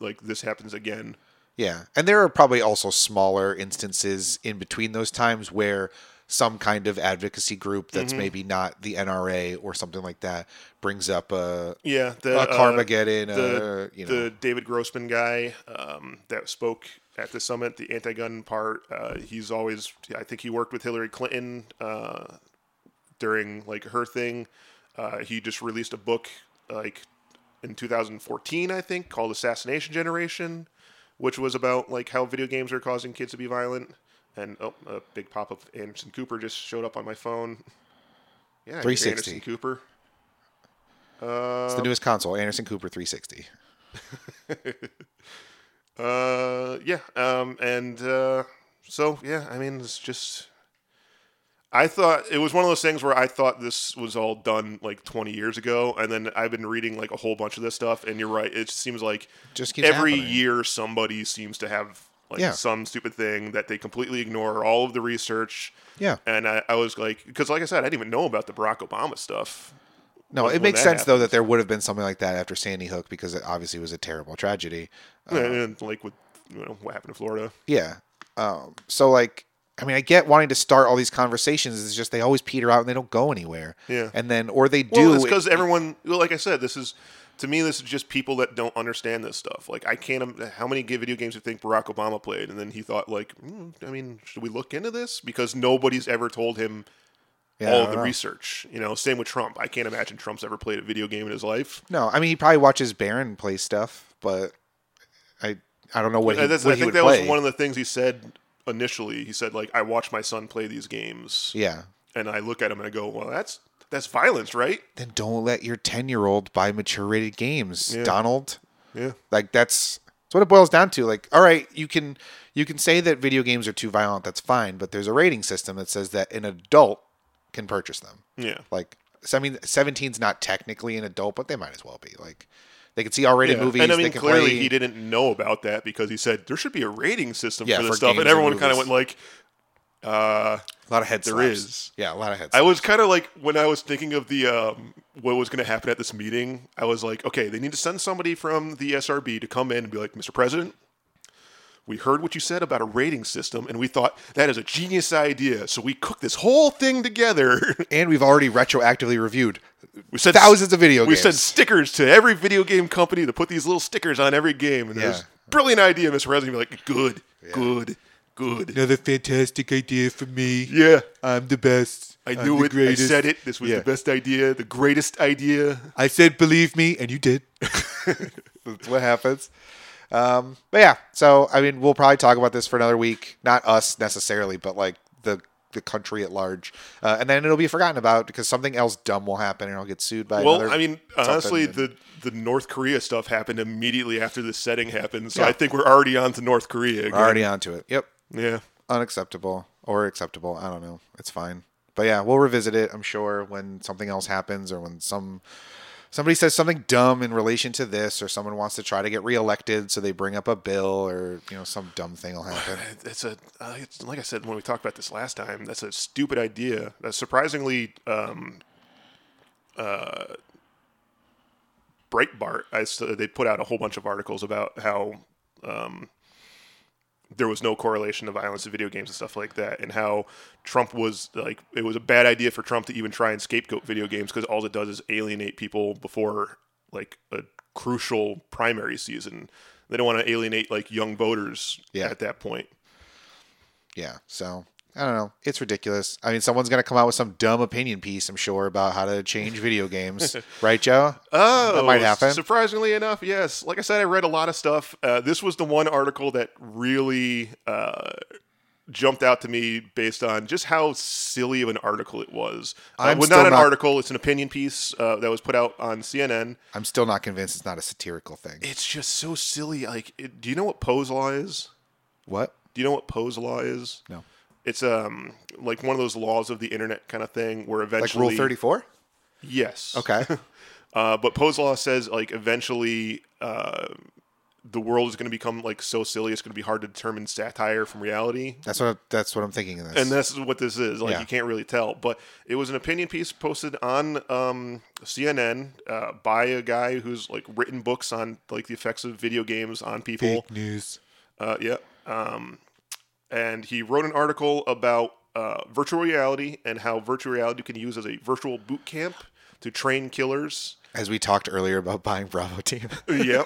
S2: like this happens again.
S1: Yeah, and there are probably also smaller instances in between those times where some kind of advocacy group that's
S2: Mm-hmm.
S1: maybe not the NRA or something like that brings up a,
S2: Yeah. The
S1: a
S2: uh,
S1: Carmageddon,
S2: the,
S1: a, you know,
S2: the David Grossman guy um, that spoke at the summit, the anti-gun part. Uh, he's always, I think he worked with Hillary Clinton uh, during like her thing. Uh, he just released a book like in 2014, I think, called Assassination Generation, which was about like how video games are causing kids to be violent. And oh, a big pop up Anderson Cooper just showed up on my phone. Yeah,
S1: 360.
S2: Anderson Cooper.
S1: it's
S2: um,
S1: the newest console, Anderson Cooper 360.
S2: Uh, yeah. Um, and uh, so yeah, I mean, it's just. I thought it was one of those things where I thought this was all done like 20 years ago, and then I've been reading like a whole bunch of this stuff, and you're right. It seems like
S1: Just keeps
S2: every
S1: happening.
S2: year somebody seems to have like
S1: Yeah.
S2: some stupid thing that they completely ignore all of the research.
S1: Yeah.
S2: And I, I was like, because like I said, I didn't even know about the Barack Obama stuff.
S1: No, it
S2: when
S1: makes
S2: that
S1: sense though that there would have been something like that after Sandy Hook because it obviously was a terrible tragedy. Uh,
S2: and, and, like with you know what happened in Florida.
S1: Yeah. Um, so like, I mean, I get wanting to start all these conversations. It's just they always peter out and they don't go anywhere.
S2: Yeah.
S1: And then, or they do.
S2: Well, it's because everyone, well, like I said, this is to me, this is just people that don't understand this stuff. Like I can't. im- How many ga- video games do you think Barack Obama played? And then he thought, like, mm, I mean, should we look into this? Because nobody's ever told him
S1: Yeah, I
S2: all of
S1: don't
S2: the
S1: know.
S2: research. You know, same with Trump. I can't imagine Trump's ever played a video game in his life.
S1: no, I mean, he probably watches Baron play stuff, but I, I don't know what he,
S2: And that's-
S1: what
S2: I
S1: he
S2: think
S1: would
S2: that
S1: play.
S2: was one of the things he said initially. He said, like, I watch my son play these games,
S1: yeah.
S2: and I look at him and I go, well, that's that's violence, right?
S1: Then don't let your ten-year-old buy mature-rated games,
S2: Yeah.
S1: Donald.
S2: Yeah.
S1: Like that's that's what it boils down to. Like, all right, you can you can say that video games are too violent. That's fine, but there's a rating system that says that an adult can purchase them.
S2: Yeah.
S1: Like, so, I mean, 17's not technically an adult, but they might as well be. Like, They can see R-rated
S2: Yeah.
S1: movies.
S2: and I
S1: they
S2: mean,
S1: can
S2: clearly
S1: play-
S2: he didn't know about that because he said there should be a rating system
S1: Yeah,
S2: for this
S1: for
S2: stuff,
S1: games
S2: and
S1: and
S2: everyone kind of
S1: movies.
S2: went like, uh,
S1: a lot of head
S2: there
S1: slaps.
S2: is.
S1: Yeah, a lot of head
S2: I
S1: slaps.
S2: was kind of like when I was thinking of the um, what was going to happen at this meeting. I was like, okay, they need to send somebody from the SRB to come in and be like, Mr. President, we heard what you said about a rating system, and we thought that is a genius idea. So we cooked this whole thing together.
S1: and we've already retroactively reviewed
S2: we said
S1: thousands of video
S2: we
S1: games.
S2: sent stickers to every video game company to put these little stickers on every game. And it was
S1: Yeah.
S2: brilliant idea, Mr. President. Be like, good, good, good.
S4: Another fantastic idea for me.
S2: Yeah,
S4: I'm the best.
S2: I
S4: I'm
S2: knew
S4: the
S2: it.
S4: Greatest.
S2: I said it. This was
S4: Yeah.
S2: the best idea, the greatest idea.
S4: I said, believe me, and you did.
S1: That's what happens. Um, but yeah, so I mean, we'll probably talk about this for another week. Not us necessarily, but like the the country at large. Uh, and then it'll be forgotten about because something else dumb will happen, and I'll get sued by.
S2: Well,
S1: another
S2: I mean,
S1: something.
S2: honestly, the the North Korea stuff happened immediately after this setting happened, so I think we're already on to North Korea. Again.
S1: We're already onto it. Yep,
S2: yeah.
S1: unacceptable or acceptable. I don't know. It's fine. But yeah, we'll revisit it. I'm sure when something else happens or when some somebody says something dumb in relation to this, or someone wants to try to get reelected, so they bring up a bill, or you know, some dumb thing will happen.
S2: It's a uh, it's, like I said when we talked about this last time. That's a stupid idea. That's surprisingly, um, uh, Breitbart. I s- they put out a whole bunch of articles about how um, there was no correlation to violence in video games and stuff like that, and how Trump was like it was a bad idea for Trump to even try and scapegoat video games because all it does is alienate people before like a crucial primary season. They don't want to alienate like young voters
S1: Yeah.
S2: at that point.
S1: yeah so i don't know it's ridiculous i mean someone's going to come out with some dumb opinion piece i'm sure about how to change video games right joe
S2: Oh,
S1: That might happen.
S2: Surprisingly enough, yes. Like I said, I read a lot of stuff. Uh, this was the one article that really uh, jumped out to me based on just how silly of an article it was. Uh,
S1: I'm
S2: well,
S1: still
S2: not an
S1: not-
S2: article; it's an opinion piece uh, that was put out on CNN.
S1: i'm still not convinced it's not a satirical thing
S2: It's just so silly. Like, it, do you know what Poe's law is?
S1: what
S2: Do you know what Poe's law is?
S1: No.
S2: It's um like one of those laws of the internet kind of thing where
S1: like
S2: eventually
S1: rule 34
S2: Yes.
S1: okay
S2: Uh, but Poe's law says like eventually uh, the world is going to become like so silly it's going to be hard to determine satire from reality.
S1: that's what that's what i'm thinking of this
S2: And this is what this is. Like
S1: Yeah.
S2: you can't really tell, but it was an opinion piece posted on um, CNN uh, by a guy who's like written books on like the effects of video games on people.
S4: Fake news.
S2: Uh, yeah. Um, and he wrote an article about uh, virtual reality and how virtual reality can use as a virtual boot camp to train killers
S1: as we talked earlier about buying bravo team
S2: yep.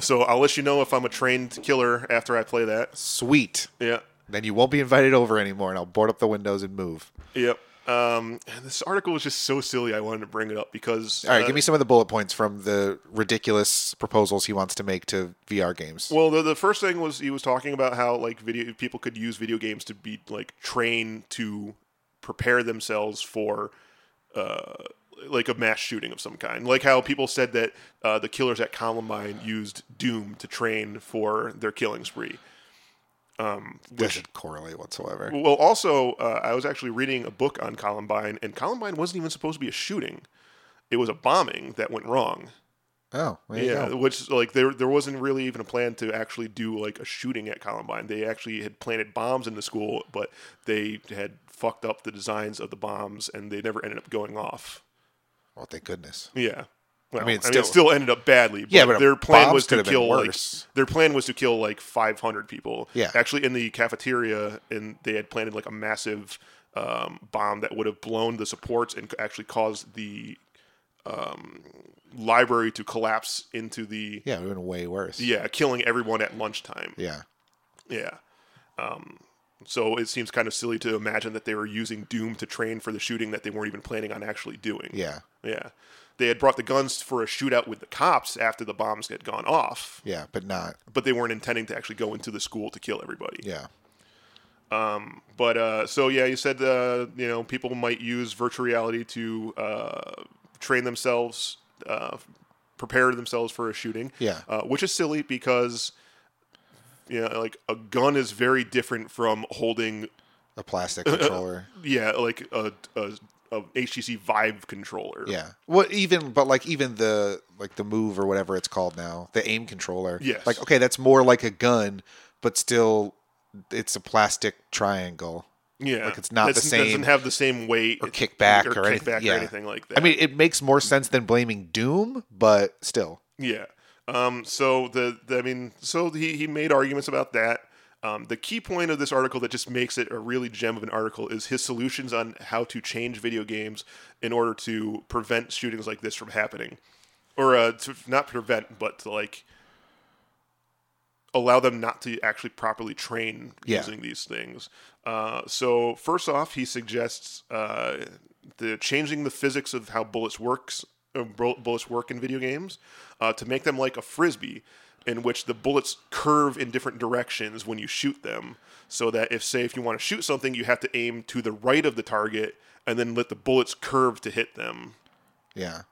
S2: So I'll let you know if I'm a trained killer after I play that.
S1: sweet
S2: Yeah.
S1: then you won't be invited over anymore and i'll board up the windows and move
S2: Yep. Um, and this article was just so silly. I wanted to bring it up because.
S1: all right
S2: uh,
S1: give me some of the bullet points from the ridiculous proposals he wants to make to vr games
S2: Well, the, the first thing was he was talking about how like video people could use video games to be like trained to prepare themselves for uh, like a mass shooting of some kind. Like how people said that uh, the killers at Columbine used Doom to train for their killing spree.
S1: doesn't correlate whatsoever
S2: Well, also, uh, I was actually reading a book on Columbine, and Columbine wasn't even supposed to be a shooting; it was a bombing that went wrong.
S1: oh there you
S2: Yeah,
S1: go.
S2: which like there there wasn't really even a plan to actually do like a shooting at Columbine. They actually had planted bombs in the school, but they had fucked up the designs of the bombs, and they never ended up going off.
S1: well thank goodness
S2: Yeah. Well, I mean,
S1: mean,
S2: it
S1: it's
S2: still,
S1: still-
S2: ended up badly. But
S1: Yeah, but
S2: their plan
S1: bombs
S2: was
S1: could
S2: to
S1: have been
S2: kill like
S1: worse.
S2: their plan was to kill like 500 people.
S1: Yeah.
S2: actually, in the cafeteria, and they had planted like a massive um, bomb that would have blown the supports and actually caused the um, library to collapse into the
S1: yeah it would have been way worse
S2: yeah, killing everyone at lunchtime.
S1: yeah
S2: Yeah. Um, so it seems kind of silly to imagine that they were using Doom to train for the shooting that they weren't even planning on actually doing.
S1: Yeah.
S2: Yeah. They had brought the guns for a shootout with the cops after the bombs had gone off,
S1: Yeah, but not.
S2: but they weren't intending to actually go into the school to kill everybody.
S1: Yeah.
S2: But uh, so yeah, you said uh, you know people might use virtual reality to uh, train themselves, uh, prepare themselves for a shooting.
S1: Yeah.
S2: uh, which is silly because you know like a gun is very different from holding
S1: Uh, A plastic controller.
S2: yeah like a, a, a HTC Vive controller.
S1: Yeah. Well, even but like even the like the move or whatever it's called now, the aim controller.
S2: Yes.
S1: Like okay, that's more like a gun, but still, it's a plastic triangle.
S2: yeah.
S1: Like, it's not the
S2: It
S1: same-
S2: doesn't have the same weight
S1: or kickback or anything-
S2: kickback
S1: yeah.
S2: or anything like that.
S1: I mean, it makes more sense than blaming Doom, but still.
S2: Yeah. Um, so the, the I mean, so he, he made arguments about that. Um, the key point of this article that just makes it a really gem of an article is his solutions on how to change video games in order to prevent shootings like this from happening, or uh, to not prevent, but to like allow them not to actually properly train
S1: Yeah.
S2: using these things. Uh, so first off, he suggests uh, the changing the physics of how bullets works uh, bull- bullets work in video games uh, to make them like a frisbee, in which the bullets curve in different directions when you shoot them. So that if say if you want to shoot something, you have to aim to the right of the target and then let the bullets curve to hit them.
S1: Yeah.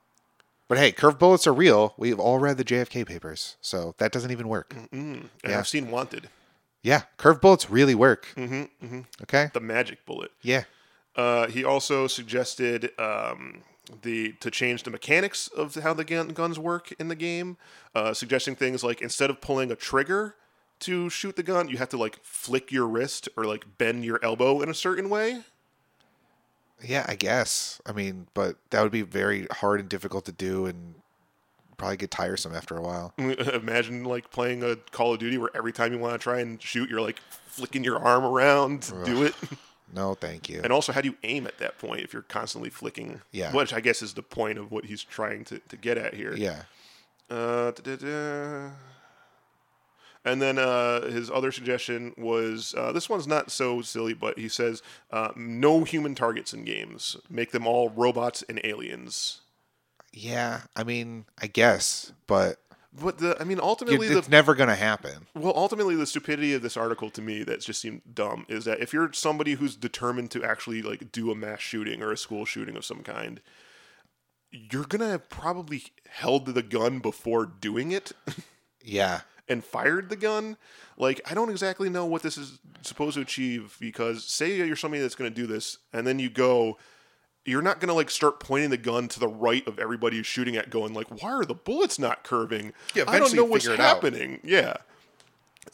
S1: But hey, curved bullets are real. We've all read the JFK papers, so that doesn't even work.
S2: And I've seen Wanted,
S1: Yeah, curved bullets really work. Mm-hmm, Okay.
S2: the magic bullet.
S1: Yeah.
S2: Uh, he also suggested um, the to change the mechanics of how the gun, guns work in the game, uh, suggesting things like instead of pulling a trigger to shoot the gun, you have to like flick your wrist or like bend your elbow in a certain way.
S1: Yeah, I guess. I mean, but that would be very hard and difficult to do, and probably get tiresome after a while.
S2: Imagine like playing a Call of Duty where every time you want to try and shoot, you're like flicking your arm around to do it.
S1: No, thank you.
S2: And also, how do you aim at that point if you're constantly flicking?
S1: Yeah.
S2: Which I guess is the point of what he's trying to, to get at here.
S1: Yeah.
S2: Uh, da-da-da. And then uh, his other suggestion was uh, this one's not so silly, but he says uh, no human targets in games. Make them all robots and aliens.
S1: Yeah. I mean, I guess, but
S2: But the, I mean,
S1: you-
S2: ultimately,
S1: it's
S2: the
S1: never going to happen.
S2: well, ultimately, the stupidity of this article to me that just seemed dumb is that if you're somebody who's determined to actually like do a mass shooting or a school shooting of some kind, you're gonna have probably held the gun before doing it.
S1: Yeah.
S2: and fired the gun. Like, I don't exactly know what this is supposed to achieve because, say, you're somebody that's going to do this, and then you go, you're not going to like start pointing the gun to the right of everybody you're shooting at, going like, why are the bullets not curving?
S1: Yeah,
S2: I don't
S1: eventually
S2: know
S1: you
S2: what's
S1: figure it out."
S2: happening. Yeah.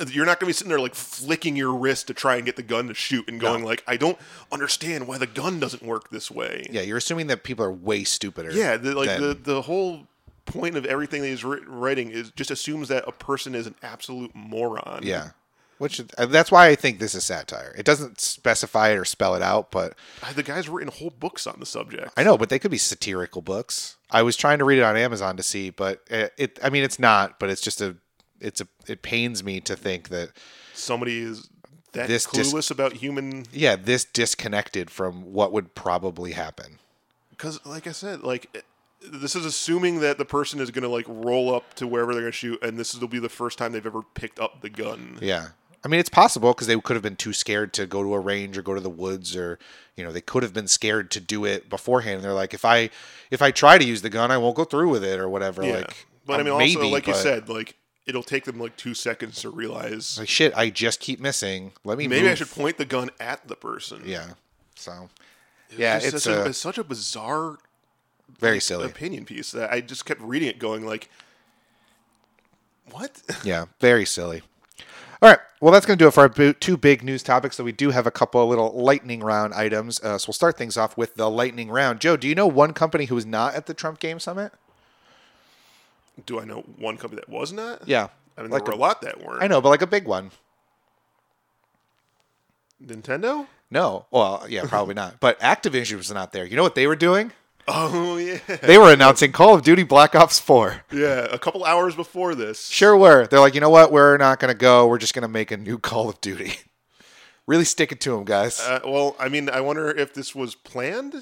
S2: You're not going to be sitting there like flicking your wrist to try and get the gun to shoot and going like, I don't understand why the gun doesn't work this way.
S1: Yeah. You're assuming that people are way stupider.
S2: Yeah, the, like
S1: than-
S2: the, the whole point of everything that he's wri- writing is just assumes that a person is an absolute moron.
S1: Yeah. Which uh, that's why I think this is satire. It doesn't specify it or spell it out, but
S2: Uh, The guy's written whole books on the subject.
S1: I know, but they could be satirical books. I was trying to read it on Amazon to see, but it, it I mean, it's not, but it's just a, it's a, it pains me to think that,
S2: Somebody is that
S1: This dis-
S2: clueless about human.
S1: yeah, this disconnected from what would probably happen.
S2: Because, like I said, like it- this is assuming that the person is going to like roll up to wherever they're going to shoot, and this will be the first time they've ever picked up the gun.
S1: Yeah. I mean, it's possible because they could have been too scared to go to a range or go to the woods or, you know, they could have been scared to do it beforehand. And they're like, if I, if I try to use the gun, I won't go through with it or whatever.
S2: Yeah.
S1: Like,
S2: but I
S1: um,
S2: mean, also,
S1: maybe,
S2: like you
S1: but
S2: said, like it'll take them like two seconds to realize.
S1: it's like, shit, I just keep missing. Let me
S2: maybe I
S1: move."
S2: should point the gun at the person.
S1: Yeah. So, yeah,
S2: Just
S1: it's
S2: such a,
S1: uh,
S2: it's such a bizarre
S1: very silly.
S2: opinion piece that I just kept reading it, going like, "What?"
S1: Yeah, very silly. All right. Well, that's going to do it for our bo- two big news topics. So we do have a couple of little lightning round items. Uh, so we'll start things off with the lightning round. Joe, do you know one company who was not at the Trump Game Summit?
S2: Do I know one company that was not?
S1: Yeah.
S2: I mean,
S1: Like
S2: there were
S1: a-
S2: a lot that weren't.
S1: I know, but like a big one.
S2: Nintendo?
S1: No. Well, yeah, probably not. But Activision was not there. You know what they were doing?
S2: Oh yeah.
S1: They were announcing Call of Duty Black Ops 4.
S2: Yeah, a couple hours before this.
S1: Sure were. They're like, you know what? We're not going to go. We're just going to make a new Call of Duty. really stick it to them, guys.
S2: Uh, well, I mean, I wonder if this was planned.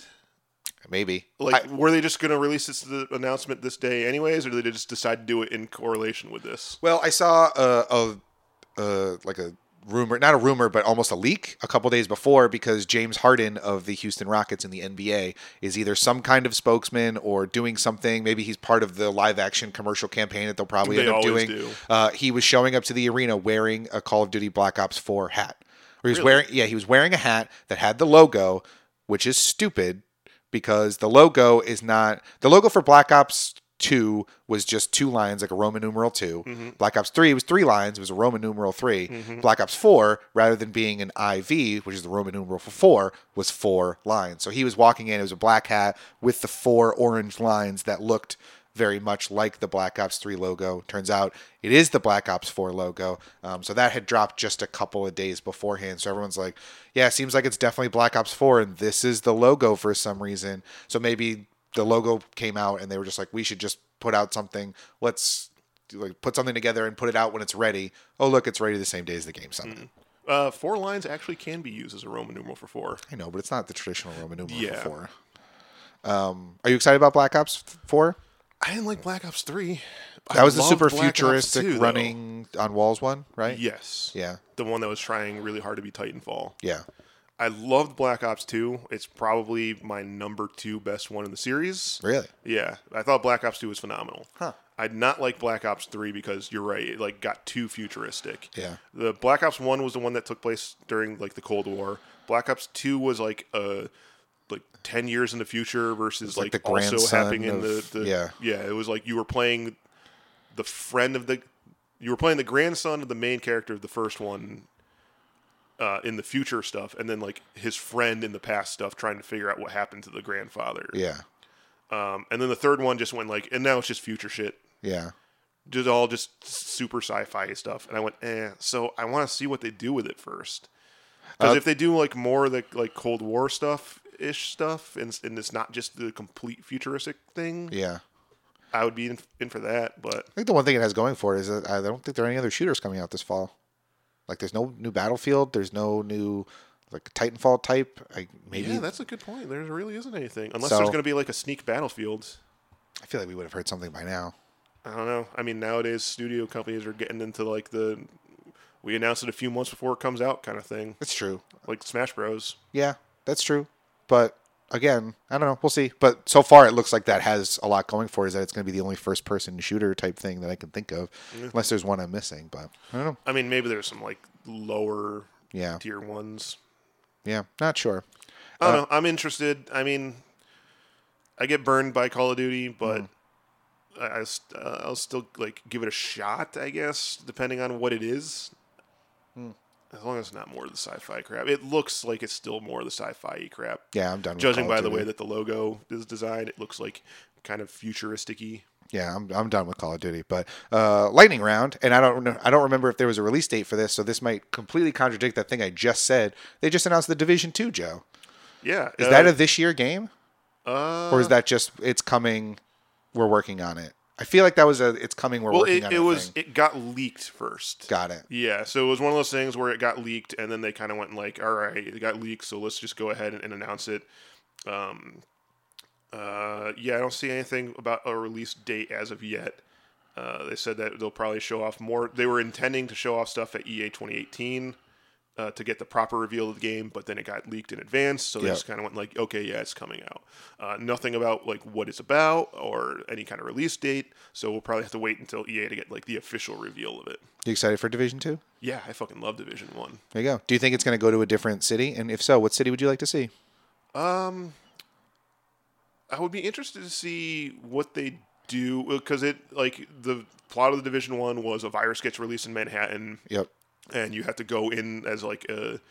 S1: Maybe.
S2: Like, were they just going to release this the announcement this day, anyways, or did they just decide to do it in correlation with this?
S1: Well, I saw a, a, a like a rumor, not a rumor, but almost a leak a couple days before because James Harden of the Houston Rockets in the NBA is either some kind of spokesman or doing something. Maybe he's part of the live action commercial campaign that they'll probably
S2: They
S1: end up doing.
S2: always do.
S1: Uh, he was showing up to the arena wearing a Call of Duty Black Ops 4 hat. Or he was wearing yeah, he was wearing a hat that had the logo, which is stupid, because the logo is not the logo for Black Ops 2 was just two lines like a Roman numeral 2.
S2: Mm-hmm.
S1: Black Ops 3 was three lines, it was a Roman numeral 3. Black Ops 4, rather than being an IV, which is the Roman numeral for 4, was four lines. So he was walking in, it was a black hat with the four orange lines that looked very much like the Black Ops 3 logo. Turns out it is the Black Ops 4 logo. Um, so that had dropped just a couple of days beforehand. So everyone's like, yeah, it seems like it's definitely Black Ops 4, and this is the logo for some reason. So maybe the logo came out and they were just like, we should just put out something. Let's like put something together and put it out when it's ready. Oh, look, it's ready the same day as the game summit.
S2: Uh, four lines actually can be used as a Roman numeral for four.
S1: I know, but it's not the traditional Roman numeral
S2: Yeah.
S1: for 4. Um, are you excited about Black Ops 4?
S2: I didn't like Black Ops three.
S1: That
S2: I
S1: was the
S2: loved
S1: super
S2: Black Ops
S1: futuristic
S2: 2, though.
S1: running on walls one, right?
S2: Yes.
S1: Yeah.
S2: The one that was trying really hard to be Titanfall.
S1: Yeah.
S2: I loved Black Ops 2. It's probably my number two best one in the series.
S1: Really?
S2: Yeah, I thought Black Ops 2 was phenomenal.
S1: Huh.
S2: I'd not like Black Ops 3 because you're right, it like got too futuristic.
S1: Yeah.
S2: The Black Ops 1 was the one that took place during like the Cold War. Black Ops 2 was like a like 10 years in the future versus
S1: like
S2: like,
S1: the
S2: also
S1: grandson
S2: happening in
S1: of-
S2: the, the
S1: yeah.
S2: yeah, it was like you were playing the friend of the you were playing the grandson of the main character of the first one uh, in the future stuff, and then like his friend in the past stuff, trying to figure out what happened to the grandfather.
S1: Yeah.
S2: Um, and then the third one just went like, and now it's just future shit,
S1: Yeah.
S2: just all just super sci-fi stuff. And I went, eh. So I want to see what they do with it first, because
S1: Uh,
S2: if they do like more of the like Cold War stuff ish stuff, and and it's not just the complete futuristic thing,
S1: Yeah.
S2: I would be in, in for that. But
S1: I think the one thing it has going for it is that I don't think there are any other shooters coming out this fall. Like, there's no new Battlefield. There's no new like Titanfall type. I maybe
S2: yeah, that's a good point. There really isn't anything unless
S1: So-
S2: there's going to be like a sneak battlefield.
S1: I feel like we would have heard something by now.
S2: I don't know. I mean, nowadays studio companies are getting into like the we announce it a few months before it comes out kind of thing,
S1: It's true.
S2: like Smash Bros.
S1: Yeah, that's true. But again, I don't know. We'll see. But so far, it looks like that has a lot going for it. Is that it's going to be the only first-person shooter type thing that I can think of,
S2: Mm-hmm.
S1: unless there's one I'm missing. But I don't know.
S2: I mean, maybe there's some like lower
S1: Yeah.
S2: tier ones.
S1: Yeah, not sure.
S2: I
S1: Uh,
S2: don't know. I'm interested. I mean, I get burned by Call of Duty, but
S1: Mm.
S2: I, I st- uh, I'll still like give it a shot. I guess depending on what it is.
S1: Hmm.
S2: As long as it's not more of the sci-fi crap, it looks like it's still more of the sci-fi crap.
S1: Yeah, I'm done. with
S2: Judging
S1: Call of
S2: by the
S1: Duty.
S2: way that the logo is designed, it looks like kind of futuristic-y.
S1: Yeah, I'm, I'm done with Call of Duty, but uh, lightning round, and I don't know, I don't remember if there was a release date for this, so this might completely contradict that thing I just said. They just announced the Division Two, Joe.
S2: Yeah.
S1: Is that a this year game,
S2: uh,
S1: or is that just it's coming? We're working on it. I feel like that was a it's coming. We're
S2: well?
S1: working
S2: It,
S1: on
S2: it was.
S1: thing.
S2: It got leaked first.
S1: Got it.
S2: yeah, so it was one of those things where it got leaked, and then they kind of went like, "All right, it got leaked, so let's just go ahead and, and announce it." Um, uh, yeah, I don't see anything about a release date as of yet. Uh, they said that they'll probably show off more. They were intending to show off stuff at E EA 2018 uh, to get the proper reveal of the game, but then it got leaked in advance, so they
S1: Yeah.
S2: just kind of went like, "Okay, yeah, it's coming out." Uh, nothing about like what it's about or any kind of release date, so we'll probably have to wait until EA to get like the official reveal of it.
S1: You excited for Division Two?
S2: Yeah, I fucking love Division One.
S1: There you go. Do you think it's going to go to a different city? And if so, what city would you like to see?
S2: I would be interested to see what they do because it like the plot of the Division One was a virus gets released in Manhattan,
S1: Yep.
S2: and you have to go in as like a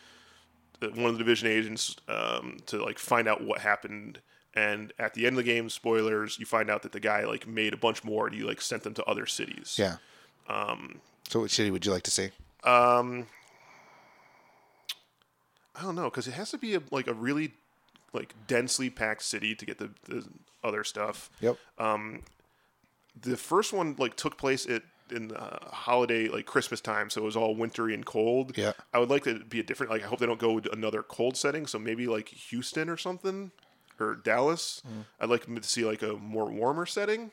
S2: one of the division agents um, to like find out what happened. And at the end of the game, spoilers, you find out that the guy like made a bunch more, and he like sent them to other cities.
S1: Yeah. Um. So, what city would you like to see?
S2: I don't know because it has to be a, like a really like densely packed city to get the, the other stuff.
S1: Yep.
S2: the first one like took place at in the uh, holiday like christmas time so it was all wintry and cold
S1: Yeah.
S2: i would like to be a different like i hope they don't go to another cold setting so maybe like houston or something or dallas i'd like 'em to see like a more warmer setting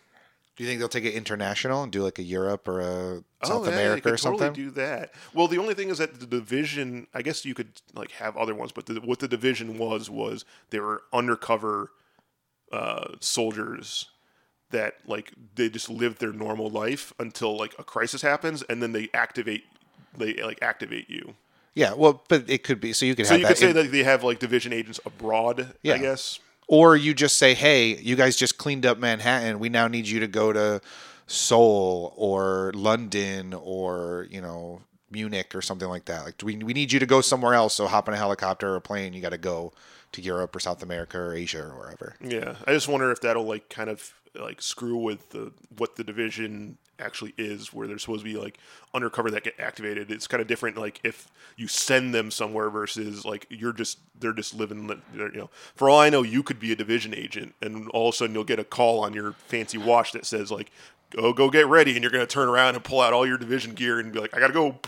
S1: Do you think they'll take it international and do like a Europe or a South
S2: Oh, yeah, they
S1: America
S2: could
S1: or something?
S2: Totally do that. Well, the only thing is that the division. I guess you could like have other ones, but the, what the division was was they were undercover uh, soldiers that like they just lived their normal life until like a crisis happens, and then they activate. They like activate you.
S1: Yeah, well, but it could be so you could
S2: So
S1: have
S2: you
S1: that.
S2: could say
S1: in-
S2: that they have like division agents abroad.
S1: Yeah.
S2: I guess
S1: Or you just say, hey, you guys just cleaned up Manhattan. We now need you to go to Seoul or London or, you know, Munich or something like that. Like, do we, we need you to go somewhere else. So hop in a helicopter or a plane. You got to go to Europe or South America or Asia or wherever.
S2: Yeah, I just wonder if that'll like kind of like screw with the what the division actually is, where they're supposed to be like undercover that get activated. It's kind of different, like if you send them somewhere versus like you're just they're just living. the- they're, You know, for all I know, you could be a division agent, and all of a sudden you'll get a call on your fancy watch that says like, "Oh, "Go go get ready," and you're gonna turn around and pull out all your division gear and be like, "I gotta go."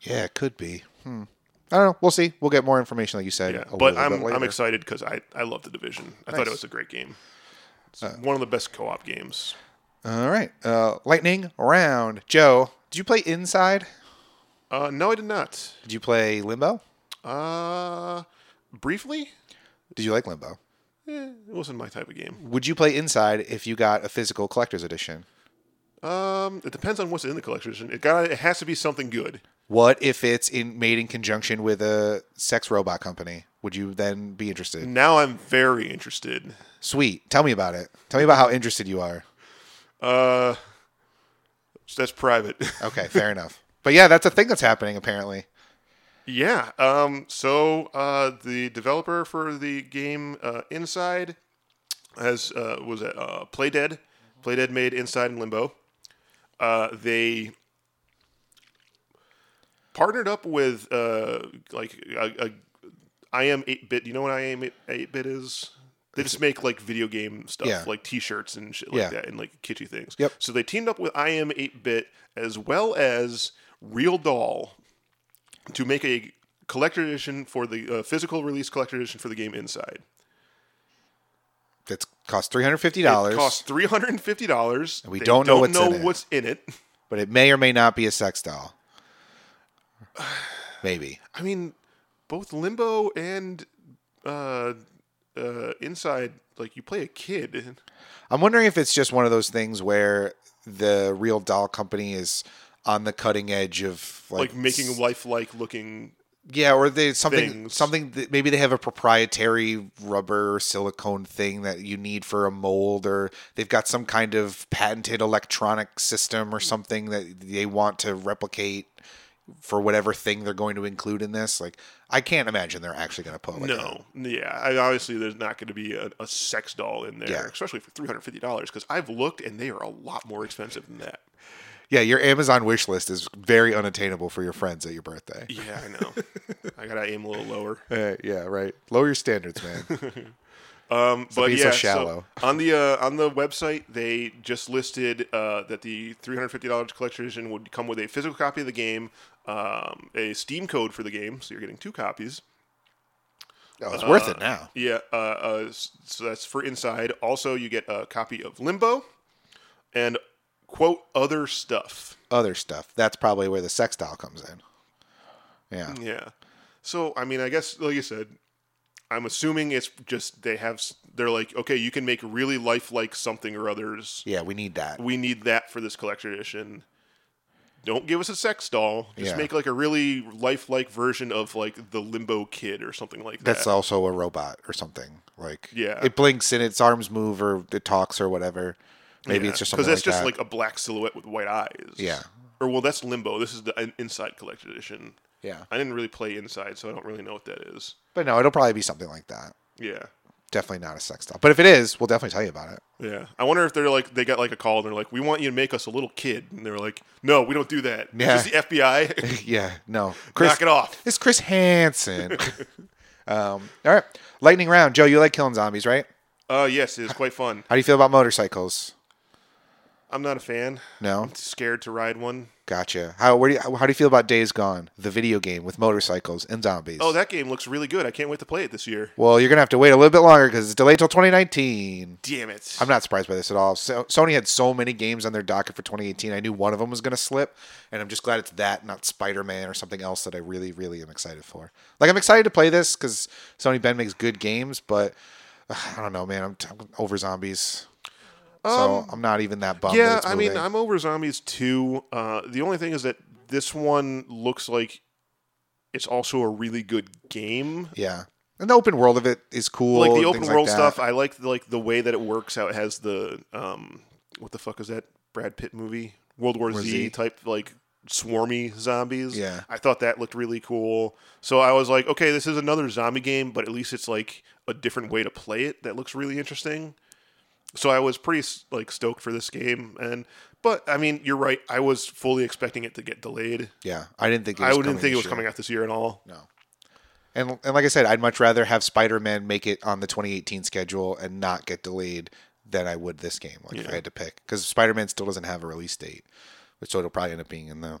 S1: Yeah, it could be. Hmm. I don't know. We'll see. We'll get more information, like you said.
S2: Yeah,
S1: a
S2: but
S1: little
S2: I'm
S1: bit later.
S2: I'm excited because I I love the division. I thought it was a great game. It's
S1: Uh,
S2: one of the best co-op games.
S1: All right. Uh, lightning round. Joe, did you play Inside?
S2: Uh, no, I did not.
S1: Did you play Limbo?
S2: Uh, briefly,
S1: Did you like Limbo?
S2: eh, it wasn't my type of game.
S1: Would you play Inside if you got a physical collector's edition?
S2: Um, it depends on what's in the collection. It got it has to be something good.
S1: What if it's in made in conjunction with a sex robot company? Would you then be interested?
S2: Now I'm very interested.
S1: Sweet. Tell me about it. Tell me about how interested you are.
S2: Uh, so that's private.
S1: Okay, fair enough. But yeah, that's a thing that's happening apparently.
S2: yeah. Um. So, uh, the developer for the game uh, Inside has uh, was it uh, Playdead? Playdead made Inside and Limbo. Uh, they partnered up with uh, like a, a I am eight bit. Do you know what I am eight bit is? They just make like video game stuff,
S1: Yeah.
S2: like T-shirts and shit
S1: Yeah.
S2: like that, and like kitschy things.
S1: Yep.
S2: So they teamed up with I am eight bit as well as Real Doll to make a collector edition for the uh, physical release collector edition for the game Inside.
S1: That's cost three hundred fifty
S2: It
S1: dollars,
S2: costs three hundred and fifty dollars.
S1: we don't know what's in it.
S2: what's in it.
S1: but it may or may not be a sex doll. Maybe.
S2: I mean, both Limbo and uh, uh, Inside, like you play a kid.
S1: I'm wondering if it's just one of those things where the real doll company is on the cutting edge of like,
S2: like making lifelike looking.
S1: yeah, or they something
S2: things.
S1: something that maybe they have a proprietary rubber or silicone thing that you need for a mold, or they've got some kind of patented electronic system or something that they want to replicate for whatever thing they're going to include in this. Like, I can't imagine they're actually going to put like a-
S2: no, yeah, I, obviously there's not going to be a, a sex doll in there,
S1: Yeah.
S2: especially for three hundred fifty dollars. Because I've looked and they are a lot more expensive than that.
S1: yeah, your Amazon wish list is very unattainable for your friends at your birthday.
S2: Yeah, I know. I gotta aim a little lower.
S1: Uh, yeah, right. Lower your standards, man.
S2: Um, but
S1: being so
S2: yeah,
S1: shallow.
S2: on the uh, on the website, they just listed uh, that the three hundred fifty dollars collector edition would come with a physical copy of the game, um, a Steam code for the game, so you're getting two copies.
S1: No, Oh, it's worth it now.
S2: Yeah, uh, uh, s- so that's for Inside. Also, you get a copy of Limbo and quote other stuff.
S1: Other stuff. That's probably where the sex doll comes in. Yeah.
S2: Yeah. So I mean, I guess like you said, I'm assuming it's just they have s- they're like, okay, you can make really lifelike something or others.
S1: Yeah, we need that.
S2: We need that for this collector edition. Don't give us a sex doll. Just
S1: Yeah.
S2: make like a really lifelike version of like the Limbo Kid or something like that.
S1: That's uh, also a robot or something. Like
S2: Yeah.
S1: it blinks and its arms move or it talks or whatever. Maybe it's just something
S2: because that's
S1: like
S2: just
S1: that.
S2: like a black silhouette with white eyes.
S1: Yeah.
S2: Or well, that's Limbo. This is the in- Inside Collector Edition.
S1: yeah.
S2: I didn't really play Inside, so I don't really know what that is.
S1: But no, it'll probably be something like that.
S2: Yeah.
S1: Definitely not a sex doll. But if it is, we'll definitely tell you about it.
S2: Yeah. I wonder if they're like they got like a call and they're like, "We want you to make us a little kid," and they're like, "No, we don't do that.
S1: Yeah.
S2: This is the FBI.
S1: yeah, no. Chris
S2: Knock it off."
S1: It's Chris Hansen. um, all right. Lightning round. Joe, you like killing zombies, right?
S2: Uh, yes, it is quite fun.
S1: How do you feel about motorcycles?
S2: I'm not a fan.
S1: No.
S2: Scared to ride one.
S1: Gotcha. How where do you, how, how do you feel about Days Gone, the video game with motorcycles and zombies?
S2: Oh, that game looks really good. I can't wait to play it this year.
S1: well, you're gonna have to wait a little bit longer because it's delayed till 2019.
S2: Damn it.
S1: I'm not surprised by this at all. So, Sony had so many games on their docket for 2018. I knew one of them was gonna slip, and I'm just glad it's that, not Spider-Man or something else that I really, really am excited for. Like I'm excited to play this because Sony Ben makes good games, but ugh, I don't know, man. I'm, I'm over zombies, so I'm not even that bummed. that
S2: Um, yeah,
S1: it's
S2: I mean,
S1: moving.
S2: I'm over zombies too. Uh, the only thing is that this one looks like it's also a really good game.
S1: yeah. And the open world of it is cool.
S2: like
S1: and
S2: the open
S1: things
S2: world
S1: like that.
S2: stuff. I like the, like the way that it works. How it has the um, what the fuck is that Brad Pitt movie? World War Z,
S1: Z.
S2: type like swarmy zombies.
S1: Yeah.
S2: I thought that looked really cool. So I was like, okay, this is another zombie game, but at least it's like a different way to play it that looks really interesting. So I was pretty like stoked for this game, and but I mean, you're right. I was fully expecting it to get delayed.
S1: Yeah, I didn't think it was
S2: I
S1: coming
S2: didn't think
S1: this
S2: it was
S1: year.
S2: coming out this year at all.
S1: And and like I said, I'd much rather have Spider Man make it on the 2018 schedule and not get delayed than I would this game. Like if I had to pick, because Spider Man still doesn't have a release date, which so it'll probably end up being in the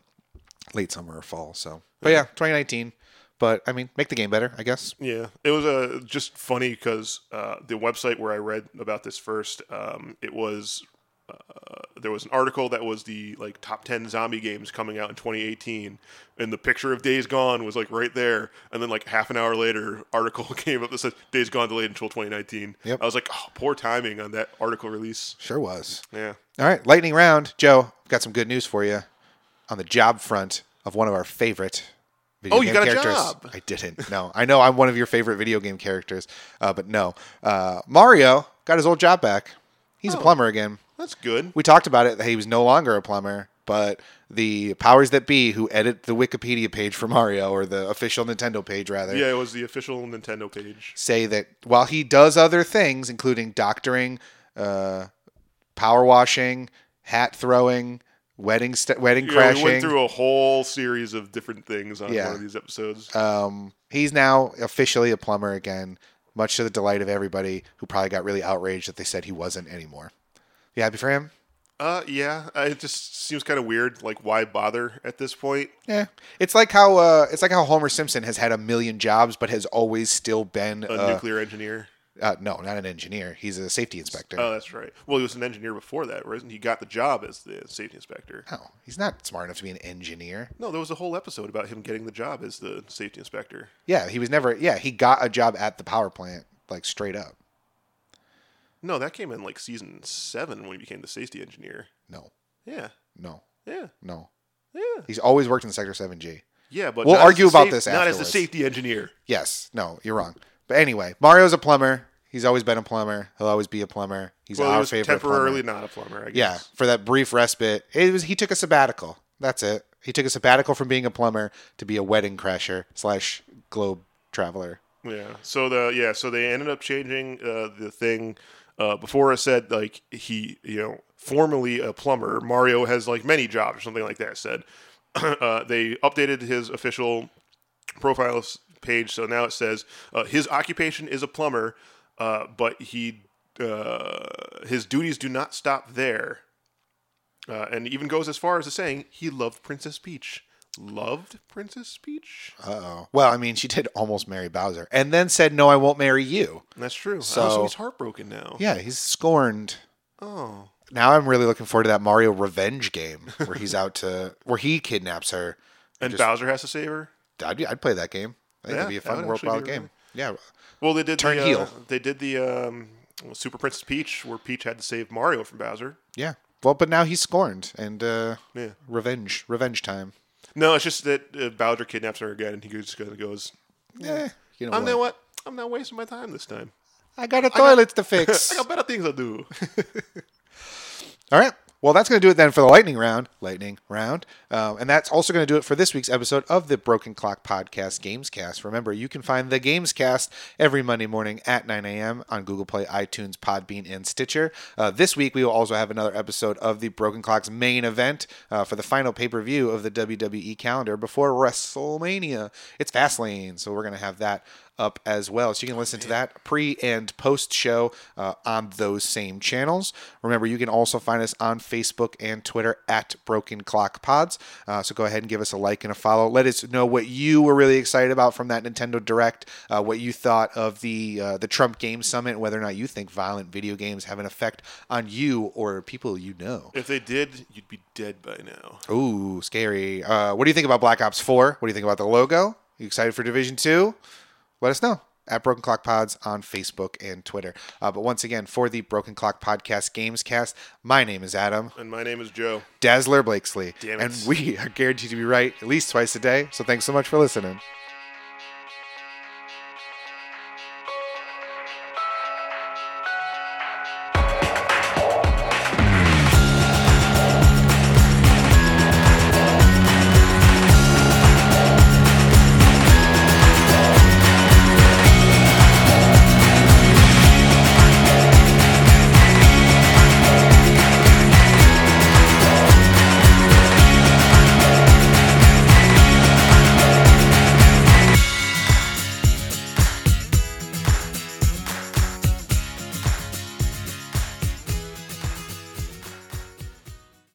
S1: late summer or fall. So, but yeah, 2019. But I mean, make the game better, I guess.
S2: Yeah, it was uh, just funny because uh, the website where I read about this first, um, it was uh, there was an article that was the like top ten zombie games coming out in 2018, and the picture of Days Gone was like right there, and then like half an hour later, article came up that says Days Gone delayed until 2019.
S1: Yep.
S2: I was like, oh, poor timing on that article release.
S1: Sure was.
S2: Yeah,
S1: All right, lightning round, Joe. Got some good news for you on the job front of one of our favorite. Video
S2: Oh, you got a job.
S1: I didn't. No, I know I'm one of your favorite video game characters, uh, but no. Uh, Mario got his old job back. He's a
S2: Oh.
S1: plumber again.
S2: that's good.
S1: We talked about it that he was no longer a plumber, but the powers that be who edit the Wikipedia page for Mario or the official Nintendo page rather
S2: Yeah, it was the official Nintendo page.
S1: say that while he does other things, including doctoring, uh, power washing, hat throwing, wedding st- wedding
S2: Yeah, we
S1: crashing,
S2: went through a whole series of different things on
S1: Yeah.
S2: one of these episodes.
S1: um, he's now officially a plumber again, much to the delight of everybody who probably got really outraged that they said he wasn't anymore. You happy for him?
S2: Uh, yeah, uh, it just seems kind of weird. Like, why bother at this point?
S1: Yeah, it's like how uh, it's like how Homer Simpson has had a million jobs, but has always still been
S2: A
S1: uh,
S2: nuclear engineer.
S1: uh, no, not an engineer. He's a safety inspector.
S2: Oh, that's right. Well, he was an engineer before that, wasn't he? He Got the job as the safety inspector.
S1: no, Oh, he's not smart enough to be an engineer.
S2: No, there was a whole episode about him getting the job as the safety inspector.
S1: Yeah, he was never. Yeah, he got a job at the power plant, like straight up.
S2: No, that came in like season seven when he became the safety engineer.
S1: No,
S2: Yeah,
S1: no,
S2: yeah,
S1: no.
S2: yeah,
S1: He's always worked in Sector 7G.
S2: yeah. But
S1: We'll
S2: not as
S1: argue
S2: the
S1: about
S2: saf-
S1: this
S2: Not as the
S1: afterwards.
S2: safety engineer.
S1: Yes, no, you're wrong. But anyway, Mario's a plumber. He's always been a plumber. He'll always be a plumber. He's
S2: well,
S1: our
S2: he was
S1: favorite.
S2: temporarily
S1: plumber.
S2: not a plumber. I guess.
S1: Yeah, for that brief respite, it was he took a sabbatical. That's it. He took a sabbatical from being a plumber to be a wedding crasher slash globe traveler.
S2: Yeah. So the yeah. So they ended up changing uh, the thing. Uh, before I said like he you know formerly a plumber. Mario has like many jobs or something like that. Said uh, they updated his official profile s- page. So now it says uh, his occupation is a plumber, uh, but he uh, his duties do not stop there. Uh, and even goes as far as to saying he loved Princess Peach. Loved Princess Peach.
S1: Uh oh. Well, I mean, she did almost marry Bowser, and then said, "No, I won't marry you."
S2: That's true.
S1: So-
S2: oh, so he's heartbroken now.
S1: Yeah, he's scorned.
S2: Oh.
S1: now I'm really looking forward to that Mario revenge game where he's out to where he kidnaps her.
S2: And Bowser has to save her.
S1: I'd, I'd play that game. I think
S2: Yeah,
S1: it'd be a
S2: that
S1: fun
S2: would
S1: world
S2: actually be
S1: wild
S2: really-
S1: game. Yeah,
S2: Well, they did
S1: Turn
S2: the, uh,
S1: heel.
S2: they did the um, Super Princess Peach, where Peach had to save Mario from Bowser.
S1: yeah. Well, but now he's scorned and uh,
S2: Yeah.
S1: revenge, revenge time.
S2: No, it's just that uh, Bowser kidnaps her again, and he just kind of goes,
S1: Yeah, Eh, you know
S2: "I'm
S1: what?
S2: know what? I'm not wasting my time this time.
S1: I got a toilet to fix.
S2: I got better things to do."
S1: All right. Well, that's going to do it then for the lightning round. Lightning round. Um, and that's also going to do it for this week's episode of the Broken Clock Podcast Gamescast. Remember, you can find the Gamescast every Monday morning at 9 a.m. on Google Play, iTunes, Podbean, and Stitcher. Uh, this week, we will also have another episode of the Broken Clock's main event uh, for the final pay per view of the WWE calendar before WrestleMania. It's Fastlane, so we're going to have that up as well. So you can listen to that pre and post show uh, on those same channels. Remember, you can also find us on Facebook and Twitter at Broken Clock Pods. Uh, so go ahead and give us a like and a follow. Let us know what you were really excited about from that Nintendo Direct, uh, what you thought of the uh, the Trump Game Summit, and whether or not you think violent video games have an effect on you or people you know.
S2: if they did, you'd be dead by now.
S1: Ooh, scary. Uh, what do you think about Black Ops 4? What do you think about the logo? You excited for Division 2? Let us know at Broken Clock Pods on Facebook and Twitter. Uh, but once again, for the Broken Clock Podcast Gamescast, my name is Adam
S2: And my name is Joe.
S1: Dazzler Blakesley.
S2: Damn it.
S1: And we are guaranteed to be right at least twice a day. So thanks so much for listening.